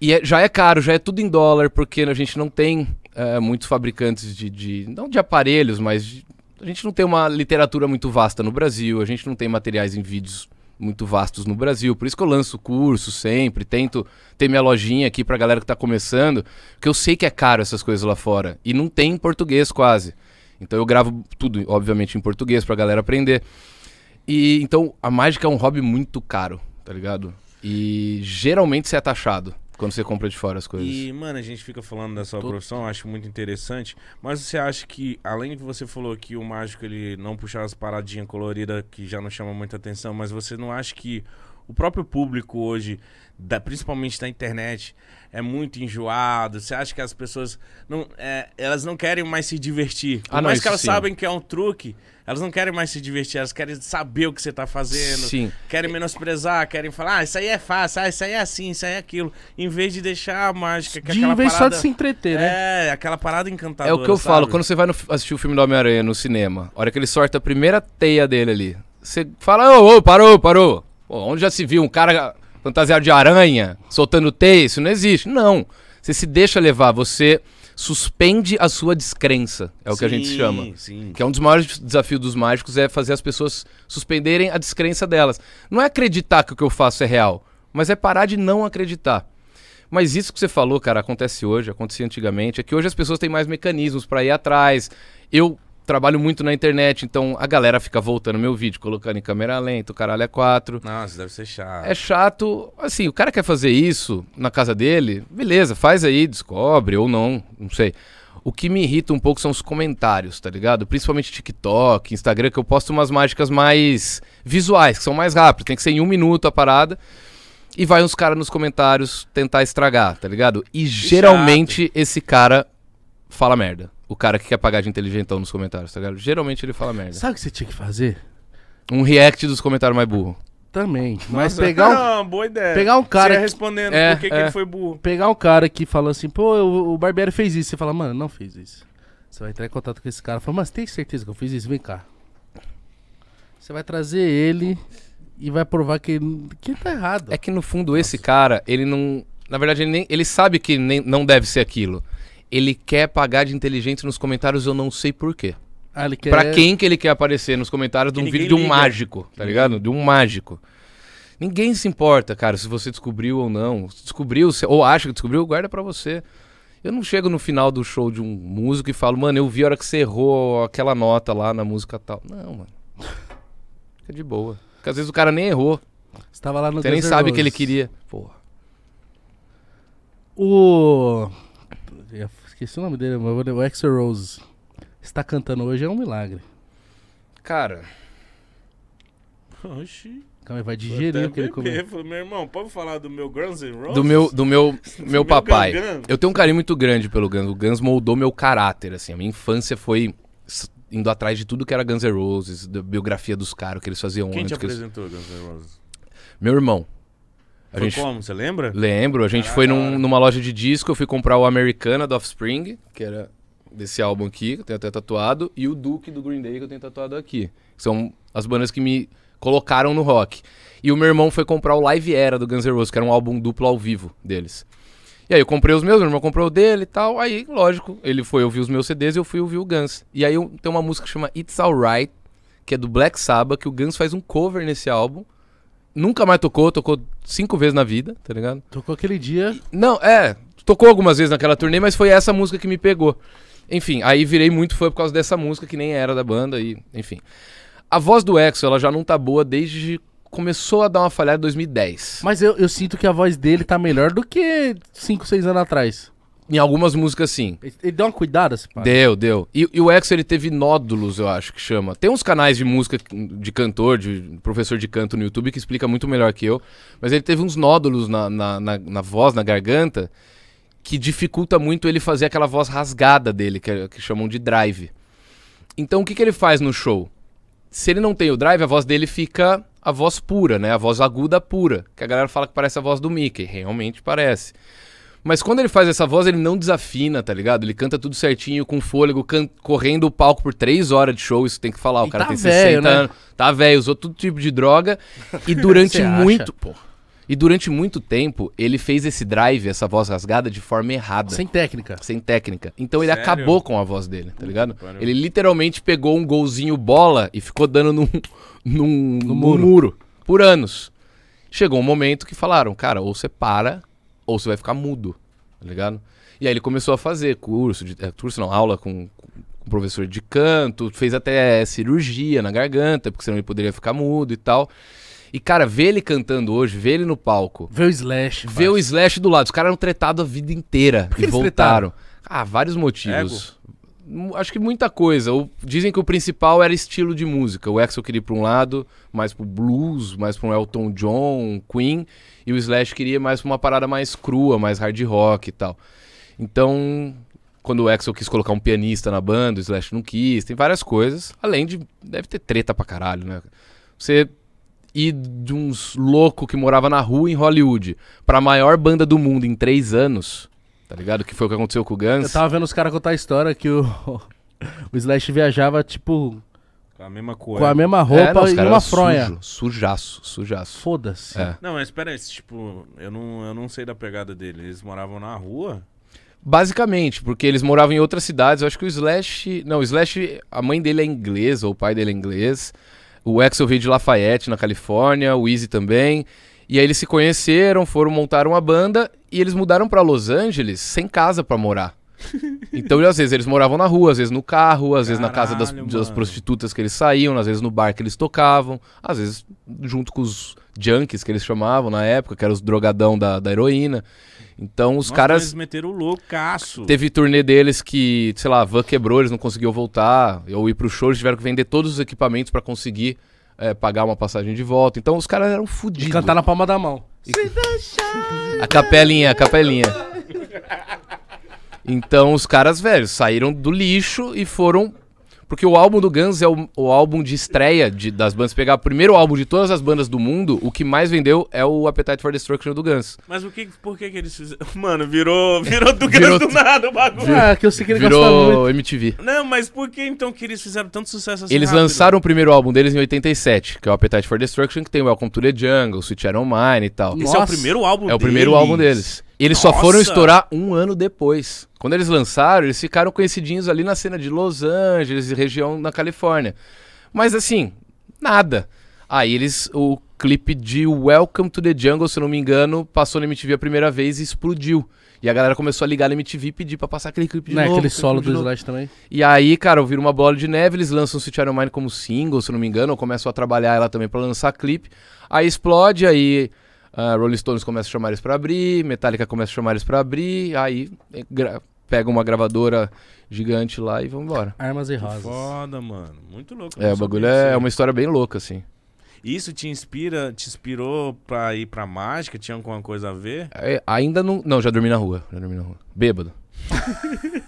C: E é- já é caro, já é tudo em dólar, porque a gente não tem eh, muitos fabricantes de, de- Não de aparelhos, mas. de- a gente não tem uma literatura muito vasta no Brasil, a gente não tem materiais em vídeos muito vastos no Brasil. Por isso que eu lanço curso sempre, tento ter minha lojinha aqui pra galera que tá começando, porque eu sei que é caro essas coisas lá fora. E não tem em português quase. Então eu gravo tudo, obviamente, em português pra galera aprender. E então a mágica é um hobby muito caro, tá ligado? E geralmente você é taxado quando você compra de fora as coisas.
A: E, mano, a gente fica falando da sua
C: Tô-
A: profissão, acho muito interessante. Mas você acha que, além que você falou que o mágico ele não puxava as paradinhas coloridas que já não chama muita atenção, mas você não acha que o próprio público hoje, da- principalmente da internet, é muito enjoado. Você acha que as pessoas não, é, elas não querem mais se divertir? Por
C: Ah, não,
A: mais que
C: isso
A: elas
C: sim.
A: sabem que é um truque, elas não querem mais se divertir. Elas querem saber o que você tá fazendo.
C: Sim.
A: Querem menosprezar, querem falar, ah, isso aí é fácil, ah, isso aí é assim, isso aí é aquilo. Em vez de deixar a mágica, que
B: De
A: aquela
B: em vez só
A: parada...
B: de se entreter, né?
A: É, aquela parada encantadora.
C: É o que eu falo,
A: sabe?
C: quando você vai no- assistir o filme do Homem-Aranha no cinema, a hora que ele sorta a primeira teia dele ali, você fala, ô, ô, parou, parou. Pô, onde já se viu um cara fantasiado de aranha, soltando teia? Isso não existe. Não. Você se deixa levar, você suspende a sua descrença, é o que a gente
A: Sim,
C: chama.
A: Sim.
C: Que é um dos maiores desafios dos mágicos é fazer as pessoas suspenderem a descrença delas. Não é acreditar que o que eu faço é real, mas é parar de não acreditar. Mas isso que você falou, cara, acontece hoje, acontecia antigamente, é que hoje as pessoas têm mais mecanismos pra ir atrás. Eu trabalho muito na internet, então a galera fica voltando meu vídeo, colocando em câmera lenta, o caralho é quatro.
A: Nossa, deve ser chato.
C: É chato, assim, o cara quer fazer isso na casa dele, beleza, faz aí, descobre ou não, não sei. O que me irrita um pouco são os comentários, tá ligado? Principalmente TikTok, Instagram, que eu posto umas mágicas mais visuais, que são mais rápidas, tem que ser em um minuto a parada. E vai uns caras nos comentários tentar estragar, tá ligado? E geralmente esse cara fala merda. O cara que quer pagar de inteligentão nos comentários, tá ligado? Geralmente ele fala merda.
B: Sabe o que você tinha que fazer?
C: Um react dos comentários mais burro.
B: Também. Mas pegar um
A: Não, boa ideia.
B: pegar um cara
A: Você ia
B: que-
A: respondendo
C: É,
A: por que, que
C: é.
A: ele foi burro.
B: pegar um cara que fala assim, pô, o, o barbeiro fez isso. Você fala, mano, não fez isso. Você vai entrar em contato com esse cara e fala, mas tem certeza que eu fiz isso? Vem cá. Você vai trazer ele e vai provar que ele, que ele tá errado.
C: É que no fundo esse cara, ele não. Na verdade, ele, nem, ele sabe que nem, não deve ser aquilo. Ele quer pagar de inteligente nos comentários, eu não sei porquê.
B: Ah, ele quer-
C: Pra quem que ele quer aparecer nos comentários de um
A: Que
C: vídeo
A: é- ninguém
C: de um
A: liga.
C: mágico, tá ligado? De um mágico. Ninguém se importa, cara, se você descobriu ou não. Se Descobriu, se- ou acha que descobriu, guarda pra você. Eu não chego no final do show de um músico e falo, mano, eu vi a hora que você errou aquela nota lá na música tal. Não, mano. Fica de boa. Porque às vezes o cara nem errou.
B: Você tava lá no
C: Você nem
A: é
B: Guns N'
C: sabe o que ele
B: Roses.
C: queria. Porra.
B: O. eu Esqueci o nome dele, mas eu vou lembrar. o Axel Rose. Está cantando hoje é um milagre.
C: Cara,
A: Oxi.
B: Calma aí, vai digerir o que ele comeu.
A: Meu irmão, pode falar do meu Guns N' Roses?
C: do meu, do meu, meu papai.
A: Gangan.
C: Eu tenho um carinho muito grande pelo Guns. O Guns moldou meu caráter, assim. A minha infância foi s- indo atrás de tudo que era Guns N' Roses, da biografia dos caras, o que eles faziam
A: Quem te
C: antes. que eles-
A: apresentou Guns N' Roses?
C: Meu irmão. A
A: Foi
C: gente...
A: como, você lembra?
C: Lembro, a gente foi num- numa loja de disco, eu fui comprar o Americana do Offspring, que era desse álbum aqui, que eu tenho até tatuado, e o Duke do Green Day, que eu tenho tatuado aqui. São as bandas que me colocaram no rock. E o meu irmão foi comprar o Live Era do Guns N' Roses, que era um álbum duplo ao vivo deles. E aí eu comprei os meus, meu irmão comprou o dele e tal. Aí, lógico, ele foi ouvir os meus CDs e eu fui ouvir o Guns. E aí eu- tem uma música que chama It's Alright, que é do Black Sabbath, que o Guns faz um cover nesse álbum. Nunca mais tocou, tocou cinco vezes na vida, tá ligado?
B: Tocou aquele dia.
C: Não, é. Tocou algumas vezes naquela turnê, mas foi essa música que me pegou. Enfim, aí virei muito fã por causa dessa música que nem era da banda e, enfim. A voz do Exo, ela já não tá boa desde começou a dar uma falhada em 2010.
B: Mas eu, eu sinto que a voz dele tá melhor do que 5, 6 anos atrás.
C: Em algumas músicas sim.
B: Ele, ele deu uma cuidada, se pá.
C: Deu, deu. E, e o Exo ele teve nódulos, eu acho que chama. Tem uns canais de música de cantor, de professor de canto no YouTube que explica muito melhor que eu. Mas ele teve uns nódulos na, na, na, na voz, na garganta, que dificulta muito ele fazer aquela voz rasgada dele, que, é- que chamam de drive. Então o que, que ele faz no show? Se ele não tem o drive, a voz dele fica a voz pura, né? A voz aguda pura. Que a galera fala que parece a voz do Mickey. Realmente parece. Mas quando ele faz essa voz, ele não desafina, tá ligado? Ele canta tudo certinho, com fôlego, can- correndo o palco por três horas de show. Isso tem que falar. O
B: E
C: cara
B: tá
C: tem
B: velho,
C: 60
B: né?
C: anos. Tá velho, usou todo tipo de droga. E durante
B: Você acha?
C: muito. Pô, e durante muito tempo, ele fez esse drive, essa voz rasgada, de forma errada.
B: Sem técnica.
C: Sem técnica. Então ele
A: Sério?
C: acabou com a voz dele, tá ligado?
A: pariu.
C: Ele literalmente pegou um golzinho bola e ficou dando num, num, num muro.
B: muro.
C: por anos. Chegou um momento que falaram, cara, ou você para, ou você vai ficar mudo, tá ligado? E aí ele começou a fazer curso, de, eh, curso não, aula com, com professor de canto, fez até cirurgia na garganta, porque senão ele poderia ficar mudo e tal. E, cara, ver ele cantando hoje, ver ele no palco,
B: Vê o Slash.
C: Vê
B: parça.
C: o Slash do lado. Os caras eram tretados a vida inteira
B: que
C: e
B: eles
C: voltaram. Ah, vários motivos. mu- acho que muita coisa. O- dizem que o principal era estilo de música. O Axel queria ir pra um lado, mais pro blues, mais pra um Elton John, um Queen. E o Slash queria mais pra uma parada mais crua, mais hard rock e tal. Então, quando o Axel quis colocar um pianista na banda, o Slash não quis. Tem várias coisas. Além de... Deve ter treta pra caralho, né? Você ir de uns louco que morava na rua em Hollywood pra maior banda do mundo em três anos... Tá ligado? Que foi o que aconteceu com o Guns.
B: Eu tava vendo os caras contar a história que o, o Slash viajava, tipo,
A: Com a mesma coisa.
B: com a mesma roupa
C: É, não, os
B: e
C: caras
B: uma
C: sujo,
B: fronha.
C: Sujaço, sujaço.
B: Foda-se.
C: É.
A: Não, mas espera aí, tipo, eu não, eu não sei da pegada dele. Eles moravam na rua?
C: Basicamente, porque eles moravam em outras cidades. Eu acho que o Slash. Não, o Slash, a mãe dele é inglesa, ou o pai dele é inglês. O Axel veio de Lafayette, na Califórnia, o Easy também. E aí eles se conheceram, foram montar uma banda e eles mudaram pra Los Angeles sem casa pra morar. Então, às vezes, eles moravam na rua, às vezes no carro, às vezes na casa das,
A: Caralho,
C: das
A: mano.
C: prostitutas que eles saíam, às vezes no bar que eles tocavam, às vezes junto com os junkies que eles chamavam na época, que eram os drogadão da, da heroína. Então, os
A: Nossa,
C: caras.
A: Eles meteram o loucaço.
C: Teve turnê deles que, sei lá, a van quebrou, eles não conseguiam voltar, ou ir pro show, eles tiveram que vender todos os equipamentos pra conseguir eh, pagar uma passagem de volta. Então os caras eram
B: De
C: fodidos.
B: cantar na palma da mão.
C: A capelinha, a capelinha. Então os caras, velho, saíram do lixo e foram. Porque o álbum do Guns é o, o álbum de estreia de- das bandas. Pegar o primeiro álbum de todas as bandas do mundo, o que mais vendeu é o Appetite for Destruction do Guns.
A: Mas o que, por que, que eles fizeram? Mano, virou, virou do
C: Virou
A: Guns do
C: tu-
A: nada o bagulho.
B: Ah, que eu sei que ele gostava muito.
C: Virou MTV.
A: Não, mas por que então que eles fizeram tanto sucesso assim?
C: Eles
A: rápido?
C: lançaram o primeiro álbum deles em 87, que é o Appetite for Destruction, que tem o Welcome to the Jungle, Sweet Shadow Mine e tal.
A: Esse é o
B: Nossa.
A: primeiro álbum
C: É o primeiro álbum deles. E eles só
A: Nossa.
C: foram estourar um ano depois. Quando eles lançaram, eles ficaram conhecidinhos ali na cena de Los Angeles e região na Califórnia. Mas assim, nada. Aí eles. O clipe de Welcome to the Jungle, se eu não me engano, passou na MTV a primeira vez e explodiu. E a galera começou a ligar na MTV e pedir pra passar aquele clipe de
B: Né,
C: novo.
B: aquele
C: clipe
B: solo
C: de
B: do
C: novo.
B: Slash também.
C: E aí, cara, vira uma bola de neve, eles lançam Sweet Iron Mine como single, se eu não me engano, ou começam a trabalhar ela também pra lançar clipe. Aí explode, aí ah, Rolling Stones começa a chamar eles pra abrir, Metallica começa a chamar eles pra abrir, aí eh, gra- pega uma gravadora gigante lá e vambora.
B: Armas e Rosas.
A: Foda, mano. Muito louco. eu
C: É,
A: não
C: o bagulho
A: sabia disso
C: é,
A: aí.
C: é uma história bem louca, assim.
A: Isso te inspira, te inspirou pra ir pra mágica? Tinha alguma coisa a ver?
C: É, ainda não. Não, já dormi na rua. Já dormi na rua. Bêbado.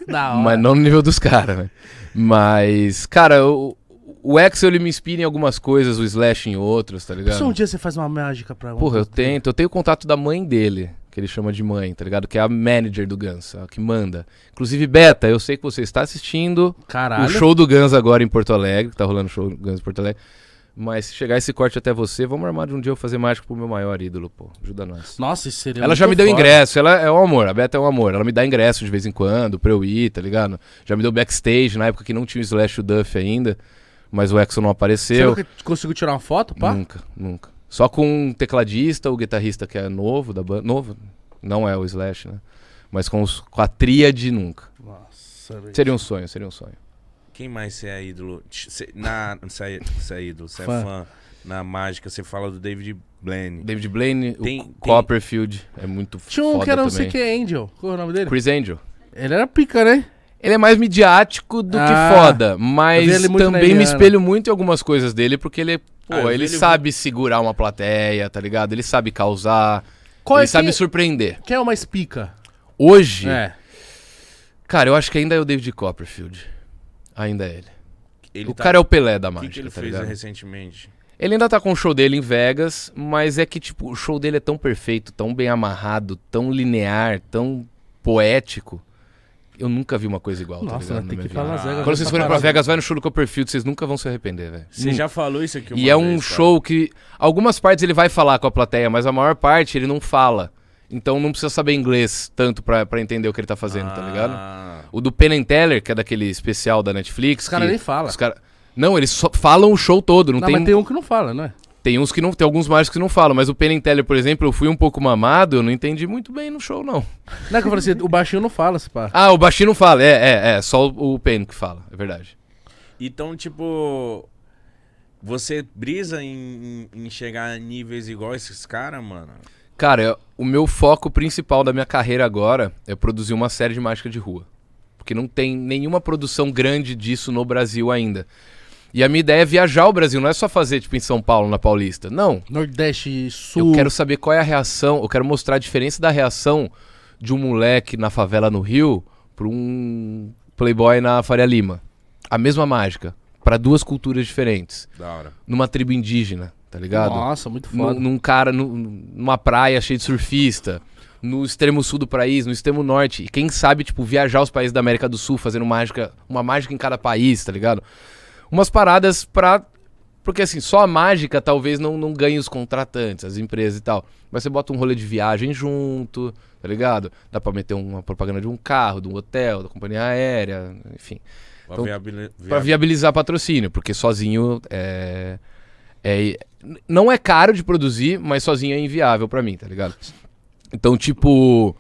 B: Da hora.
C: Mas não no nível dos caras, né? Mas, cara, o, o Axel ele me inspira em algumas coisas, o Slash em outras, tá ligado?
B: Só um dia você faz uma mágica pra um
C: Porra, eu tento. Eu tenho o contato da mãe dele, que ele chama de mãe, tá ligado? Que é a manager do Guns, a que manda. Inclusive, Beta, eu sei que você está assistindo
B: Caralho.
C: o show do Guns agora em Porto Alegre, que tá rolando o show do Guns em Porto Alegre. Mas se chegar esse corte até você, vamos armar de um dia eu fazer mágica pro meu maior ídolo, pô. Ajuda nós.
B: Nossa, isso seria
C: Ela
B: muito
C: já me deu
B: foda.
C: ingresso, ela é um amor, a Beta é um amor. Ela me dá ingresso de vez em quando pra eu ir, tá ligado? Já me deu backstage na época que não tinha o Slash e o Duff ainda, mas o Exo não
B: Você
C: apareceu.
B: nunca conseguiu tirar uma foto, pá?
C: Nunca, nunca. Só com um tecladista, o guitarrista que é novo da banda. Novo? Não é o Slash, né? Mas com, os, com a tríade nunca.
B: Nossa, velho.
C: Seria um sonho, seria um sonho.
A: Quem mais você é ídolo? Tch, Cê, na, você, é, cê é ídolo, você é
B: Fã.
A: fã. Na mágica, você fala do David Blaine.
C: David Blaine,
A: Tem-
C: o
A: tem-
C: Copperfield, é muito
B: Tinha um
C: foda
B: que era não sei
C: também.
B: que é Angel. Qual é o nome dele?
C: Chris Angel.
B: Ele era pica, né?
C: Ele é mais midiático do
B: Ah,
C: que foda,
B: eu vi ele
C: mas
B: muito na
C: também me
B: Eliana.
C: espelho muito em algumas coisas dele, porque ele, pô,
A: Ah, eu vi
C: ele
A: ele-
C: sabe segurar uma plateia, tá ligado? Ele sabe causar,
B: Qual é
C: ele sabe
B: quem-
C: surpreender.
B: Quem é o mais pica?
C: Hoje,
B: É.
C: cara, eu acho que ainda é o David Copperfield. Ainda é ele.
A: Ele
C: o
A: tá-
C: cara é o Pelé da
A: O que,
C: mágica,
A: que ele
C: tá
A: fez né?
C: ligado?
A: recentemente?
C: Ele ainda tá com o show dele em Vegas, mas é que, tipo, o show dele é tão perfeito, tão bem amarrado, tão linear, tão poético. Eu nunca vi uma coisa igual, tá
B: Nossa,
C: ligado?
B: vai
C: na
B: ter
C: minha
B: que ir
C: vida.
B: pra Las Vegas.
C: Quando
B: ver
C: vocês
B: essa
C: forem pra
B: parada.
C: Vegas, vai no show do Copperfield, vocês nunca vão se arrepender, velho.
A: Você
C: Nunca.
A: já falou isso aqui uma
C: Hum. E é um
A: vez, tá? cara.
C: show que. Algumas partes ele vai falar com a plateia, mas a maior parte ele não fala. Então não precisa saber inglês tanto pra, pra entender o que ele tá fazendo, tá ligado?
A: Ah,
C: O do Penn and Teller, que é daquele especial da Netflix.
B: Os caras
C: que
B: nem falam.
C: os cara- Não, eles só falam o show todo, não,
B: Não,
C: tem...
B: mas tem um que não fala, não é?
C: Tem uns que não. Tem alguns mágicos que não falam, mas o Penn and Teller, por exemplo, eu fui um pouco mamado, eu não entendi muito bem no show, não.
B: Não é que eu falei assim, o baixinho não fala, se pá.
C: Ah, o Baixinho não fala, é, é, é. Só o Penn que fala, é verdade.
A: Então, tipo. Você brisa em, em- em chegar a níveis igual esses caras, mano?
C: Cara, eu- o meu foco principal da minha carreira agora é produzir uma série de mágica de rua. Porque que não tem nenhuma produção grande disso no Brasil ainda. E a minha ideia é viajar o Brasil, não é só fazer, tipo, em São Paulo, na Paulista. Não.
B: Nordeste, Sul.
C: Eu quero saber qual é a reação, eu quero mostrar a diferença da reação de um moleque na favela no Rio para um playboy na Faria Lima. A mesma mágica, para duas culturas diferentes,
A: Da hora.
C: numa tribo indígena, tá ligado?
B: Nossa, muito
C: Num,
B: foda.
C: num cara, num- numa praia cheia de surfista, no extremo sul do país, no extremo norte. E quem sabe, tipo, viajar os países da América do Sul fazendo mágica, uma mágica em cada país, tá ligado? Umas paradas pra. Porque assim, só a mágica talvez não, não ganhe os contratantes, as empresas e tal. Mas você bota um rolê de viagem junto, tá ligado? Dá pra meter uma propaganda de um carro, de um hotel, da companhia aérea, enfim.
A: Pra
C: Então,
A: viabili-
C: Pra
A: viab-
C: viabilizar patrocínio, porque sozinho é, é- Não é caro de produzir, mas sozinho é inviável pra mim, tá ligado? Então, tipo.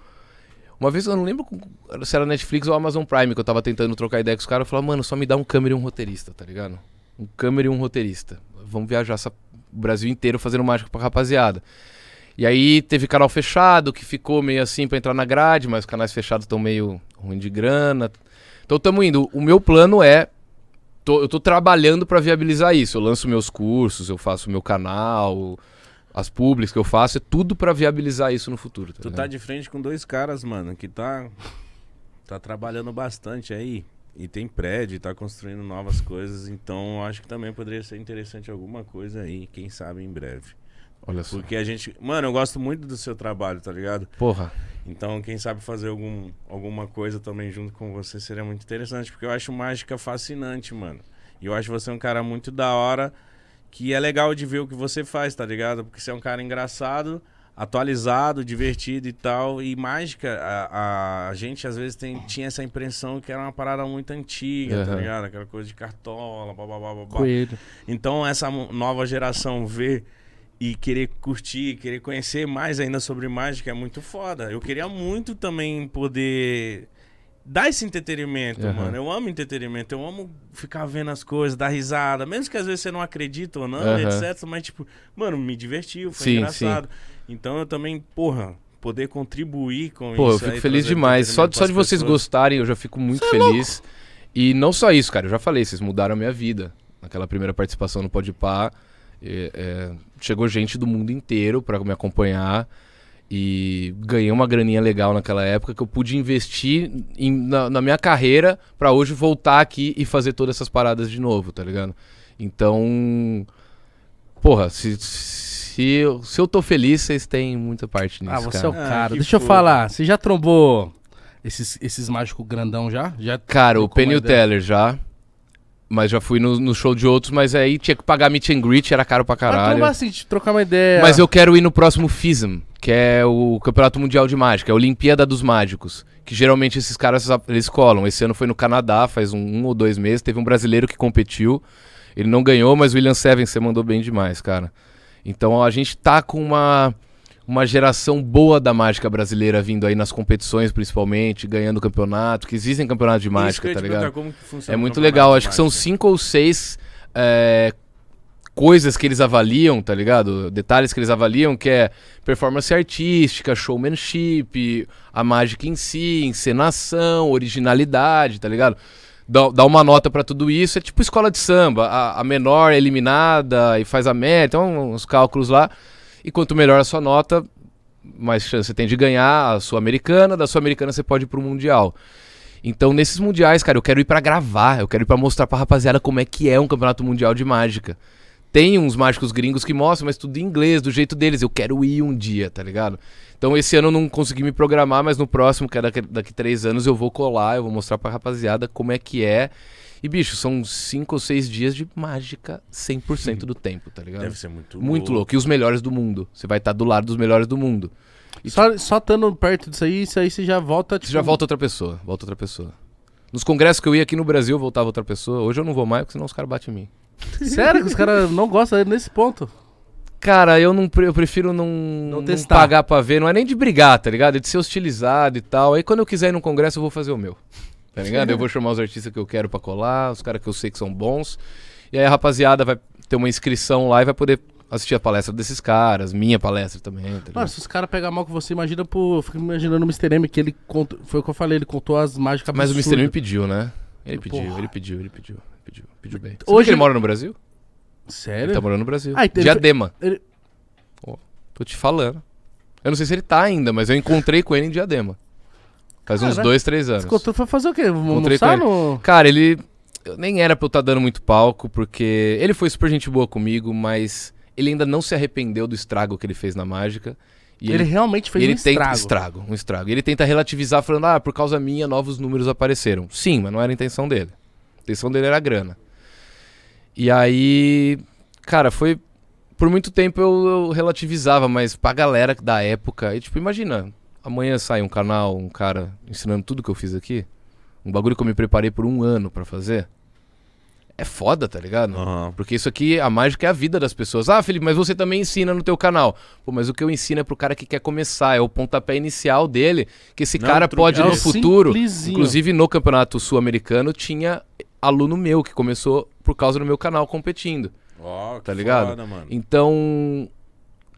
C: Uma vez eu não lembro com- se era Netflix ou Amazon Prime que eu tava tentando trocar ideia com os caras. Eu falava, mano, só me dá um câmera e um roteirista, tá ligado? Um câmera e um roteirista. Vamos viajar essa- o Brasil inteiro fazendo mágica pra rapaziada. E aí teve canal fechado, que ficou meio assim pra entrar na grade, mas os canais fechados estão meio ruim de grana. Então tamo indo. O meu plano é tô- eu tô trabalhando pra viabilizar isso. Eu lanço meus cursos, eu faço meu canal, as públicas que eu faço, é tudo pra viabilizar isso no futuro.
A: Tu
C: ligado?
A: tá de frente com dois caras, mano, que tá. Tá trabalhando bastante aí. E tem prédio, tá construindo novas coisas. Então eu acho que também poderia ser interessante alguma coisa aí, quem sabe em breve.
C: Olha só.
A: Porque a gente. Mano, eu gosto muito do seu trabalho, tá ligado?
C: Porra.
A: Então, quem sabe fazer algum, alguma coisa também junto com você seria muito interessante, porque eu acho mágica fascinante, mano. E eu acho você um cara muito da hora, que é legal de ver o que você faz, tá ligado? Porque você é um cara engraçado, atualizado, divertido e tal. E mágica, a, a gente às vezes tem- tinha essa impressão que era uma parada muito antiga, tá
C: Aham.
A: ligado? Aquela coisa de cartola, blá blá blá blá blá.
B: Coelho.
A: Então essa mo- nova geração vê e querer curtir, querer conhecer mais ainda sobre mágica é muito foda. Eu queria muito também poder dar esse entretenimento,
C: Aham.
A: mano. Eu amo entretenimento, eu amo ficar vendo as coisas, dar risada, mesmo que às vezes você não acredita ou não,
C: Aham.
A: etc, mas tipo, mano, me divertiu, foi
C: Sim,
A: engraçado. Então eu também, porra, poder contribuir com
C: Pô,
A: isso
C: eu fico
A: aí,
C: feliz
A: trazer
C: demais. Só,
A: entretenimento
C: só de
A: pras
C: vocês
A: pessoas. é
C: gostarem, eu já fico muito feliz. E não só isso, cara. Eu já falei, vocês mudaram a minha vida. Naquela primeira participação no Podpah, é, é, chegou gente do mundo inteiro pra me acompanhar. E ganhei uma graninha legal naquela época que eu pude investir em- na, na minha carreira pra hoje voltar aqui e fazer todas essas paradas de novo, tá ligado? Então, porra, se, se, eu, se eu tô feliz, vocês têm muita parte nisso,
B: Ah, você
C: cara.
B: é o cara.
A: que
B: Deixa eu
A: fofo.
B: falar, você já trombou esses, esses mágicos grandão já? Já
C: Cara, o
B: trocou uma
C: Penny e o
B: ideia?
C: Teller já. Mas já fui no, no show de outros, mas aí tinha que pagar meet and greet, era caro pra
B: Pra
C: caralho.
B: trombar assim, de trocar uma ideia.
C: Mas eu quero ir no próximo FISM, que é o Campeonato Mundial de Mágica, é a Olimpíada dos Mágicos. Que geralmente esses caras eles colam. Esse ano foi no Canadá, faz um, um ou dois meses. Teve um brasileiro que competiu. Ele não ganhou, mas o William Seven você mandou bem demais, cara. Então a gente tá com uma, uma geração boa da mágica brasileira vindo aí nas competições, principalmente, ganhando campeonato, que existem campeonatos de
A: Isso que eu
C: mágica,
A: ia
C: tá
A: te
C: ligado?
A: perguntar, como que funciona
C: É
A: o
C: muito
A: campeonato
C: legal.
A: de
C: Acho que são
A: mágica?
C: cinco ou seis é, coisas que eles avaliam, tá ligado? Detalhes que eles avaliam, que é performance artística, showmanship, a mágica em si, encenação, originalidade, tá ligado? Dá, dá uma nota pra tudo isso. É tipo escola de samba. A, a menor é eliminada e faz a média. Então, uns cálculos lá. E quanto melhor a sua nota, mais chance você tem de ganhar a Sul-Americana. Da Sul-Americana você pode ir pro Mundial. Então, nesses mundiais, cara, eu quero ir pra gravar, eu quero ir pra mostrar pra rapaziada como é que é um campeonato mundial de mágica. Tem uns mágicos gringos que mostram, mas tudo em inglês, do jeito deles. Eu quero ir um dia, tá ligado? Então, esse ano eu não consegui me programar, mas no próximo, que é daqui, daqui três anos, eu vou colar, eu vou mostrar pra rapaziada como é que é. E, bicho, são cinco ou seis dias de mágica 100% do tempo, tá ligado?
A: Deve ser muito,
C: Muito louco. E os melhores do mundo. Você vai estar do lado dos melhores do mundo.
B: Só, só estando perto disso aí, isso aí você já volta. tipo,
C: Você já volta outra pessoa, volta outra pessoa. Nos congressos que eu ia aqui no Brasil, voltava outra pessoa. Hoje eu não vou mais, porque senão os caras batem em mim.
B: Sério que os caras não gostam nesse ponto?
C: Cara, eu não pre- eu prefiro não, não
B: testar.
C: pagar pra ver. Não é nem de brigar, tá ligado? É de ser hostilizado e tal. Aí quando eu quiser ir num congresso, eu vou fazer o meu. Tá ligado? eu vou chamar os artistas que eu quero pra colar, os caras que eu sei que são bons. E aí a rapaziada vai ter uma inscrição lá e vai poder assistir a palestra desses caras, minha palestra também. tá ligado?
B: Mano, se os caras pegarem mal com você, imagina pro. Eu fico imaginando o Mr. M, que ele contou. Foi o que eu falei, ele contou as mágicas
C: Mas o Mr. M
B: absurdas.
C: pediu, né? Ele pediu,
B: Porra.
C: ele pediu, ele pediu, ele pediu, pediu bem. Hoje
B: Hoje-
C: ele mora no Brasil? Ele
B: Sério?
C: tá morando no Brasil.
B: Ah, então ele
C: Diadema.
B: ele-
C: Ó, tô te falando. Eu não sei se ele tá ainda, mas eu encontrei com ele em Diadema. Faz uns
B: Caraca.
C: dois, três anos.
B: Você contou pra fazer o quê? Vamos
C: Encontrei com
B: almoçar
C: ele.
B: no.
C: Cara, ele. eu nem era pra eu estar dando muito palco, porque ele foi super gente boa comigo, mas ele ainda não se arrependeu do estrago que ele fez na mágica. E
B: Ele
C: ele,
B: realmente fez
C: ele
B: um
C: tenta
B: estrago.
C: estrago, um estrago. E Ele tenta relativizar falando, ah, por causa minha novos números apareceram. Sim, mas não era a intenção dele. A intenção dele era a grana. E aí, cara, foi por muito tempo eu, eu relativizava, mas pra galera da época, e tipo, imagina, amanhã sai um canal, um cara ensinando tudo que eu fiz aqui, um bagulho que eu me preparei por um ano pra fazer. É foda, tá ligado?
G: Aham.
C: Porque isso aqui, a mágica é a vida das pessoas. Ah, Felipe, mas você também ensina no teu canal. Pô, mas o que eu ensino é pro cara que quer começar, é o pontapé inicial dele, que esse
G: Não,
C: cara
G: truque.
C: pode
B: É
C: no
B: o
C: futuro.
B: simplesinho.
C: Inclusive no campeonato sul-americano tinha aluno meu que começou por causa do meu canal competindo.
G: Ó, que
C: Tá ligado?
G: foda, mano.
C: Então,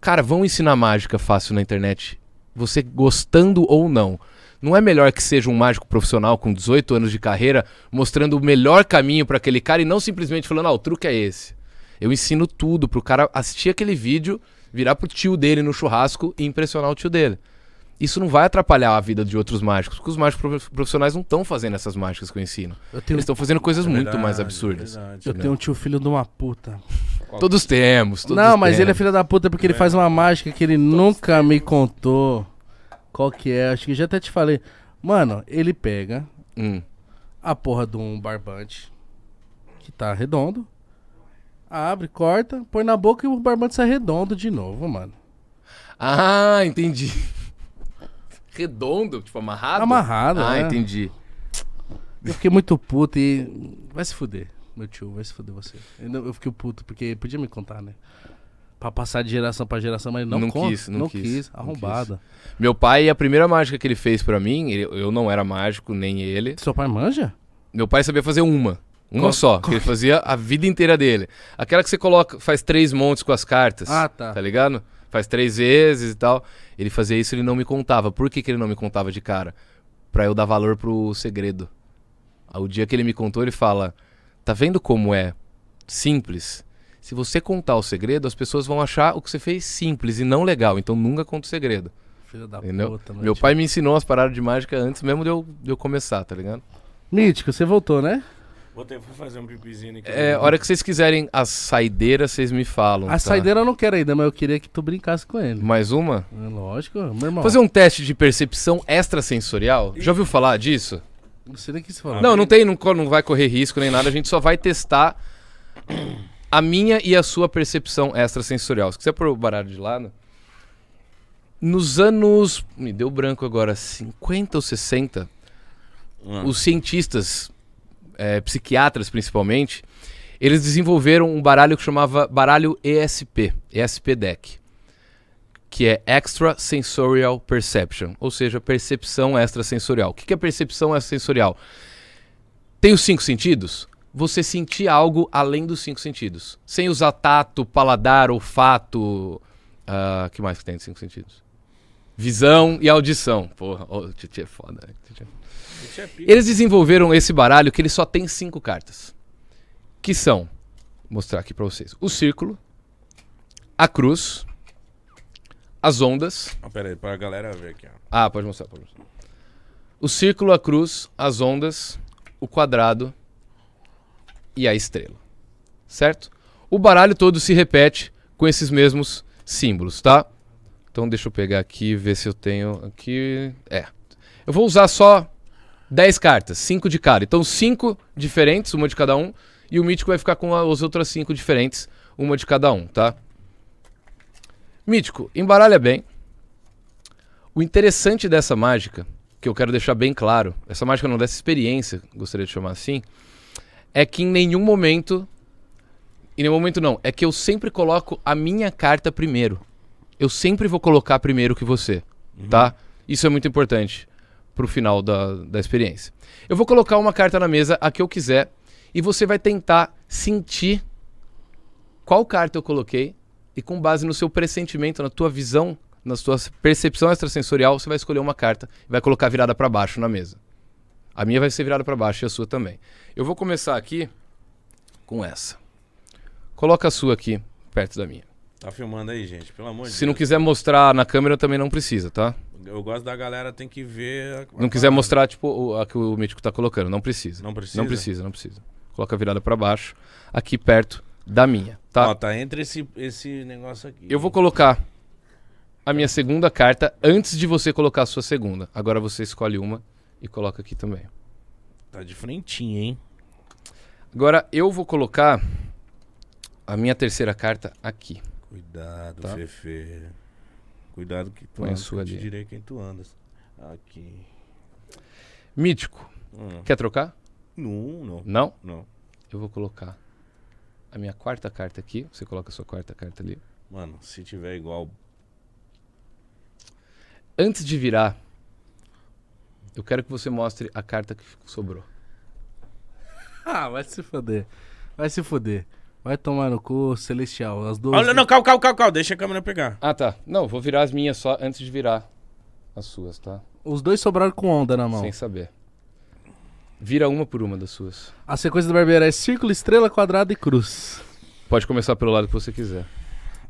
C: cara, vão ensinar mágica fácil na internet. Você gostando ou não. Não é melhor que seja um mágico profissional com 18 anos de carreira mostrando o melhor caminho pra aquele cara e não simplesmente falando, ah, o truque é esse. Eu ensino tudo pro cara assistir aquele vídeo, virar pro tio dele no churrasco e impressionar o tio dele. Isso não vai atrapalhar a vida de outros mágicos, porque os mágicos prof- profissionais não estão fazendo essas mágicas que eu ensino.
B: Eu tenho,
C: Eles estão fazendo
B: É
C: coisas muito mais
G: Verdade,
C: assim. absurdas.
G: verdade.
B: eu tenho um tio filho de uma puta.
C: Todos temos, todos
B: Não, mas
C: temos.
B: ele é filho da puta porque ele faz uma mágica que ele nunca me contou. Qual que é? Acho que já até te falei. Mano, ele pega
C: Hum.
B: a porra de um barbante que tá redondo, abre, corta, põe na boca e o barbante sai redondo de novo, mano.
C: Ah, entendi. Redondo, tipo amarrado?
B: Amarrado,
C: Ah,
B: né?
C: entendi.
B: Eu fiquei muito puto e. Vai se fuder, meu tio, vai se fuder você. Eu não- eu fiquei puto porque podia me contar, né? Pra passar de geração pra geração, mas ele não,
C: Não
B: conta,
C: quis, não quis, não
B: Arrombada.
C: Meu pai, a primeira mágica que ele fez pra mim, ele- eu não era mágico, nem ele.
B: Seu pai manja?
C: Meu pai sabia fazer uma. Uma só, que ele fazia a vida inteira dele. Aquela que você coloca, faz três montes com as cartas.
B: Ah, tá.
C: Tá ligado? Faz três vezes e tal. Ele fazia isso, ele não me contava. Por que, que ele não me contava de cara? Pra eu dar valor pro segredo. Aí, O dia que ele me contou, ele fala: Tá vendo como é simples? Se você contar o segredo, as pessoas vão achar o que você fez simples e não legal. Então nunca conta o segredo.
B: Filho da
C: Entendeu?
B: puta, tipo
C: Meu pai me ensinou as paradas de mágica antes mesmo de eu, de eu começar, tá ligado?
B: Mítico, você voltou, né?
A: Vou ter que fazer um pipizinho aqui.
C: É, a hora que vocês quiserem a saideira, vocês me falam.
B: A
C: tá?
B: saideira eu não quero ainda, mas eu queria que tu brincasse com ele.
C: Mais uma?
B: É Lógico, meu irmão.
C: Fazer um teste de percepção extrasensorial? Já ouviu falar disso?
B: Não sei nem o que você falou.
C: Não, não tem, não, co- não vai correr risco nem nada, a gente só vai testar a minha e a sua percepção extrasensorial. Se quiser pôr o baralho de lado. Nos anos. Me deu branco agora, 50 ou 60,
G: Ah.
C: os cientistas, eh, psiquiatras principalmente, eles desenvolveram um baralho que chamava baralho ESP, ESP Deck, que é Extra Sensorial Perception, ou seja, percepção extrasensorial. O que que é percepção extrasensorial? Tem os cinco sentidos? Você sentir algo além dos cinco sentidos. Sem usar tato, paladar, olfato. O que mais que tem de cinco sentidos? Visão e audição. Porra, o Titi é foda. né? Titi é eles desenvolveram esse baralho que ele só tem cinco cartas. Que são, vou mostrar aqui pra vocês, o círculo, a cruz, as ondas.
G: Ah, pera aí, pra galera ver aqui, ó.
C: Ah, pode mostrar, pode mostrar. O círculo, a cruz, as ondas, o quadrado e a estrela. Certo? O baralho todo se repete com esses mesmos símbolos, tá? Então deixa eu pegar aqui e ver se eu tenho aqui. É. Eu vou usar só 10 cartas, 5 de cada. Então 5 diferentes, uma de cada um, e o mítico vai ficar com a- as outras 5 diferentes, uma de cada um, tá? Mítico, embaralha bem. O interessante dessa mágica, que eu quero deixar bem claro, essa mágica não dessa experiência, gostaria de chamar assim, é que em nenhum momento, em nenhum momento não, é que eu sempre coloco a minha carta primeiro. Eu sempre vou colocar primeiro que você, tá? Isso é muito importante pro final da, da experiência. Eu vou colocar uma carta na mesa, a que eu quiser, e você vai tentar sentir qual carta eu coloquei e com base no seu pressentimento, na tua visão, na sua percepção extrasensorial, você vai escolher uma carta e vai colocar virada para baixo na mesa. A minha vai ser virada para baixo e a sua também. Eu vou começar aqui com essa. Coloca a sua aqui perto da minha.
A: Tá filmando aí, gente. Pelo amor de
C: Se não
A: Deus.
C: quiser mostrar na câmera também não precisa, tá?
A: Eu gosto da galera, tem que ver. a-
C: Não quiser mostrar, tipo, o- a que o mítico tá colocando. Não precisa.
A: Não precisa?
C: Não precisa, não precisa. Coloca a virada pra baixo, aqui perto da minha, tá?
A: Ó, tá entre esse, esse negócio aqui.
C: Eu vou colocar a minha segunda carta antes de você colocar a sua segunda. Agora você escolhe uma e coloca aqui também.
A: Tá de frentinha, hein?
C: Agora eu vou colocar a minha terceira carta aqui.
A: Cuidado,
C: Tá.
A: Fefe. Cuidado que tu
C: Põe a
A: anda.
C: sua
A: eu te
C: ali.
A: direi quem tu andas. Aqui.
C: Mítico,
A: Hum.
C: quer trocar?
A: Não, não.
C: Não?
A: Não.
C: Eu vou colocar a minha quarta carta aqui. Você coloca a sua quarta carta ali.
A: Mano, se tiver igual.
C: Antes de virar, eu quero que você mostre a carta que ficou- sobrou.
B: Ah, vai se foder. Vai se foder. Vai tomar no cu, Celestial. As duas.
C: né?
A: Olha, não, calma, calma, calma, calma. Deixa a câmera pegar.
C: Ah, tá. Não, vou virar as minhas só antes de virar as suas, tá?
B: Os dois sobraram com onda na mão.
C: Sem saber. Vira uma por uma das suas.
B: A sequência do barbeiro é círculo, estrela, quadrado e cruz.
C: Pode começar pelo lado que você quiser.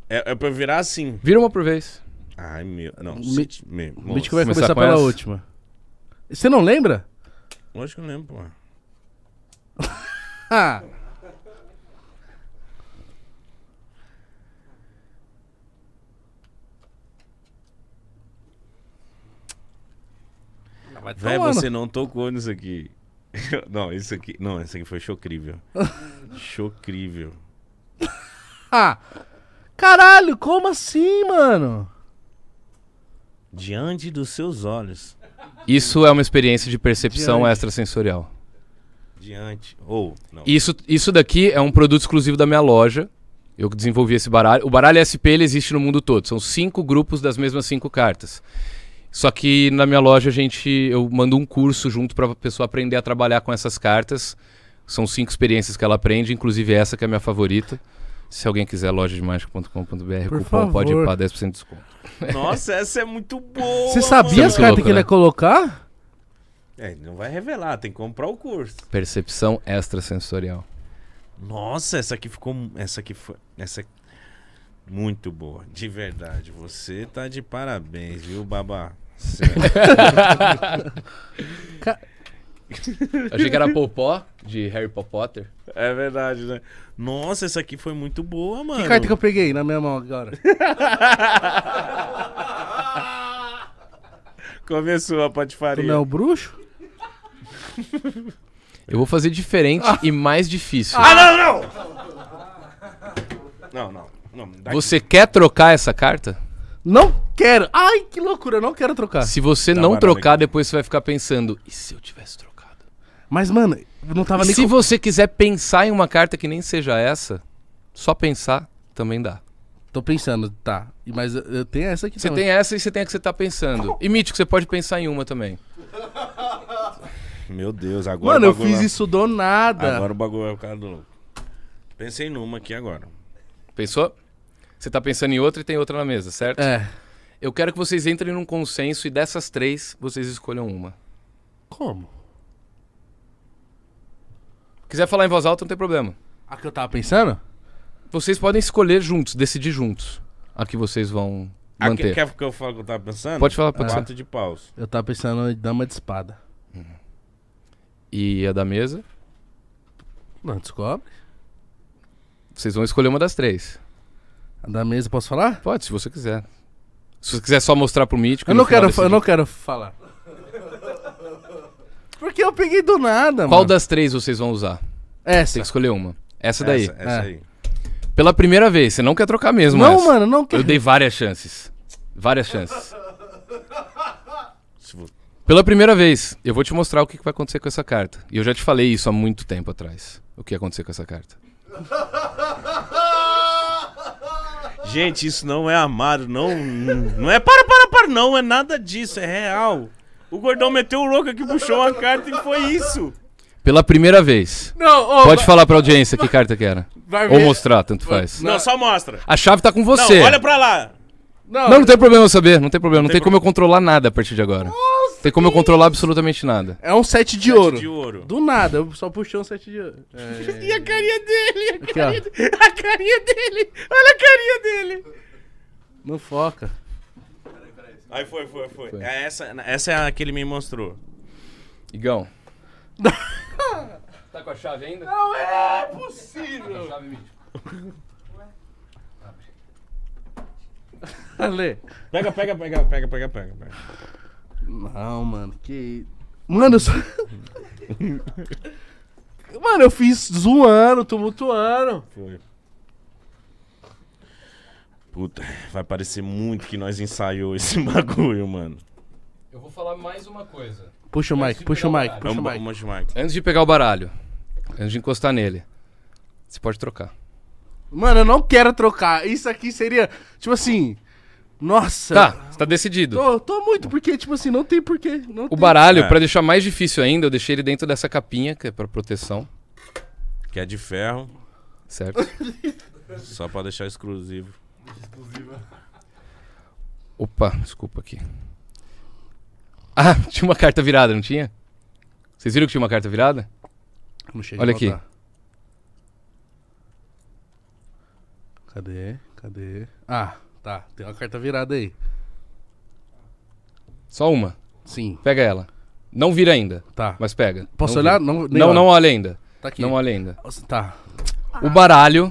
A: É, é pra eu virar assim.
C: Vira uma por vez.
A: Ai, meu. Não,
B: Mi-
A: se ti- meu.
B: O Mítico vai
C: começar
B: começar
C: com
B: pela
C: essa?
B: última. Você não lembra?
A: Lógico que eu lembro, pô.
B: Ah! Vai
A: Véi,
B: tomando.
A: você não tocou nisso aqui. Não, isso aqui. Não, isso aqui foi chocrível. chocrível.
B: Ah! Caralho, como assim, mano?
A: Diante dos seus olhos.
C: Isso é uma experiência de percepção
B: Diante.
C: extrasensorial.
A: Diante. Ou. não.
C: Isso, isso daqui é um produto exclusivo da minha loja. Eu que desenvolvi esse baralho. O baralho SP ele existe no mundo todo. São cinco grupos das mesmas cinco cartas. Só que na minha loja a gente eu mando um curso junto para a pessoa aprender a trabalhar com essas cartas. São cinco experiências que ela aprende, inclusive essa que é a minha favorita. Se alguém quiser loja de mágica.com.br,
B: Por
C: cupom
B: favor.
C: pode ir para 10% de desconto.
A: Nossa, essa é muito boa.
B: Você sabia
C: mano.
B: as
C: Muito
B: cartas
C: louco,
B: que ele
C: né?
B: ia colocar?
A: É, não vai revelar, tem que comprar o curso.
C: Percepção extrasensorial.
A: Nossa, essa aqui ficou. Essa aqui foi. Essa é muito boa. De verdade. Você tá de parabéns, viu, babá? Cê-
C: Achei que era Popó, de Harry Potter.
A: é verdade, né? Nossa, essa aqui foi muito boa, mano.
B: Que carta que eu peguei na minha mão agora?
A: Começou a
B: Do
A: patifaria.
B: Neo Bruxo?
C: Eu vou fazer diferente e mais difícil.
A: Não, não. não daqui.
C: um- Você quer trocar essa carta?
B: Não quero! Ai, que loucura, eu não quero trocar.
C: Se você
A: Tá
C: não
A: barato
C: trocar,
A: aqui.
C: depois você vai ficar pensando: e se eu tivesse trocado?
B: Mas, mano, eu não tava
C: E
B: nem.
C: se
B: com-
C: você quiser pensar em uma carta que nem seja essa, só pensar também dá.
B: Tô pensando, tá. E- Mas eu- eu tenho essa aqui
C: Você
B: também.
C: tem essa e você tem a que você tá pensando. E mítico, você pode pensar em uma também.
A: Meu Deus, agora.
B: Mano,
A: o
B: eu
A: bagulho
B: fiz
A: vai-
B: isso do nada.
A: Agora o bagulho é o cara do louco. Pensei numa aqui agora.
C: Pensou? Você tá pensando em outra e tem outra na mesa, certo?
B: É.
C: Eu quero que vocês entrem num consenso e dessas três, vocês escolham uma.
B: Como?
C: Quiser falar em voz alta, não tem problema.
B: A que eu tava pensando?
C: Vocês podem escolher juntos, decidir juntos a que vocês vão
A: Ah,
C: manter.
A: que- quer que eu fale o que eu tava pensando?
C: Pode falar, pode
A: Quatro de paus.
B: Eu tava pensando em dama de espada.
C: E a da mesa,
B: Não, descobre.
C: vocês vão escolher uma das três.
B: A da mesa, posso falar?
C: Pode, se você quiser. Se você quiser só mostrar pro mítico.
B: Eu
C: no
B: não,
C: final
B: quero,
C: desse
B: fa- eu
C: dia-
B: não quero falar. Porque eu peguei do nada,
C: Qual
B: mano.
C: das três vocês vão usar?
B: Essa.
C: Tem que escolher uma. Essa daí.
A: Essa, essa
B: É.
A: aí.
C: Pela primeira vez, você não quer trocar mesmo
B: Não,
C: essa.
B: mano, não quero.
C: Eu dei várias chances. Várias chances.
A: Se vo-
C: Pela primeira vez, eu vou te mostrar o que que vai acontecer com essa carta. E eu já te falei isso há muito tempo atrás. O que ia acontecer com essa carta.
A: Gente, isso não é amado, não. Não é para, para, para, não. É nada disso, é real. O gordão meteu o louco aqui, puxou uma carta e foi isso.
C: Pela primeira vez.
B: Não, ô,
C: Pode
B: vai-
C: falar pra audiência que carta que era.
B: Vai
C: Ou
B: ver.
C: mostrar, tanto faz.
A: Não, só mostra.
C: A chave tá com
A: Não,
C: você.
A: olha pra lá.
B: Não,
C: Não, então- não tem problema eu saber, não tem problema. Não, tem, como eu controlar nada a partir de agora. tem como eu controlar absolutamente nada.
B: É um sete de ouro.
A: Ouro. De ouro.
B: Do nada, eu só puxei um sete de ouro. É,
A: E a carinha dele, a
B: Aqui,
A: carinha,
B: ó.
A: dele, a carinha dele. Olha a carinha dele.
B: não foca.
A: Aí foi, foi, foi. É essa, essa é a que ele me mostrou.
C: Igão. tá com a chave ainda? Tá
B: Não é possível.
C: chave,
B: Ale.
A: Pega, pega, pega, pega, pega, pega. pega.
B: Não, mano, que. Mano, eu só. mano, eu fiz zoando, tumultuando.
G: Foi. Puta, vai parecer muito que nós ensaiou esse bagulho, mano. É
C: Eu vou falar mais uma coisa.
B: Puxa o Mike, puxa o Mike, puxa o
G: Vamos-
B: Mike.
G: vamos de Mike.
C: Antes de pegar o baralho, antes de encostar nele, você pode trocar.
B: Mano, eu não quero trocar. Isso aqui seria, tipo assim. Nossa.
C: Tá, você tá decidido.
B: Tô, tô muito, porque, tipo assim, não tem porquê. Não
C: O
B: tem.
C: baralho,
G: É.
C: pra deixar mais difícil ainda, eu deixei ele dentro dessa capinha, que é pra proteção,
G: Que é de ferro,
C: certo?
G: só pra deixar exclusivo.
C: Opa, desculpa aqui. Ah, tinha uma carta virada, não tinha? Vocês viram que tinha uma carta virada?
B: Não chega
C: Olha
B: a voltar. Cadê? Cadê? Ah, tá. Tem uma carta virada aí.
C: Só uma.
B: Sim,
C: Pega ela. Não vira ainda,
B: tá.
C: mas pega.
B: Posso
C: Não
B: olhar?
C: vira.
B: Não, nem
C: Não,
B: olho.
C: não olha ainda.
B: Tá aqui.
C: Não olha ainda.
B: Tá.
C: O baralho,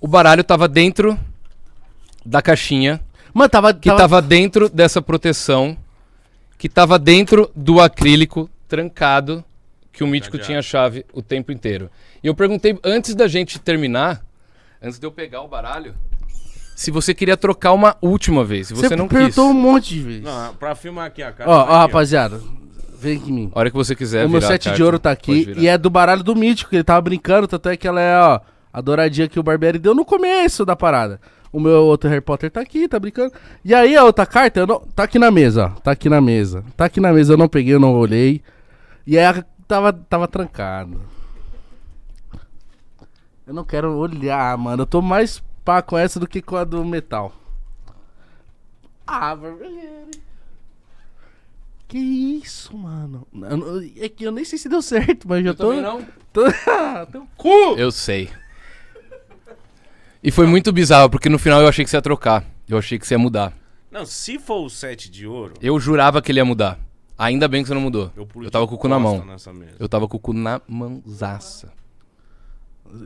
C: o baralho tava dentro da caixinha
B: Mano, tava.
C: que tava dentro dessa proteção, que tava dentro do acrílico trancado que o mítico tinha a chave o tempo inteiro. E eu perguntei antes da gente terminar, antes de eu pegar o baralho, se você queria trocar uma última vez. E você,
B: Você
C: não quis.
B: perguntou um monte de vezes.
G: Não, pra filmar aqui a
B: Ó,
G: cara.
B: ó,
G: tá aqui,
B: rapaziada, vem aqui em mim.
C: A hora que você quiser.
B: o meu
C: virar a
B: sete de
C: carta,
B: ouro tá
C: pode
B: aqui
C: virar.
B: e é do baralho do mítico, que ele tava brincando, tanto é que ela é, ó, a douradinha que o Barbieri deu no começo da parada. O meu outro Harry Potter tá aqui, tá brincando. E aí a outra carta, eu não... tá aqui na mesa, ó. Tá aqui na mesa. Tá aqui na mesa, eu não peguei, eu não olhei. E aí a- tava, tava trancado. Eu não quero olhar, mano. Eu tô mais pá com essa do que com a do metal. Ah, Barbieri. Que isso, mano? Eu não- é que eu nem sei se deu certo, mas já tô.
C: também não.
B: tô... Ah, teu cu!
C: Eu sei. E foi muito bizarro, porque no final eu achei que você ia trocar. Eu achei que você ia mudar.
G: ó. Não, se for o sete de ouro,
C: Eu jurava que ele ia mudar. Ainda bem que você não mudou. Eu,
G: pulo
C: tava
G: de
C: com o cu na
G: costa
C: mão.
G: Nessa mesa.
C: Eu tava com o cu na mãozaça.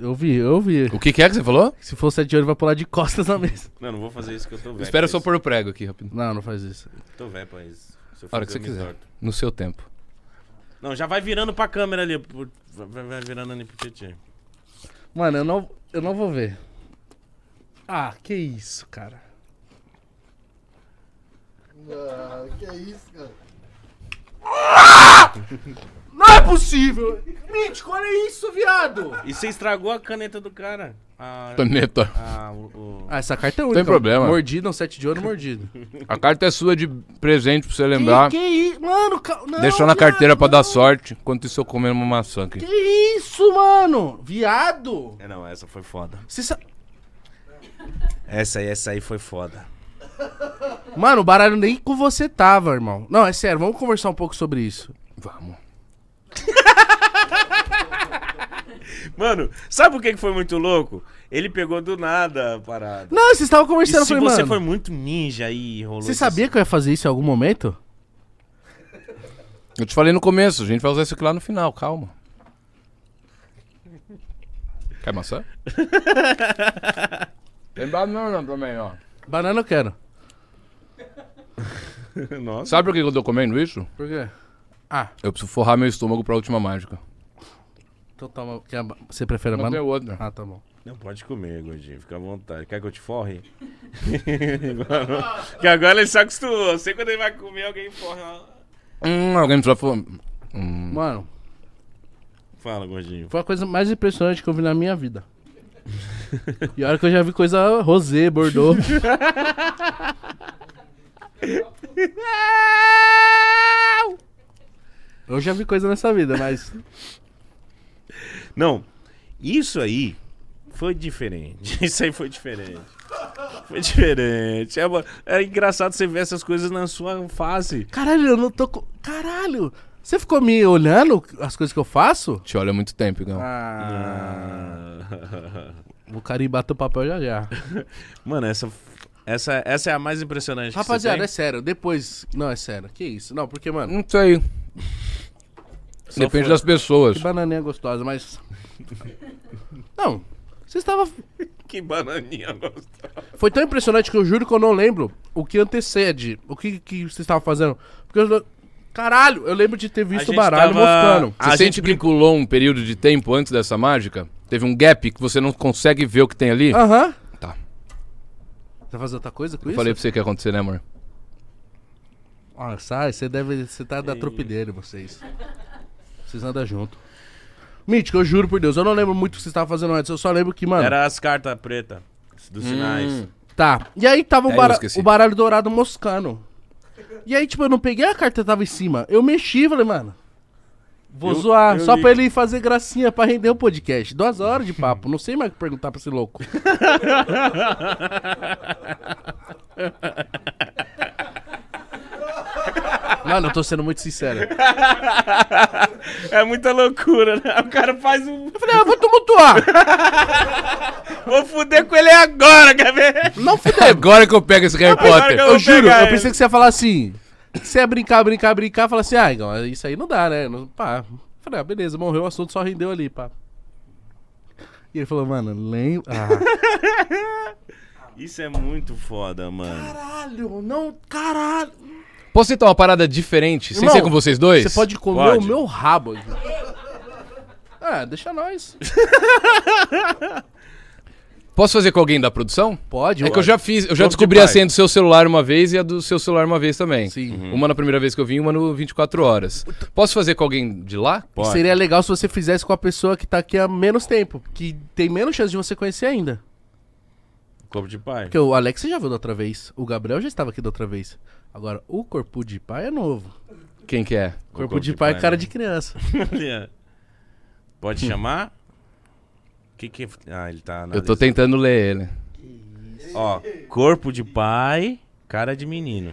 B: Eu vi, eu vi.
C: O que, que é que você falou?
B: Se for sete de ouro, vai pular de costas na mesa.
G: Não, não vou fazer isso que eu tô velho.
C: Espera
G: pra
C: só
G: isso.
C: pôr o prego aqui, rápido.
B: Não, não faz isso.
G: Tô velho pra isso. Se eu
C: A hora que
G: fazer,
C: você
G: eu me
C: quiser.
G: torto.
C: No seu tempo.
G: Não, já vai virando pra câmera ali. por- Vai vai virando ali pro Tietchan.
B: Mano, eu não, eu não vou ver. Ah, que isso, cara.
H: Ah, que isso, cara.
B: Não é possível! Mítico, olha isso, viado!
G: E você estragou a caneta do cara. Ah,
C: Planeta.
G: ah, o- o-
B: Ah, essa carta é única.
C: problema.
B: Mordido, um sete de ouro mordido.
C: A carta é sua de presente pra você lembrar.
B: Que, que isso? Mano, ca- não,
C: Deixa na
B: viado,
C: carteira pra
B: não.
C: dar sorte. Enquanto isso eu comendo uma maçã aqui.
B: Que isso, mano? Viado!
G: É, não, essa foi foda.
B: Você sa...
G: Essa aí, essa aí foi foda.
B: Mano, o baralho nem com você tava, irmão. Não, é sério, vamos conversar um pouco sobre isso.
C: Vamos.
A: Mano, sabe o que que foi muito louco? Ele pegou do nada a parada.
B: Não, vocês estavam
G: E
B: conversando, eu
G: se
B: falei,
G: você
B: mano.
G: foi muito ninja aí, rolou.
B: Você
G: isso-
B: sabia que eu ia fazer isso em algum momento?
C: Eu te falei no começo, a gente vai usar isso aqui lá no final, calma. Quer maçã? Lembrar não, não, também, ó.
B: Banana eu quero.
G: Nossa.
C: Sabe por que eu tô comendo isso?
B: Por quê?
C: Eu preciso forrar meu estômago pra última mágica.
B: Então toma. quer a ba- Você prefere a
C: Não tem
B: banana?
C: outra.
B: Ah, tá bom.
G: Não, pode comer, gordinho. Fica à vontade. Quer que eu te forre? que agora ele se acostumou. Eu sei quando ele vai comer, alguém forra.
C: Hum, alguém precisa for... Hum.
B: Mano,
G: Fala, gordinho.
B: foi a coisa mais impressionante que eu vi na minha vida. e a hora que eu já vi coisa rosé, bordô.
G: Ah,
B: eu já vi coisa nessa vida, mas.
A: Não, isso aí foi diferente. Isso aí foi diferente. Foi diferente. É, uma- é engraçado você ver essas coisas na sua face.
B: Caralho, eu não tô. co- Caralho! Você ficou me olhando as coisas que eu faço?
C: Te olho há muito tempo, Igão.
A: Ah.
B: Vou carimbar teu papel já já.
A: Mano, essa, essa, essa é a mais impressionante. que você
B: Rapaziada,
A: tem.
B: é sério, depois. Não, é sério. Que isso? Não, porque, mano.
C: Não sei. Depende das pessoas.
B: Que bananinha gostosa, mas. Não. Você estava.
A: que bananinha gostosa.
B: Foi tão impressionante que eu juro que eu não lembro o que antecede. O que, que você estava fazendo. Porque eu. não- Caralho, eu lembro de ter visto o
A: gente
B: baralho
A: tava-
B: moscando.
C: Você
A: A
C: sente
A: gente
C: que vinculou um período de tempo antes dessa mágica? Teve um gap que você não consegue ver o que tem ali?
B: Aham.
C: Tá.
B: Você vai fazer outra coisa com
C: Eu
B: isso?
C: falei pra você que ia acontecer, né, amor?
B: Ah, sai, você deve. Você tá da trupe dele, vocês. Vocês andam junto. Mítico, eu juro por Deus, eu não lembro muito o que você estava fazendo antes, eu só lembro que, mano.
A: Era as cartas pretas dos sinais.
B: Tá. E aí tava o,
C: É, eu
B: bara-
C: esqueci.
B: o baralho dourado moscando. E aí, tipo, eu não peguei a carta que tava em cima. Eu mexi, falei, mano. Vou
A: Eu-
B: zoar,
A: eu
B: só
A: li.
B: pra ele fazer gracinha pra render o podcast. Duas horas de papo, não sei mais o que perguntar pra esse louco. Mano, eu tô sendo muito sincero.
A: É muita loucura, né? O cara faz um.
B: Eu falei, ah, eu vou tumultuar.
A: Vou fuder com ele agora, quer ver?
B: Não fudeu.
C: Agora que eu pego esse Harry
A: Agora
C: Potter.
A: que eu-
B: Eu juro,
A: pegar
B: eu
A: ele.
B: pensei que você ia falar assim. Você ia brincar, brincar, brincar, falar assim, ah, Igão, isso aí não dá, né? Não, pá. Falei, ah, beleza, morreu o assunto, só rendeu ali, pá. E ele falou, mano, lembra. Ah,
A: Isso é muito foda, mano.
B: caralho, não, caralho.
C: Posso tentar uma parada diferente, sem
B: Irmão,
C: ser com vocês dois?
B: Você pode comer
A: Pode.
B: o meu rabo. Igão. Ah, deixa nós.
C: Posso fazer com alguém da produção?
B: Pode,
C: É que eu já fiz, eu já
A: Vamos
C: descobri
A: de
C: a
A: pai.
C: senha do seu celular uma vez e a do seu celular uma vez também.
B: Sim.
C: Uma na primeira vez que eu vim, uma no 24 horas. Posso fazer com alguém de lá?
A: Pode.
B: Seria legal se você fizesse com a pessoa que tá aqui há menos tempo, que tem menos chance de você conhecer ainda.
A: Corpo de pai.
B: Porque o Alex já viu da outra vez, o Gabriel já estava aqui da outra vez. Agora, o corpo de pai é novo.
C: Quem que é?
B: Corpo, de, pai, é
A: né?
B: cara de criança.
A: Olha. Pode chamar? Que que Ah, ele tá na
C: Hum. Eu tô tentando ler ele.
A: Ó, corpo de pai, cara de menino.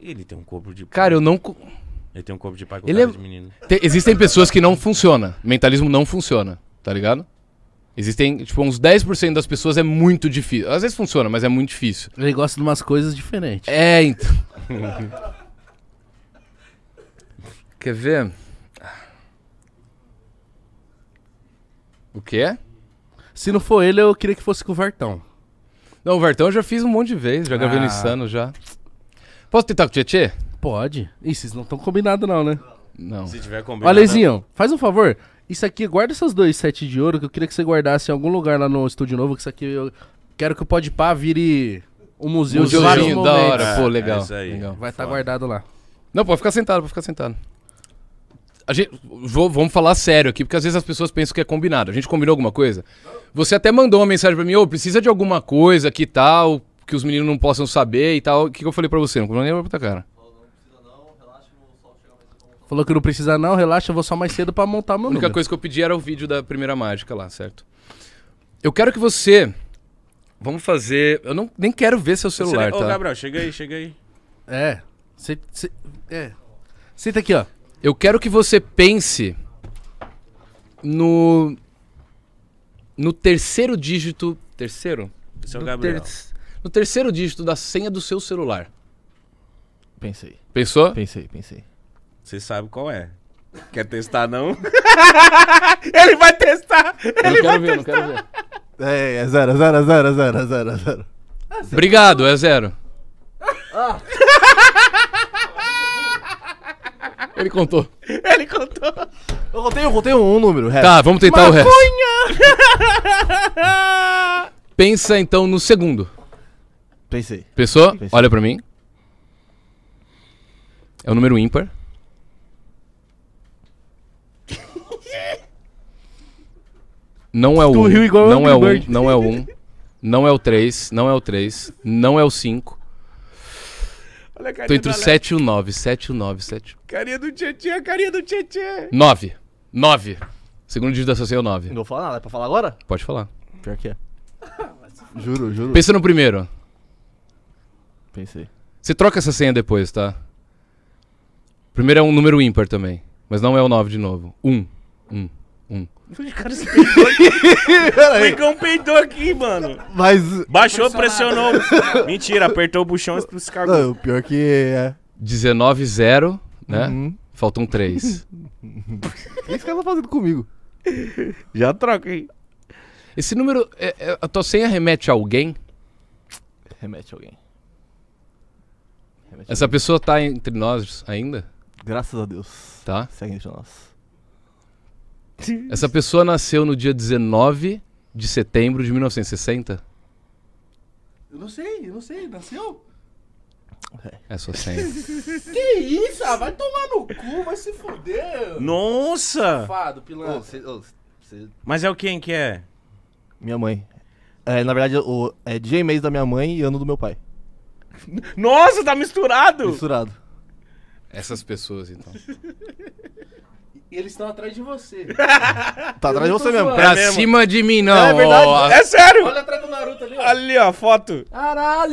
A: Ele tem um corpo de
C: Cara, eu não. co-
A: Ele tem um corpo de pai com
C: Ele
A: cara
C: é-
A: de menino.
C: Te- Existem pessoas que não funciona. Mentalismo não funciona, tá ligado? Existem, tipo, uns 10% das pessoas é muito difícil. Às vezes funciona, mas é muito difícil.
B: Ele gosta de umas coisas diferentes.
C: É, então. Quer ver? O quê?
B: Se não for ele, eu queria que fosse com o Vartão.
C: Não, o Vertão eu já fiz um monte de vezes, já gravei no
B: Ah.
C: Insano já. Posso tentar com o Tietê?
B: Pode. Ih, vocês não estão combinados não, né?
C: Não.
A: Se tiver combinado. né?
B: Olha, Lezinho, faz um favor. Isso aqui, guarda essas dois sete de ouro que eu queria que você guardasse em algum lugar lá no estúdio novo, que isso aqui eu quero que o Pode Pá vire um museu de
C: Museuzinho
B: vários
C: da
B: momentos.
C: hora. Pô, legal,
A: É, isso aí.
C: legal.
B: Vai estar
A: Foda.
B: guardado lá.
C: Não, pode ficar sentado, pode ficar sentado. A gente, vou- vamos falar sério aqui, porque às vezes as pessoas pensam que é combinado. A gente combinou alguma coisa? Você até mandou uma mensagem pra mim, ô, precisa de alguma coisa que tal, que os meninos não possam saber e tal. O que, que eu falei pra você? Não combinou nem pra puta cara.
B: Falou que não precisa não, relaxa, eu vou só mais cedo pra montar meu
C: A única
B: número.
C: coisa que eu pedi era o vídeo da primeira mágica lá, certo? Eu quero que você. Vamos fazer. Eu não, nem quero ver seu
A: Você-
C: celular,
A: Ô,
C: tá?
A: Gabriel, chega aí, chega aí.
B: É. Cê, cê- é. Senta aqui, ó.
C: Eu quero que você pense no. No terceiro dígito. Terceiro?
A: Seu
C: No
A: Gabriel.
C: ter- no terceiro dígito da senha do seu celular.
I: Pensei,
C: Pensou?
I: pensei, pensei.
A: Você sabe qual é. Quer testar, não? Ele vai testar!
C: Eu não quero ver, não quero ver.
I: É, é zero, zero, zero, zero, zero, zero.
C: Obrigado, é zero. Ele contou.
I: Eu contei, eu contei um, um número, reto.
C: Tá, vamos tentar o resto. Pensa então no segundo.
I: Pensei.
C: Pensou?
I: Pensei.
C: Olha pra mim. É o número ímpar. Não é o
B: Tu
C: 1. Um,
B: riu igual
C: não,
B: Angry
C: é o um,
B: Bird.
C: não é o 1. Um, não é o 3. Não é o 3. Não é o 5.
A: Olha a
C: Tô
A: carinha,
C: entre o 7 e o 9. 7 e o 9. 7.
A: carinha do Tietchan, a carinha do Tietchan.
C: 9. 9. Segundo dígito da sua senha é o 9.
J: Não vou falar nada, é pra falar agora?
C: Pode falar.
J: Pior que é. Juro, juro.
C: Pensa no primeiro.
J: Pensei.
C: Você troca essa senha depois, tá? Primeiro é um número ímpar também. Mas não é o 9 de novo. 1. 1. 1.
A: O Igão peidou aqui, mano.
J: Mas.
A: Baixou, pressionou. Mentira, apertou o buchão e se cagou.
J: Não, pior que é.
C: 19, 0, né?
J: Uhum.
C: Faltam 3.
J: O que esse cara tá fazendo comigo?
G: Já troca, hein?
C: Esse número. é- é- a tua senha remete a alguém?
J: Remete alguém. Remete
C: Essa pessoa tá entre nós ainda?
J: alguém. Graças a Deus.
C: Tá?
J: Segue entre nós.
C: Essa pessoa nasceu no dia 19 de setembro de 1960?
F: Eu não sei, eu não sei. Nasceu?
C: É a sua senha.
F: Que isso? Ah, vai tomar no cu, vai se fuder.
G: Nossa!
F: Fado, pilantra.
G: Mas é o quem que é?
J: Minha mãe. É, na verdade, o, é dia e mês da minha mãe e ano do meu pai.
A: Nossa, tá misturado.
J: Misturado.
C: Essas pessoas, então.
F: E eles estão atrás de você.
J: Tá atrás de você mesmo.
C: Pra cima de mim, não. É verdade.
A: É sério.
F: Olha atrás do Naruto ali, ó.
A: Ali, ó, foto.
F: Caralho!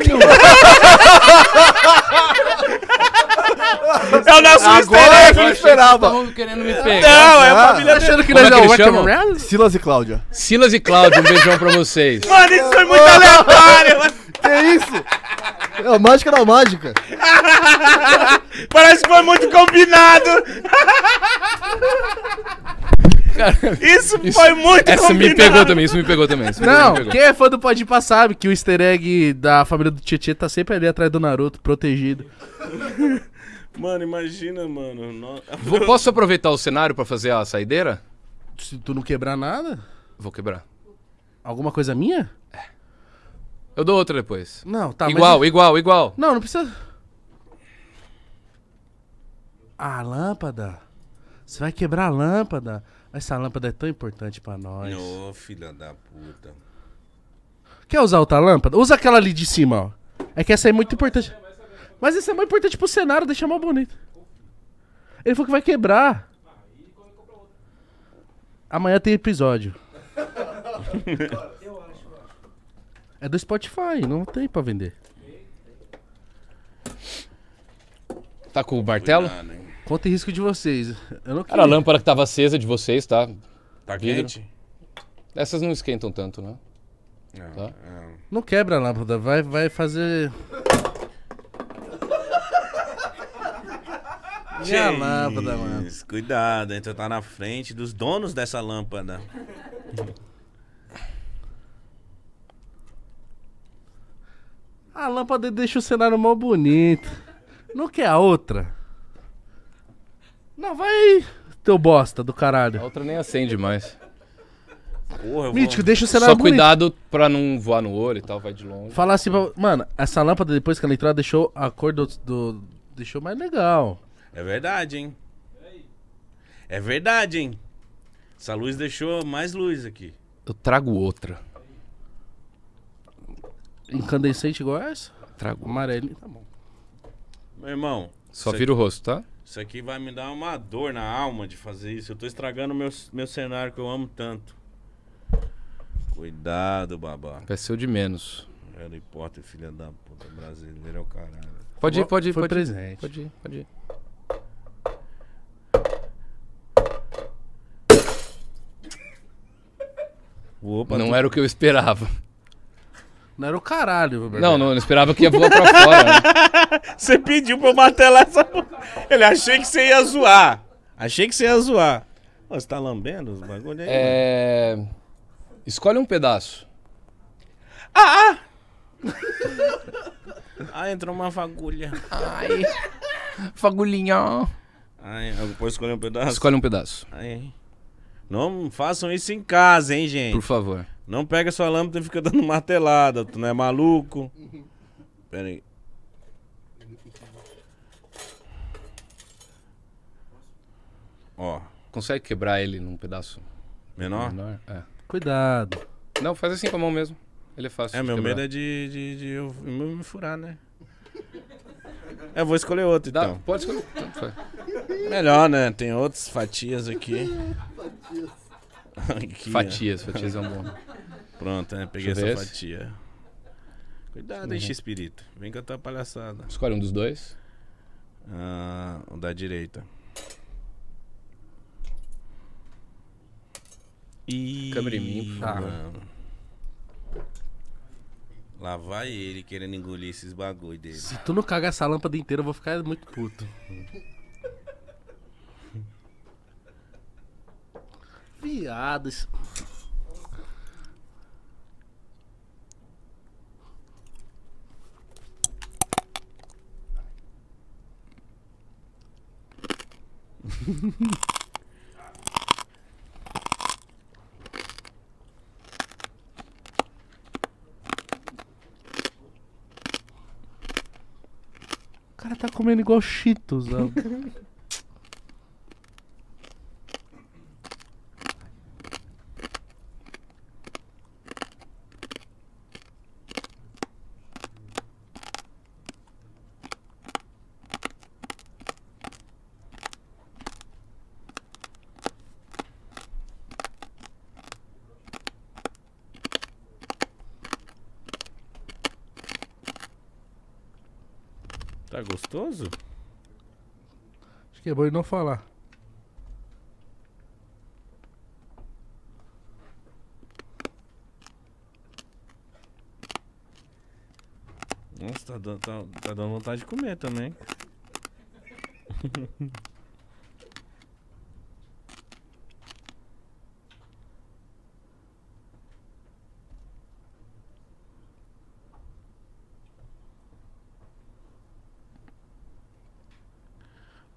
A: É o nosso
J: Agora é que eu esperava.
C: Estão querendo me pegar.
A: Não, é a
J: Ah,
A: família dele.
B: que
C: Como é que eles
B: Western
C: chamam?
B: Reality?
J: Silas e Cláudia.
C: Silas e Cláudio, um beijão pra vocês.
A: Mano, isso foi muito aleatório. mano.
J: Que isso? É a mágica da mágica.
A: Parece que foi muito combinado. Isso
C: Isso-
A: foi muito
C: Essa
A: combinado.
C: me pegou também, isso me pegou também. isso me pegou, me
B: Não,
C: pegou.
B: quem é fã do Pode Pá sabe que o easter egg da família do Tietchan tá sempre ali atrás do Naruto, protegido.
A: Mano, imagina, mano. no-
C: Vou- posso aproveitar o cenário pra fazer a saideira?
B: Se tu não quebrar nada,
C: Vou quebrar.
B: alguma coisa minha?
C: Eu dou outra depois.
B: Não, tá. mas-
C: igual, igual, igual.
B: Não, não precisa. A lâmpada. Você vai quebrar a lâmpada. Essa lâmpada é tão importante pra nós.
A: Ô, filha da puta.
B: Quer usar outra lâmpada? Usa aquela ali de cima, ó. É que essa é muito importante. Mas essa é mais importante pro cenário, deixa mais bonito. Ele falou que vai quebrar. Amanhã tem episódio. É do Spotify, não tem pra vender.
C: Tá com o martelo?
B: Conta em risco de vocês. Eu não
C: Era a
B: quero.
C: lâmpada que tava acesa de vocês, tá?
A: Tá
C: Vidro.
A: quente?
C: Essas não esquentam tanto, né?
A: Não,
C: Tá.
A: não.
B: Não quebra a lâmpada, vai, vai fazer. Minha lâmpada, mano.
A: Isso, Cuidado, então tá na frente dos donos dessa lâmpada.
B: A lâmpada deixa o cenário mó bonito. Não quer a outra? Não, vai aí, teu bosta do
C: A
B: caralho.
C: outra nem acende mais.
A: Porra, eu vou...
B: Mítico, deixa o cenário é
C: Só
B: bonito.
C: cuidado pra não voar no olho e tal, vai de longe.
B: Falar assim, pra- mano, essa lâmpada depois que ela entrou, ela deixou a cor do, do- Deixou mais legal.
A: É verdade, hein? É verdade, hein? Essa luz deixou mais luz aqui.
C: Eu trago outra.
B: Incandescente igual essa?
C: Trago.
B: Amarelinho, tá bom.
A: Meu irmão,
C: Só
A: Sei.
C: vira o rosto, tá?
A: isso aqui vai me dar uma dor na alma de fazer isso. Eu tô estragando meu, meu cenário que eu amo tanto. Cuidado, babaca.
C: Vai ser o de menos.
A: Harry Potter, filha da puta, brasileiro é o caralho.
C: Pode ir, pode ir,
B: Foi
C: pode ir.
B: presente.
C: Pode ir, pode ir.
A: Opa,
C: Não era o que eu esperava.
B: Não era o caralho, meu
C: Não, não, eu esperava que ia voar pra fora, né?
A: Você pediu pra eu martelar essa. Ele achei que você ia zoar. Achei que você ia zoar. Ô, você tá lambendo os bagulho aí? mano?
C: É... Escolhe um pedaço.
A: Ah, entrou uma fagulha.
C: Fagulhinha.
A: Ai, eu posso escolher um pedaço?
C: Escolhe um pedaço,
A: Ai. Não façam isso em casa, hein, gente.
C: por favor.
A: Não pega sua lâmpada e fica dando martelada. Tu não é maluco? Pera aí. Ó,
C: Consegue quebrar ele num pedaço
A: menor?
C: menor? É.
B: Cuidado.
C: Não, faz assim com a mão mesmo. Ele é fácil.
A: É,
C: de
A: meu
C: quebrar.
A: medo é de, de, de eu me furar, né? Eu vou escolher outro,
C: Dá,
A: então.
C: Pode escolher. Então, foi.
A: Melhor, né? Tem outras fatias aqui. Aqui, ó.
C: Fatias, fatias é um bom.
A: Pronto, né? Peguei
C: Deixa
A: essa
C: eu ver esse. Uhum.
A: fatia. Cuidado, hein, X-Pirito. Vem com a tua palhaçada.
C: Escolhe um dos dois.
A: Ah, o da direita. E...
C: Câmera em mim, por favor.
A: Lá vai ele querendo engolir esses bagulho dele.
B: Se tu não cagar essa lâmpada inteira, eu vou ficar muito puto. Viado, isso- o cara tá comendo igual Cheetos, ó.
A: Tá gostoso?
B: Acho que é bom ele não falar.
A: Nossa, tá, dan- tá- tá dando vontade de comer também.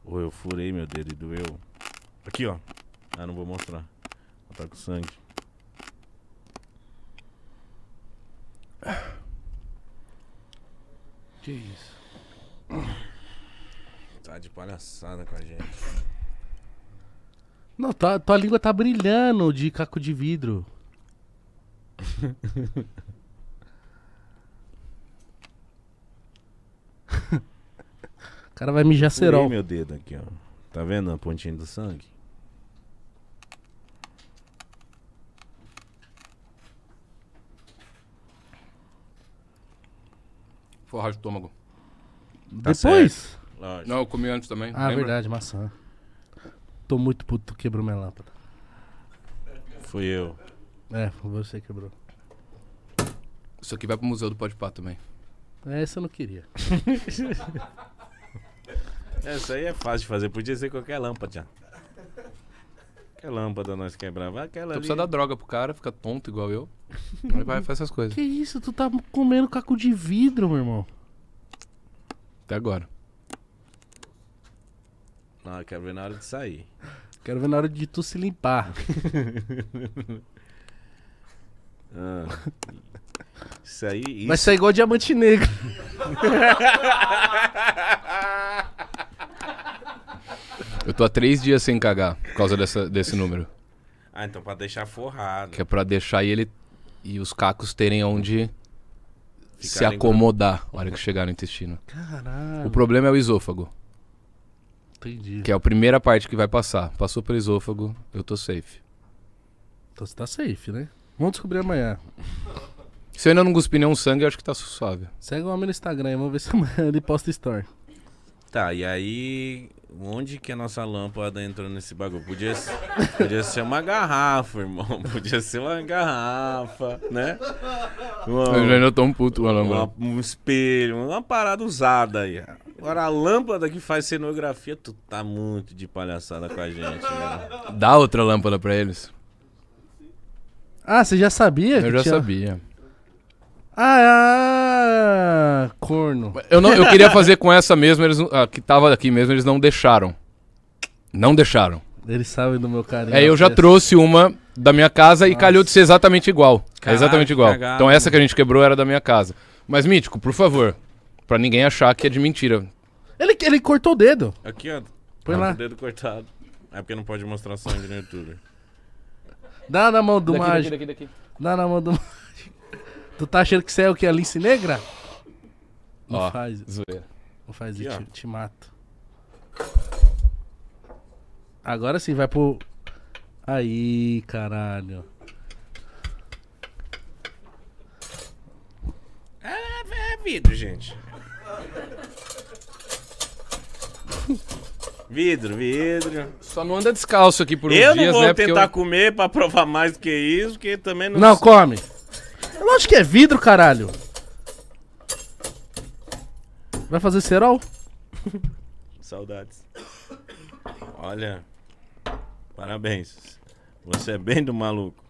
A: Ô, eu furei meu dedo e doeu. Aqui, ó. Ah, não vou mostrar. Tá com sangue.
B: Que isso?
A: Tá de palhaçada com a gente.
B: Não, tá, tua língua tá brilhando de caco de vidro. o cara vai mijar
A: Furei
B: cerol.
A: meu dedo aqui, ó. Tá vendo a pontinha do sangue?
C: Forrar o estômago.
B: Depois?
A: Lógico.
C: Não, eu comi antes também.
B: Ah,
C: lembra?
B: verdade, maçã. Tô muito puto, tu quebrou minha lâmpada.
A: Fui eu.
B: É, foi você que quebrou.
C: Isso aqui vai pro Museu do Pode Pá também. Então,
B: É, Essa eu não queria.
A: Essa aí é fácil de fazer, podia ser qualquer lâmpada. já. Que lâmpada nós quebrava? Aquela
C: Tu
A: ali.
C: precisa dar droga pro cara, fica tonto igual eu. Aí vai, faz essas coisas.
B: Que isso, tu tá comendo caco de vidro, meu irmão.
C: Até agora.
A: Não, eu quero ver na hora de sair.
B: Quero ver na hora de tu se limpar.
A: Ah. Isso aí. Isso...
B: Vai sair igual diamante negro.
C: Eu tô há três dias sem cagar por causa dessa- desse número.
A: Ah, então pra deixar forrado.
C: Que é pra deixar ele e os cacos terem onde se
A: Ficarem gru-
C: acomodar na hora que chegar no intestino. O
B: Caralho.
C: problema é o esôfago,
B: Entendi.
C: que é a primeira parte que vai passar. Passou pelo esôfago, eu tô safe.
B: Então você tá safe, né? Vamos descobrir amanhã.
C: Se eu ainda não cuspir nenhum sangue, eu acho que tá suave.
B: Segue o homem no Instagram e vamos ver se amanhã ele posta story.
A: Tá, e aí. Onde que a nossa lâmpada entrou nesse bagulho? Podia, se- podia ser uma garrafa, irmão. Podia ser uma garrafa, né? Uma-
C: Eu já ainda tô um puto, mano.
A: Uma- um espelho, uma parada usada aí. Agora a lâmpada que faz cenografia, tu tá muito de palhaçada com a gente, velho.
C: Dá outra lâmpada pra eles.
B: Ah, você já sabia?
C: Eu
B: que
C: já
B: tinha- é,
C: sabia.
B: Ah, ah, corno.
C: Eu, não, eu queria fazer com essa mesmo, eles, não- a que tava aqui mesmo, eles não deixaram. Não deixaram.
B: Eles sabem do meu carinho.
C: É, eu já trouxe uma da minha casa e calhou de ser exatamente igual. É
A: Caraca,
C: exatamente igual.
A: cagado.
C: Então essa que a gente quebrou era da minha casa. Mas, Mítico, por favor, pra ninguém achar que é de mentira.
B: Ele, ele cortou o dedo.
A: Aqui, ó.
B: Põe
A: tá com
B: lá.
A: o dedo cortado. É porque não pode mostrar sangue no YouTube.
B: Dá na mão do mágico. Dá na mão do mágico. Tu tá achando que você é o que? A lince negra? Não
C: Ó,
B: faz.
C: zoeira.
B: Não faz
A: Aqui,
B: isso,
A: ó.
B: te, te mato. Agora sim, vai pro. Aí, caralho.
A: É, é vidro, gente. Vidro, vidro.
C: Só não anda descalço aqui por uns
A: eu
C: dias,
A: não vou
C: né? porque eu-
A: tentar comer pra provar mais do que isso, porque também não.
B: Não, come. É Lógico que é vidro, caralho. Vai fazer cerol?
A: Saudades. Olha. Parabéns. Você é bem do maluco.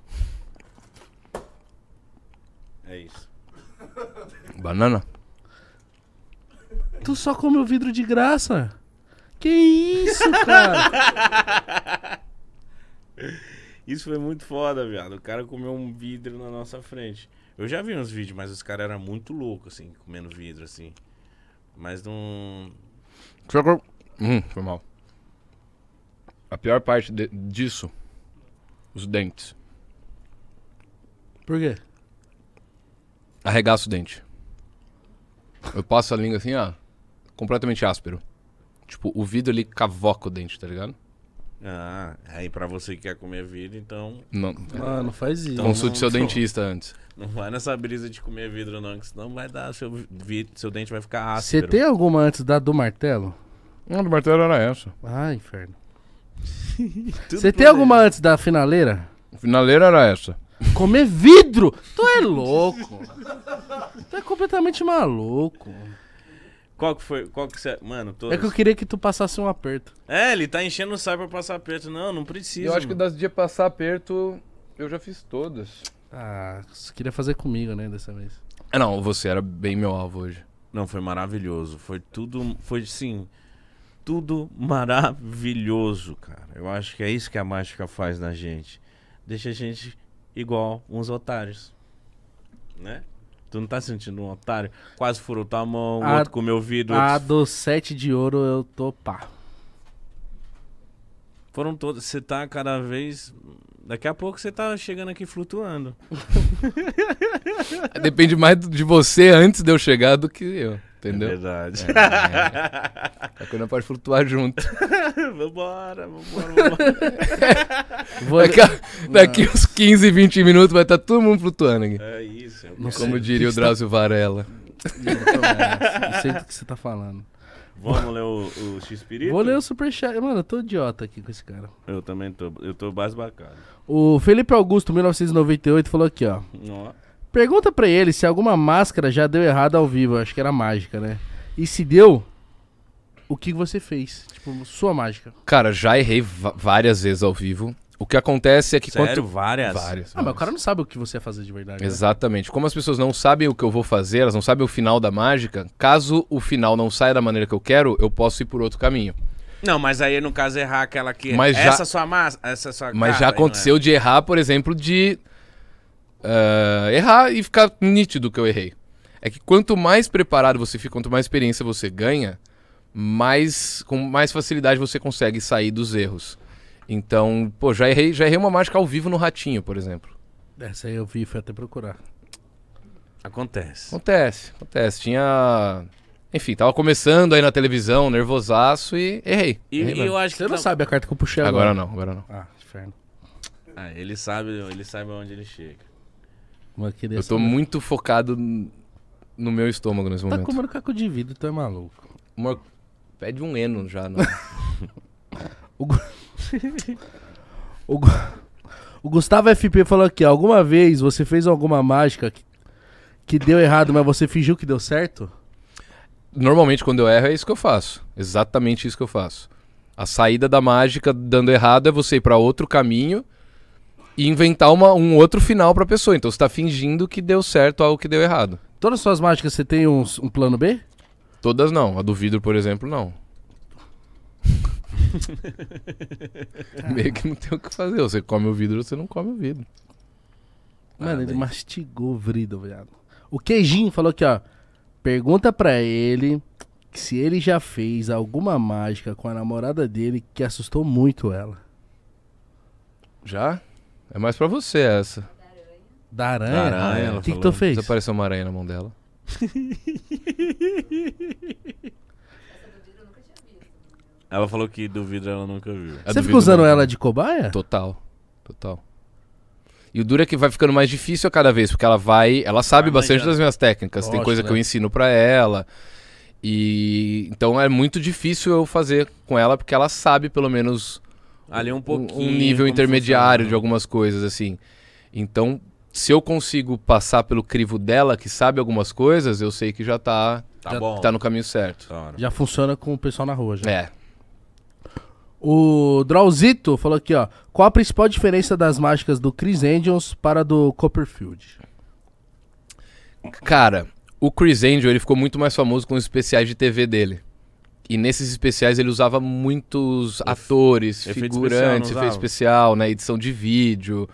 A: É isso.
C: Banana.
B: Tu só come o vidro de graça. Que isso, cara?
A: Isso foi muito foda, viado. O cara comeu um vidro na nossa frente. Eu já vi uns vídeos, mas os caras eram muito loucos, assim, comendo vidro, assim. Mas não.
C: Só que eu- Hum, foi mal. A pior parte de- disso, os dentes.
B: Por quê?
C: Arregaço o dente. Eu passo a língua assim, ó. Completamente áspero. Tipo, o vidro ele cavoca o dente, tá ligado?
A: Ah, aí pra você que quer comer vidro, então
C: Não.
B: Ah, não faz isso.
C: Consulte seu dentista antes.
A: não vai nessa brisa de comer vidro, não, que senão vai dar. Seu, vi- seu dente vai ficar
B: Você
A: áspero.
B: tem alguma antes da do martelo?
C: Não, do martelo era essa.
B: Ah, inferno.
A: Tudo
B: Você
A: por
B: tem
A: dentro.
B: alguma antes da finaleira?
C: Finaleira era essa.
B: Comer vidro? Tu é louco. Tu é completamente maluco.
A: Qual que foi? Qual que você. Mano, todos.
B: É que eu queria que tu passasse um aperto.
A: É, ele tá enchendo o saco pra passar perto. Não, não precisa.
C: Eu acho que
A: mano.
C: das dias passar aperto, eu já fiz todas.
B: Ah, você queria fazer comigo, né, dessa vez.
C: Ah, não, você era bem meu alvo hoje.
A: Não, foi maravilhoso. Foi tudo. Foi sim. Tudo maravilhoso, cara. Eu acho que é isso que a mágica faz na gente. Deixa a gente igual uns otários. Né? Tu não tá sentindo um otário? Quase furou tua mão,
B: A-
A: o outro comeu o vidro.
B: A
A: outro-
B: do 7 de ouro eu tô pá.
A: Foram todos. Você tá cada vez. Daqui a pouco você tá chegando aqui flutuando.
C: É, Depende mais do- de você antes de eu chegar do que eu, entendeu?
A: Verdade.
C: É A coisa pode flutuar junto.
A: vambora, vambora, vambora.
B: Vou-
C: Daqui, a- daqui uns 15, 20 minutos vai estar todo mundo flutuando aqui.
A: É isso. eu quero-
C: Como diria o Drauzio Varela.
B: Não sei do que você tá falando.
A: Vamos ler o, o X-Pirito?
B: Vou ler o superchat. Mano, eu tô idiota aqui com esse cara.
A: Eu também tô. Eu tô basbacado.
B: O Felipe Augusto, 1998, falou aqui, ó.
A: Ó.
B: Pergunta pra ele se alguma máscara já deu errado ao vivo. Eu acho que era mágica, né? E se deu, o que você fez? Tipo, sua mágica.
C: Cara, já errei va- várias vezes ao vivo. O que acontece é que
A: Sério?
C: quanto.
A: Várias?
C: Várias.
B: Ah, mas o cara não sabe o que você ia fazer de verdade. né?
C: Exatamente. Como as pessoas não sabem o que eu vou fazer, elas não sabem o final da mágica, caso o final não saia da maneira que eu quero, eu posso ir por outro caminho.
A: Não, mas aí no caso errar aquela que...
C: Mas já-
A: Essa sua massa, essa sua capa
C: Mas já
A: aí, não é?
C: aconteceu de errar, por exemplo, de ah, errar e ficar nítido que eu errei. É que quanto mais preparado você fica, quanto mais experiência você ganha, mais com mais facilidade você consegue sair dos erros. Então, pô, já errei, já errei uma mágica ao vivo no ratinho, por exemplo.
B: né? Essa aí eu vi, fui até procurar.
A: Acontece.
C: Acontece, acontece. Tinha. Enfim, tava começando aí na televisão, nervosaço e errei.
A: E,
C: Errei
A: e
C: mesmo.
A: eu acho que... tá-
B: Você não,
A: não-
B: sabe a carta que eu puxei agora.
C: Agora não, agora não.
B: Ah, inferno.
A: Ah, ele sabe, ele sabe onde ele chega.
B: Mas queria
C: Eu tô
B: saber.
C: muito focado n- no meu estômago nesse
B: Tá
C: momento.
B: comendo caco de vidro, tu é maluco.
C: Uma- Pede um eno já, não.
B: O, Gu- o Gustavo FP falou aqui, ó, alguma vez você fez alguma mágica que, que deu errado, mas você fingiu que deu certo?
C: Normalmente, quando eu erro, é isso que eu faço. Exatamente isso que eu faço. A saída da mágica dando errado é você ir pra outro caminho e inventar uma- um outro final pra pessoa. Então você tá fingindo que deu certo algo que deu errado.
B: Todas as suas mágicas você tem uns- um plano B?
C: Todas não. A do vidro, por exemplo, não. Meio que não tem o que fazer. Ou Você come o vidro ou você não come o vidro.
B: Mano, ele mastigou o vrido, viado. O Queijinho falou aqui, ó. Pergunta pra ele que se ele já fez alguma mágica com a namorada dele que assustou muito ela.
C: Já? É mais pra você essa.
B: É Da
A: Da
B: aranha?
A: aranha,
B: aranha
A: ela
B: o que, que tu
A: falou.
B: fez?
C: Desapareceu uma aranha na mão dela.
A: Ela falou que do vidro ela nunca viu.
C: A
B: Você
C: do
B: fica
C: vidro
B: usando
C: Ah, não.
B: ela de cobaia?
C: Total. Total. E o duro é que vai ficando mais difícil a cada vez, porque ela vai. Ela sabe
G: Vai
C: bastante
G: manjando.
C: das minhas técnicas. Tem
B: Lógico,
C: coisa que
B: né?
C: eu ensino pra ela. E. Então é muito difícil eu fazer com ela, porque ela sabe pelo menos
G: Ali um pouquinho.
C: um nível
G: como
C: intermediário de
G: funciona.
C: algumas coisas, assim. Então, se eu consigo passar pelo crivo dela, que sabe algumas coisas, eu sei que já tá,
G: Tá bom.
C: tá no caminho certo.
G: Da hora.
B: Já funciona com o pessoal na rua, já.
C: É.
B: O Drauzito falou aqui, ó. Qual a principal diferença das mágicas do Chris Angels para a do Copperfield?
C: Cara, o Chris Angel, ele ficou muito mais famoso com os especiais de TV dele. E nesses especiais ele usava muitos atores,
G: efeito
C: figurantes,
G: especial, não
C: efeito
G: usava?
C: especial, né? Edição de vídeo.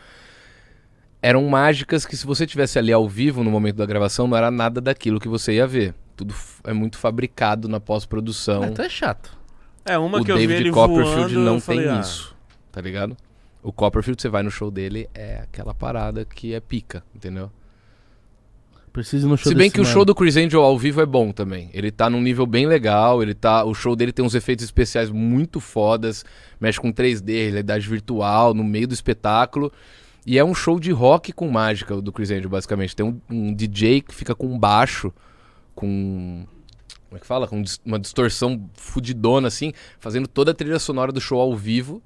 C: Eram mágicas que se você tivesse ali ao vivo no momento da gravação, não era nada daquilo que você ia ver. Tudo f- é muito fabricado na pós-produção.
B: É, então é chato.
G: É uma
C: o
G: que eu vi
C: David
G: ele voando,
C: Copperfield
G: eu
C: não
G: falei,
C: tem
G: ah,
C: isso, tá ligado? O Copperfield, você vai no show dele, é aquela parada que é pica, entendeu?
B: Preciso ir no show
C: Se bem
B: desse
C: que o
B: mano.
C: show do Chris Angel ao vivo é bom também. Ele tá num nível bem legal, ele tá, o show dele tem uns efeitos especiais muito fodas, mexe com 3D, realidade virtual, no meio do espetáculo. E é um show de rock com mágica o do Chris Angel, basicamente. Tem um, um DJ que fica com um baixo, com. Como é que fala? Com dis- uma distorção fudidona, assim, fazendo toda a trilha sonora do show ao vivo,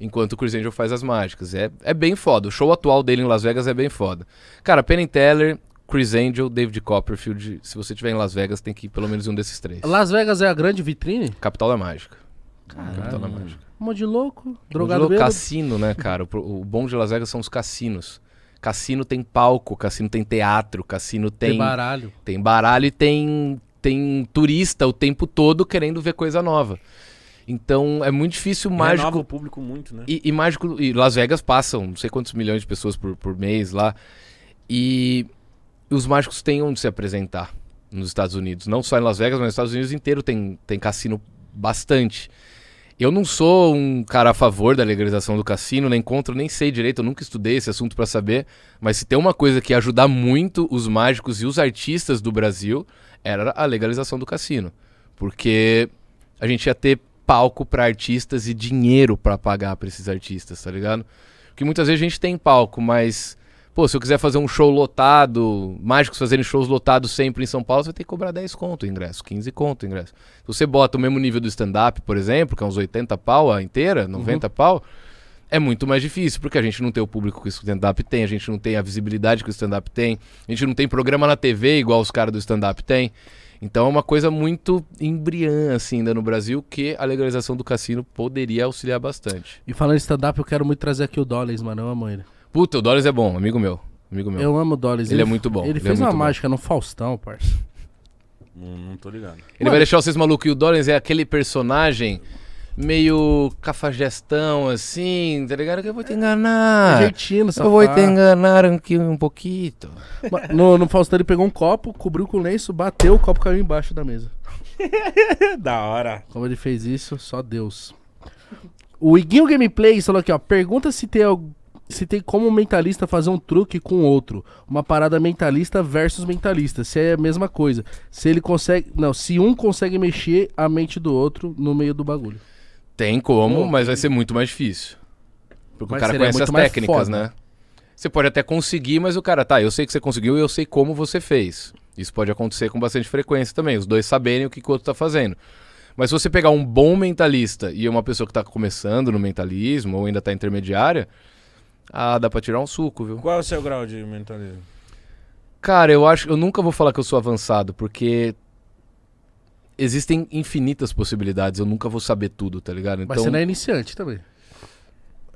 C: enquanto o Chris Angel faz as mágicas. É, é bem foda. O show atual dele em Las Vegas é bem foda. Cara, Penn and Teller, Chris Angel, David Copperfield. Se você estiver em Las Vegas, tem que ir pelo menos em um desses três.
B: Las Vegas é a grande vitrine?
C: Capital da Mágica. Capital da Mágica.
B: Um monte de louco,
C: Onde
B: drogado
C: lo-
B: bêbado.
C: Cassino, né, cara? O, pro- o bom de Las Vegas são os cassinos. Cassino tem palco, cassino tem teatro, cassino tem,
B: Tem baralho.
C: tem baralho e tem, tem turista o tempo todo querendo ver coisa nova. Então é muito difícil o mágico
G: Renova o público muito, né?
C: e, e mágico. E Las Vegas passam não sei quantos milhões de pessoas por, por mês lá. E os mágicos têm onde se apresentar nos Estados Unidos. Não só em Las Vegas, mas nos Estados Unidos inteiro tem, tem cassino bastante. Eu não sou um cara a favor da legalização do cassino, nem contra, nem sei direito, eu nunca estudei esse assunto pra saber. Mas se tem uma coisa que ia ajudar muito os mágicos e os artistas do Brasil, era a legalização do cassino. Porque a gente ia ter palco pra artistas e dinheiro pra pagar pra esses artistas, tá ligado? Porque muitas vezes a gente tem palco, mas pô, se eu quiser fazer um show lotado, mágicos fazerem shows lotados sempre em São Paulo, você vai ter que cobrar 10 conto o ingresso, 15 conto o ingresso. Se você bota o mesmo nível do stand-up, por exemplo, que é uns 80 pau a inteira, 90 pau, é muito mais difícil, porque a gente não tem o público que o stand-up tem, a gente não tem a visibilidade que o stand-up tem, a gente não tem programa na TV igual os caras do stand-up têm. Então é uma coisa muito embriã, assim, ainda no Brasil, que a legalização do cassino poderia auxiliar bastante.
B: E falando em stand-up, eu quero muito trazer aqui o Dollars, mano. Eu amo ele.
C: Puta, o Dóris é bom, amigo meu. Amigo meu.
B: Eu amo o Dollars.
C: Ele é muito bom,
B: Ele,
C: ele é
B: fez uma
C: muito bom.
B: mágica no Faustão, parça.
G: Não, não tô ligado.
C: Ele vai deixar vocês malucos. E o Dollars é aquele personagem meio cafajestão, assim, tá ligado? Que eu vou te enganar.
B: Argentino,
C: Ah, eu vou te
B: safado.
C: enganar aqui um pouquinho.
B: Ma- No, no Faustão ele pegou um copo, cobriu com lenço, bateu, o copo caiu embaixo da mesa.
A: É da hora.
B: Como ele fez isso, só Deus. O Iguinho Gameplay falou aqui, ó. Pergunta se tem, al- se tem como um mentalista fazer um truque com outro. Uma parada mentalista versus mentalista. Se é a mesma coisa. Se ele consegue. Não, se um consegue mexer a mente do outro no meio do bagulho.
C: Tem como, mas vai ser muito mais difícil. Porque
B: Mas
C: o cara
B: seria
C: conhece
B: muito
C: as
B: mais
C: técnicas,
B: foda.
C: né? Você pode até conseguir, mas o cara, tá, eu sei que você conseguiu e eu sei como você fez. Isso pode acontecer com bastante frequência também, os dois saberem o que, que o outro tá fazendo. Mas se você pegar um bom mentalista e uma pessoa que tá começando no mentalismo ou ainda tá intermediária, ah, dá pra tirar um suco, viu?
G: Qual é o seu grau de mentalismo?
C: Cara, eu acho, eu nunca vou falar que eu sou avançado, porque existem infinitas possibilidades, eu nunca vou saber tudo, tá ligado?
B: Mas você não é iniciante também.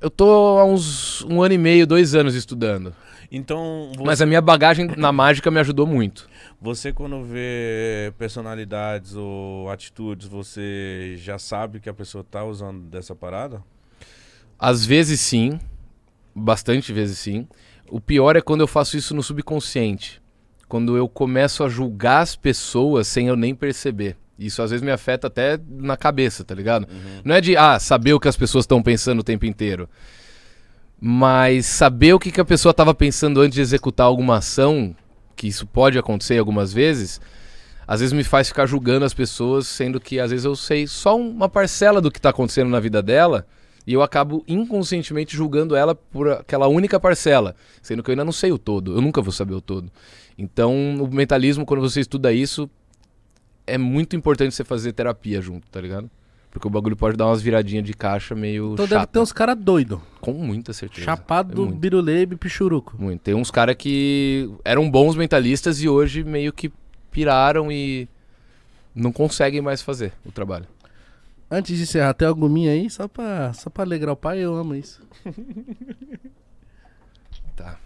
C: Eu tô há uns um ano e meio, dois anos estudando.
G: Então, você,
C: Mas a minha bagagem na mágica me ajudou muito.
G: você quando vê personalidades ou atitudes, você já sabe que a pessoa tá usando dessa parada?
C: Às vezes sim, bastante vezes sim. O pior é quando eu faço isso no subconsciente. Quando eu começo a julgar as pessoas sem eu nem perceber. Isso às vezes me afeta até na cabeça, tá ligado? Não é de, ah, saber o que as pessoas estão pensando o tempo inteiro. Mas saber o que, que a pessoa estava pensando antes de executar alguma ação, que isso pode acontecer algumas vezes, às vezes me faz ficar um, julgando as pessoas, sendo que às vezes eu sei só uma parcela do que está acontecendo na tá vida dela E eu acabo inconscientemente julgando ela por aquela única parcela, sendo que eu ainda não sei o todo, eu nunca vou saber o todo. Então, o mentalismo, quando você estuda isso, é muito importante você fazer terapia junto, tá ligado? Porque o bagulho pode dar umas viradinhas de caixa meio
B: Então deve
C: chata,
B: ter uns caras doidos.
C: com muita certeza. É
B: Chapado,
C: muito.
B: birulebe, pichuruco.
C: Muito. Tem uns caras que eram bons mentalistas e hoje meio que piraram e não conseguem mais fazer o trabalho.
B: Antes de encerrar, tem algum minha aí? Só pra, só pra alegrar o pai, eu amo isso.
C: Tá.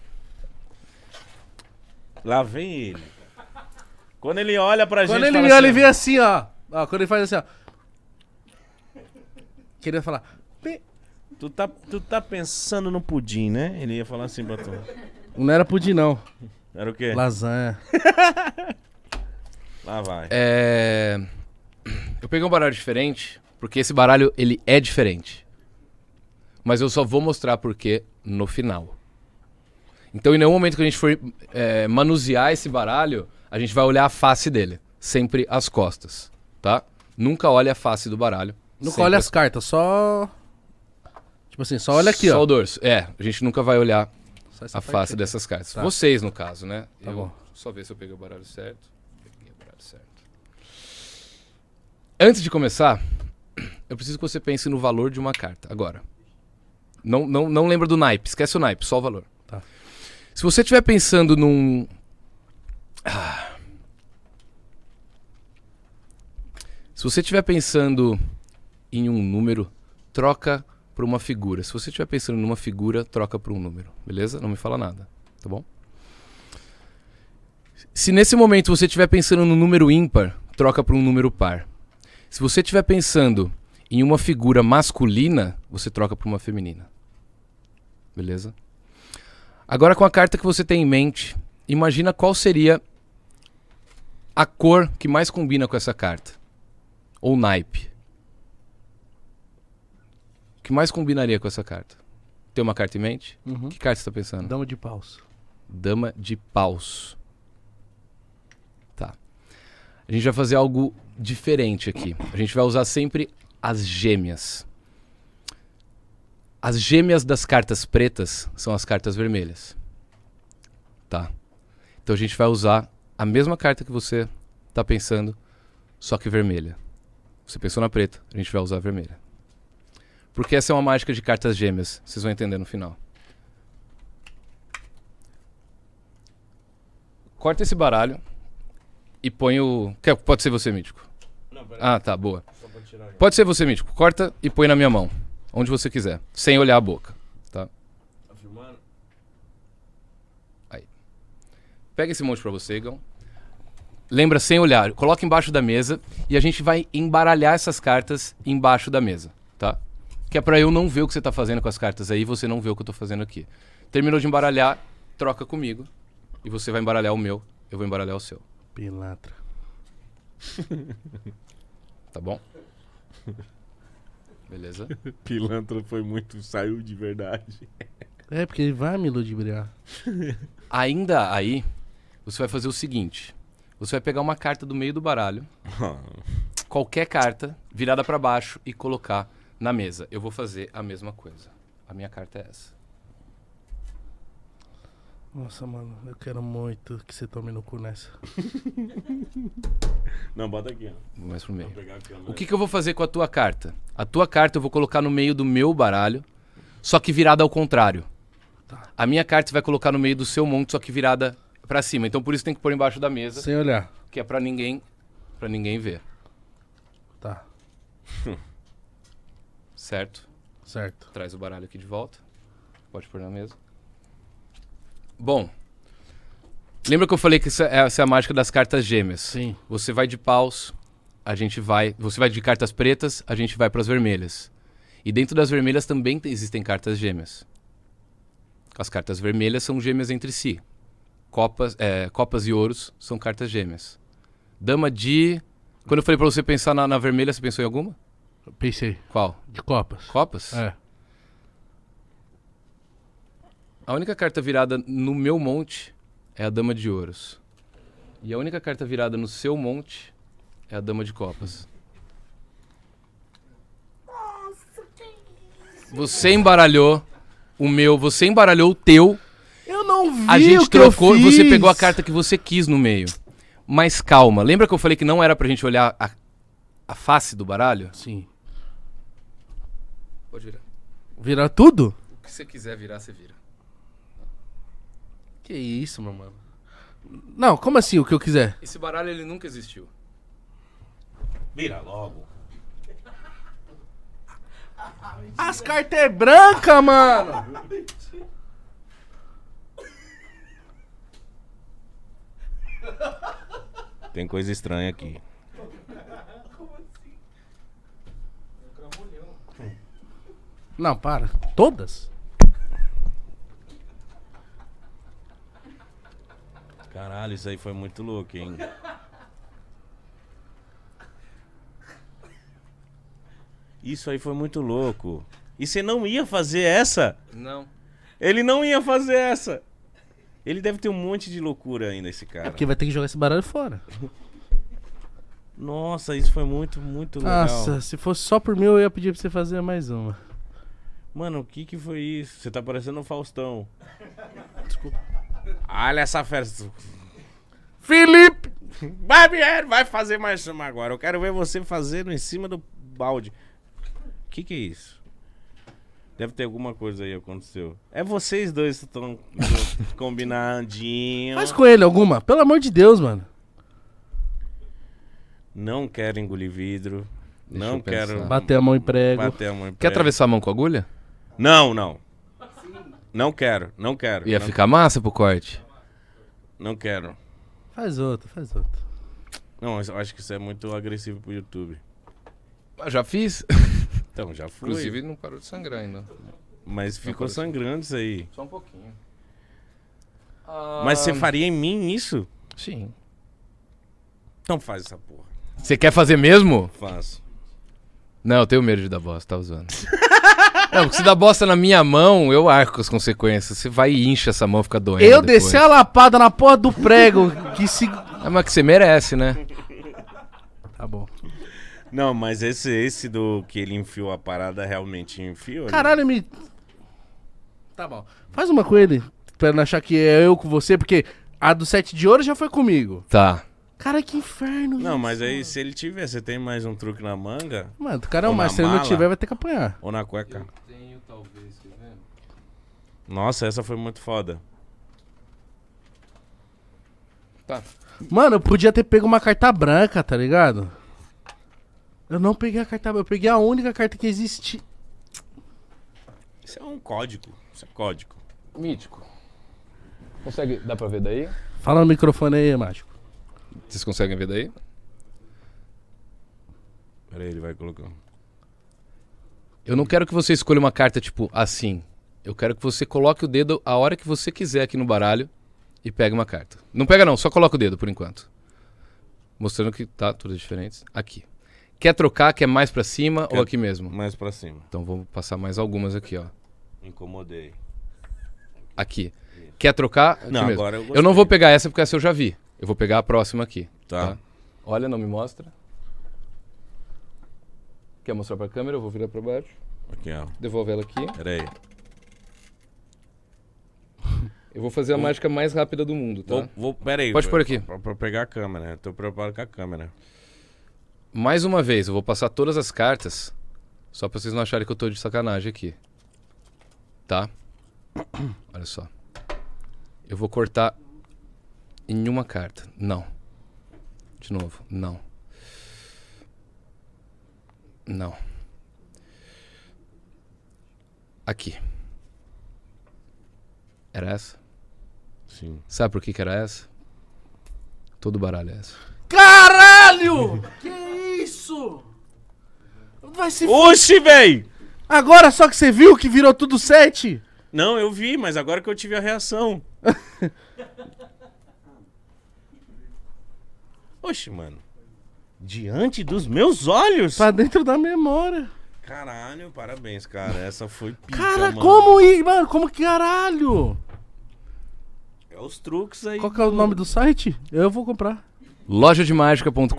G: Lá vem ele. Quando ele olha pra
B: Quando
G: gente.
B: ele
G: fala
B: me olha, ele
G: assim,
B: vem assim, ó. Ó, Quando ele faz assim, ó. Queria falar. "Pe-".
G: Tu tá, tu tá pensando no pudim, né? Ele ia falar assim pra tu.
B: Não era pudim, não.
G: Era o
C: É.
G: quê? Lá,
B: Lasanha.
G: vai.
C: É... Eu peguei um baralho diferente, porque esse baralho ele é diferente. Mas eu só vou mostrar porque no final. Então, em nenhum momento que a gente for é, manusear esse baralho, a gente vai olhar a face dele. Sempre as costas, tá? Nunca olha a face do baralho.
B: Nunca
C: sempre
B: olha
C: as
B: as cartas, só. Tipo assim, só olha aqui,
C: Só
B: ó.
C: o dorso. É, a gente nunca vai olhar
B: Só essa
C: a
B: parte
C: face
B: aí.
C: dessas cartas.
B: Tá.
C: Vocês, no caso, né?
B: Tá
C: eu
B: bom.
C: só ver se eu peguei o baralho certo. Peguei o baralho certo. Antes de começar, eu preciso que você pense no valor de uma carta. Agora. Não, não, não lembra do naipe. Esquece o naipe, só o valor.
B: Tá.
C: Se você estiver pensando num... Ah. Se você estiver pensando em um número, troca por uma figura. Se você estiver pensando numa figura, troca por um número, beleza? Não me fala nada, tá bom? Se nesse momento você estiver pensando no número ímpar, troca por um número par. Se você estiver pensando em uma figura masculina, você troca por uma feminina. Beleza? Agora com a carta que você tem em mente, imagina qual seria a cor que mais combina com essa carta. Ou naipe. O que mais combinaria com essa carta? Tem uma carta em mente?
B: Uhum.
C: Que carta você está pensando?
B: Dama de paus.
C: Dama de paus. Tá. A gente vai fazer algo diferente aqui. A gente vai usar sempre as gêmeas. As gêmeas das cartas pretas são as cartas vermelhas. Tá. Então a gente vai usar a mesma carta que você tá pensando, só que vermelha. Você pensou na preta, a gente vai usar a vermelha. Porque essa é uma mágica de cartas gêmeas, vocês vão entender no final. Corta esse baralho e põe o. Quer- Pode ser você, mítico. ah, tá, boa. Pode ser você, mítico. Corta e põe na minha mão. Onde você quiser. Sem olhar a boca. Tá? Aí. Pega esse monte pra você, Igão. Lembra sem olhar. Coloca embaixo da mesa e a gente vai embaralhar essas cartas embaixo da mesa, tá? Que é pra eu não ver o que você tá fazendo com as cartas aí e você não ver o que eu tô fazendo aqui. Terminou de embaralhar, troca comigo. E você vai embaralhar o meu, eu vou embaralhar o seu,
B: Pilantra.
C: tá bom? Beleza?
G: É, Pilantra foi muito. saiu de verdade.
B: É, porque ele vai me ludibriar.
C: Ainda aí, você vai fazer o seguinte: você vai pegar uma carta do meio do baralho, qualquer carta, virada pra baixo e colocar na mesa. Eu vou fazer a mesma coisa. A minha carta é essa.
B: Nossa, mano, eu quero muito que você tome no cu nessa.
G: Não, bota aqui, ó.
C: Vou mais pro meio.
G: Pegar a câmera.
C: O que, que eu vou fazer com a tua carta? A tua carta eu vou colocar no meio do meu baralho, só que virada ao contrário. A minha carta você vai colocar no meio do seu monte, só que virada pra cima. Então por isso tem que pôr embaixo da mesa,
B: Sem olhar.
C: que é pra ninguém, para ninguém ver,
B: Tá,
C: certo?
B: certo.
C: Traz o baralho aqui de volta. Pode pôr na mesa. Bom. Lembra que eu falei que essa é, essa é a mágica das cartas gêmeas?
B: Sim.
C: Você vai de paus, a gente vai. Você vai de cartas pretas, a gente vai para as vermelhas. E dentro das vermelhas também te- existem cartas gêmeas. As cartas vermelhas são gêmeas entre si. Copas, é, copas e ouros são cartas gêmeas. Dama de. Quando eu falei para você pensar na, na vermelha, você pensou em alguma?
B: Eu Pensei,
C: Qual?
B: de copas.
C: Copas?
B: É.
C: A única carta virada no meu monte é a Dama de Ouros. E a única carta virada no seu monte é a Dama de Copas.
K: Nossa, que isso?
C: Você embaralhou o meu, você embaralhou o teu.
B: Eu não vi
C: A gente
B: o que
C: trocou,
B: eu fiz.
C: você pegou a carta que você quis no meio. Mas calma, lembra que eu falei que não era pra gente olhar a, a face do baralho?
B: Sim.
C: Pode virar.
B: Virar tudo?
C: O que você quiser virar, você vira.
B: Que isso, meu mano. Não, como assim o que eu quiser?
C: Esse baralho ele nunca existiu.
A: Vira logo.
B: As cartas é branca, mano.
A: Tem coisa estranha aqui.
B: Não, para. Todas?
A: Caralho, isso aí foi muito louco, hein? Isso aí foi muito louco. E você não ia fazer essa?
C: Não.
A: Ele não ia fazer essa. Ele deve ter um monte de loucura ainda, esse cara.
B: Porque vai ter É que jogar esse baralho fora.
A: Nossa, isso foi muito, muito legal.
B: Nossa, se fosse só por mim, eu ia pedir pra você fazer mais uma.
A: Mano, o que que foi isso? Você tá parecendo um Faustão. Desculpa. Olha essa festa.
B: Felipe!
A: Barbieri vai fazer mais uma agora. Eu quero ver você fazendo em cima do balde. O que que é isso? Deve ter alguma coisa aí que aconteceu. É vocês dois que estão combinandinho.
B: Faz com ele alguma. Pelo amor de Deus, mano.
A: Não quero engolir vidro.
C: Deixa
A: não
C: eu pensar.
A: quero
B: Bater a mão em prego.
A: bater a mão em
C: Quer
A: pé.
C: atravessar a mão com agulha?
A: Não, não. Não quero, não quero.
C: Ia
A: não,
C: ficar massa pro corte.
A: não quero.
B: Faz outro, faz outro.
A: Não, eu acho que isso é muito agressivo pro YouTube.
C: Eu Ah, já fiz.
A: Então, já fui.
C: Inclusive, não parou de sangrar ainda.
A: mas ficou
C: parece-
A: sangrando isso aí.
C: Só um pouquinho. Ah.
A: Mas você faria em mim isso?
C: Sim.
A: Então faz essa porra.
C: Você quer fazer mesmo?
A: Faço.
C: Não, eu tenho medo de dar bosta, tá zoando. Não, porque se dá bosta na minha mão, eu arco com as consequências. Você vai e incha essa mão, fica doendo.
B: Eu
C: depois.
B: descer a lapada na porra do prego que se.
C: É, mas que você merece, né?
B: Tá bom.
A: Não, mas esse, esse do que ele enfiou a parada realmente enfiou. né?
B: Caralho, me. Tá bom. Faz uma com ele. Pra não achar que é eu com você, porque a do sete de ouro já foi comigo.
C: Tá.
B: Cara, que inferno.
A: Não,
B: isso,
A: mas aí
B: mano.
A: se ele tiver, você tem mais um truque na manga
B: Mano, o cara é um
A: Ou na
B: master. Se ele não
A: mala.
B: tiver, vai ter que apanhar.
A: ou na cueca?
L: Tenho, talvez, quer ver?
A: Nossa, essa foi muito foda.
C: Tá.
B: Mano, eu podia ter pego uma carta branca, tá ligado? Eu não peguei a carta branca. Eu peguei a única carta que existe.
A: Isso é um código. Isso é código.
C: Mítico. Consegue. Dá pra ver daí?
B: Fala no microfone aí, mágico.
C: Vocês conseguem ver daí?
A: Pera aí, ele vai colocar.
C: Eu não quero que você escolha uma carta, tipo, assim. Eu quero que você coloque o dedo a hora que você quiser aqui no baralho e pegue uma carta. Não pega não, só coloca o dedo por enquanto. Mostrando que tá todas diferentes. Aqui. Quer trocar, quer mais pra cima ou aqui mesmo?
A: Mais pra cima.
C: Então vamos passar mais algumas aqui, ó.
A: Incomodei.
C: Aqui. Quer trocar? Aqui
A: Não,
C: mesmo.
A: agora eu
C: eu, não vou pegar essa porque essa eu já vi. Eu vou pegar a próxima aqui.
A: Tá.
C: Olha, não me mostra. Quer mostrar pra câmera? Eu vou virar pra baixo.
A: Aqui, ó.
C: Devolve ela aqui.
A: Pera aí.
C: Eu vou fazer a mágica mais rápida do mundo, tá?
A: Hum. Vou, vou, pera aí.
C: Pode
A: pra-
C: pôr aqui.
A: Pra, pra pegar a câmera. né? Tô preocupado com a câmera.
C: Mais uma vez, eu vou passar todas as cartas. Só pra vocês não acharem que eu tô de sacanagem aqui. Tá? Olha só. Eu vou cortar em uma carta. Não. De novo. Não. Não. Aqui. Era essa?
A: Sim.
C: Sabe por que, que era essa? Todo baralho é essa.
B: Caralho! que isso? Vai se.
A: Oxi, véi!
B: Agora só que você viu que virou tudo sete?
A: Não, eu vi, mas agora que eu tive a reação. Oxe, mano. Diante dos meus olhos?
B: Tá dentro da memória.
A: Caralho, parabéns, cara. Essa foi pica,
B: Cara,
A: mano.
B: como ir, mano? Como que caralho?
A: É os truques aí.
B: Qual que é o nome do site? Eu vou comprar.
C: Lojademagica.com.br.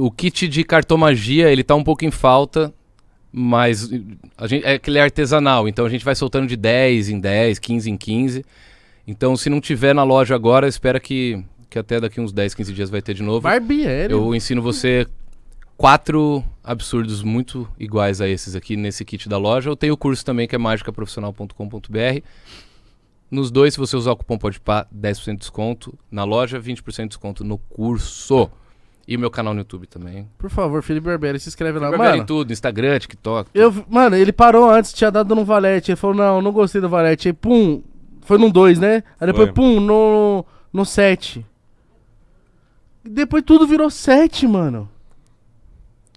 C: O kit de cartomagia, ele tá um pouco em falta. Mas a gente, é que ele é artesanal, então a gente vai soltando de 10 em 10, 15 em 15. Então, se não tiver na loja agora, espera que, que até daqui uns 10, 15 dias vai ter de novo.
B: Barbieri.
C: Eu ensino você quatro absurdos muito iguais a esses aqui nesse kit da loja. Eu tenho o curso também que é mágicaprofissional.com.br. Nos dois, se você usar o cupom pode PODPAR, 10% de desconto na loja, 20% de desconto no curso. E o meu canal no YouTube também.
B: Por favor, Felipe Barbieri, se inscreve lá.
C: Barbieri
B: Ah, Mano,
C: em tudo, Instagram, TikTok.
B: eu, mano, ele parou antes, tinha dado no Valete. Ele falou, não, não gostei do Valete. Aí, pum, foi num 2, né? Aí depois,
A: Foi.
B: pum, no 7. Depois tudo virou 7, mano.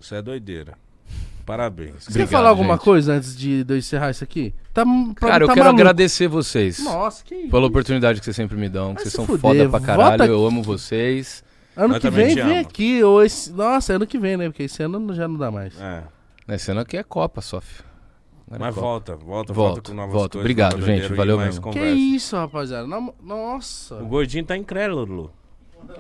A: Isso é doideira. Parabéns.
B: Você quer
C: Obrigado,
B: falar alguma
C: gente.
B: coisa antes de, de eu encerrar isso aqui? Tá, pra
C: Cara,
B: mim
C: eu
B: tá
C: quero
B: maluco.
C: agradecer vocês
B: Nossa, que
C: pela oportunidade que vocês sempre me dão.
B: Vai
C: que vocês
B: se
C: são
B: fuder,
C: foda pra
B: vota
C: caralho.
B: aqui.
C: Eu amo vocês.
B: Ano
A: Nós
B: que
A: também
B: vem
A: te
B: vem
A: amo.
B: aqui, ou esse... Nossa, ano que vem, né? Porque esse ano já não dá mais.
A: É,
C: Esse ano aqui é Copa, Sof. Agora é
A: mas
C: Copa.
A: volta, volta, volta
C: Volto,
A: com novas
C: volto.
A: coisas.
C: Obrigado,
A: nova
C: gente,
A: doideira e
C: valeu
A: mais
C: mesmo.
B: que
A: conversa.
B: isso, rapaziada? Na- Nossa.
A: O gordinho tá incrédulo.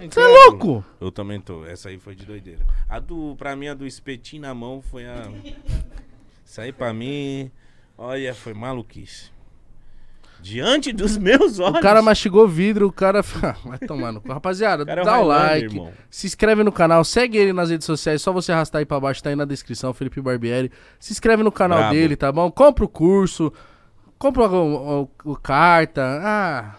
B: Você é louco?
A: Eu também tô. Essa aí foi de doideira. A do, pra mim, a do espetinho na mão foi a. Isso aí pra mim. Olha, foi maluquice. Diante dos meus olhos.
B: O cara mastigou vidro, o cara. Ah, Vai tomar no cu. Rapaziada,
A: O cara é
B: dá o
A: Highlander,
B: like.
A: irmão.
B: Se inscreve no canal, segue ele nas redes sociais. Só você arrastar aí pra baixo, tá aí na descrição, Felipe Barbieri. Se inscreve no canal
A: Brabo.
B: dele, tá bom? Compra o curso. Compra o, o- o carta. Ah.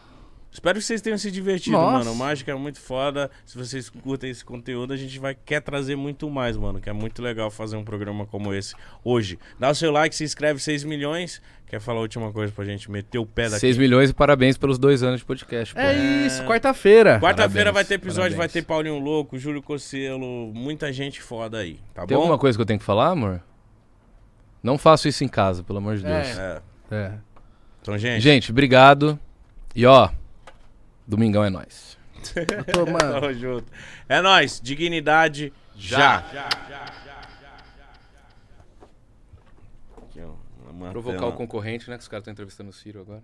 A: Espero que vocês tenham se divertido,
B: Nossa.
A: mano. O Mágica é muito foda. Se vocês curtem esse conteúdo, a gente vai quer trazer muito mais, mano. Que é muito legal fazer um programa como esse hoje. Dá o seu like, se inscreve 6 milhões. Quer falar a última coisa pra gente meter o pé É daqui?
C: 6 milhões e parabéns pelos dois anos de podcast. pô.
B: É isso, quarta-feira.
A: Quarta-feira
C: Parabéns,
A: vai ter episódio,
C: parabéns.
A: vai ter Paulinho Louco, Júlio Cocelo, muita gente foda aí, tá
C: Tem
A: bom?
C: alguma coisa que eu tenho que falar, amor? Não faço isso em casa, pelo amor de Deus.
B: É.
A: É.
B: É.
A: Então, gente,
C: Gente, obrigado. E ó, domingão é nóis.
B: Eu tô, mano.
A: tamo junto. É nóis, dignidade já. Aqui, ó, uma
C: Provocar
A: tela.
C: o concorrente, né? Que os caras estão entrevistando o Ciro agora.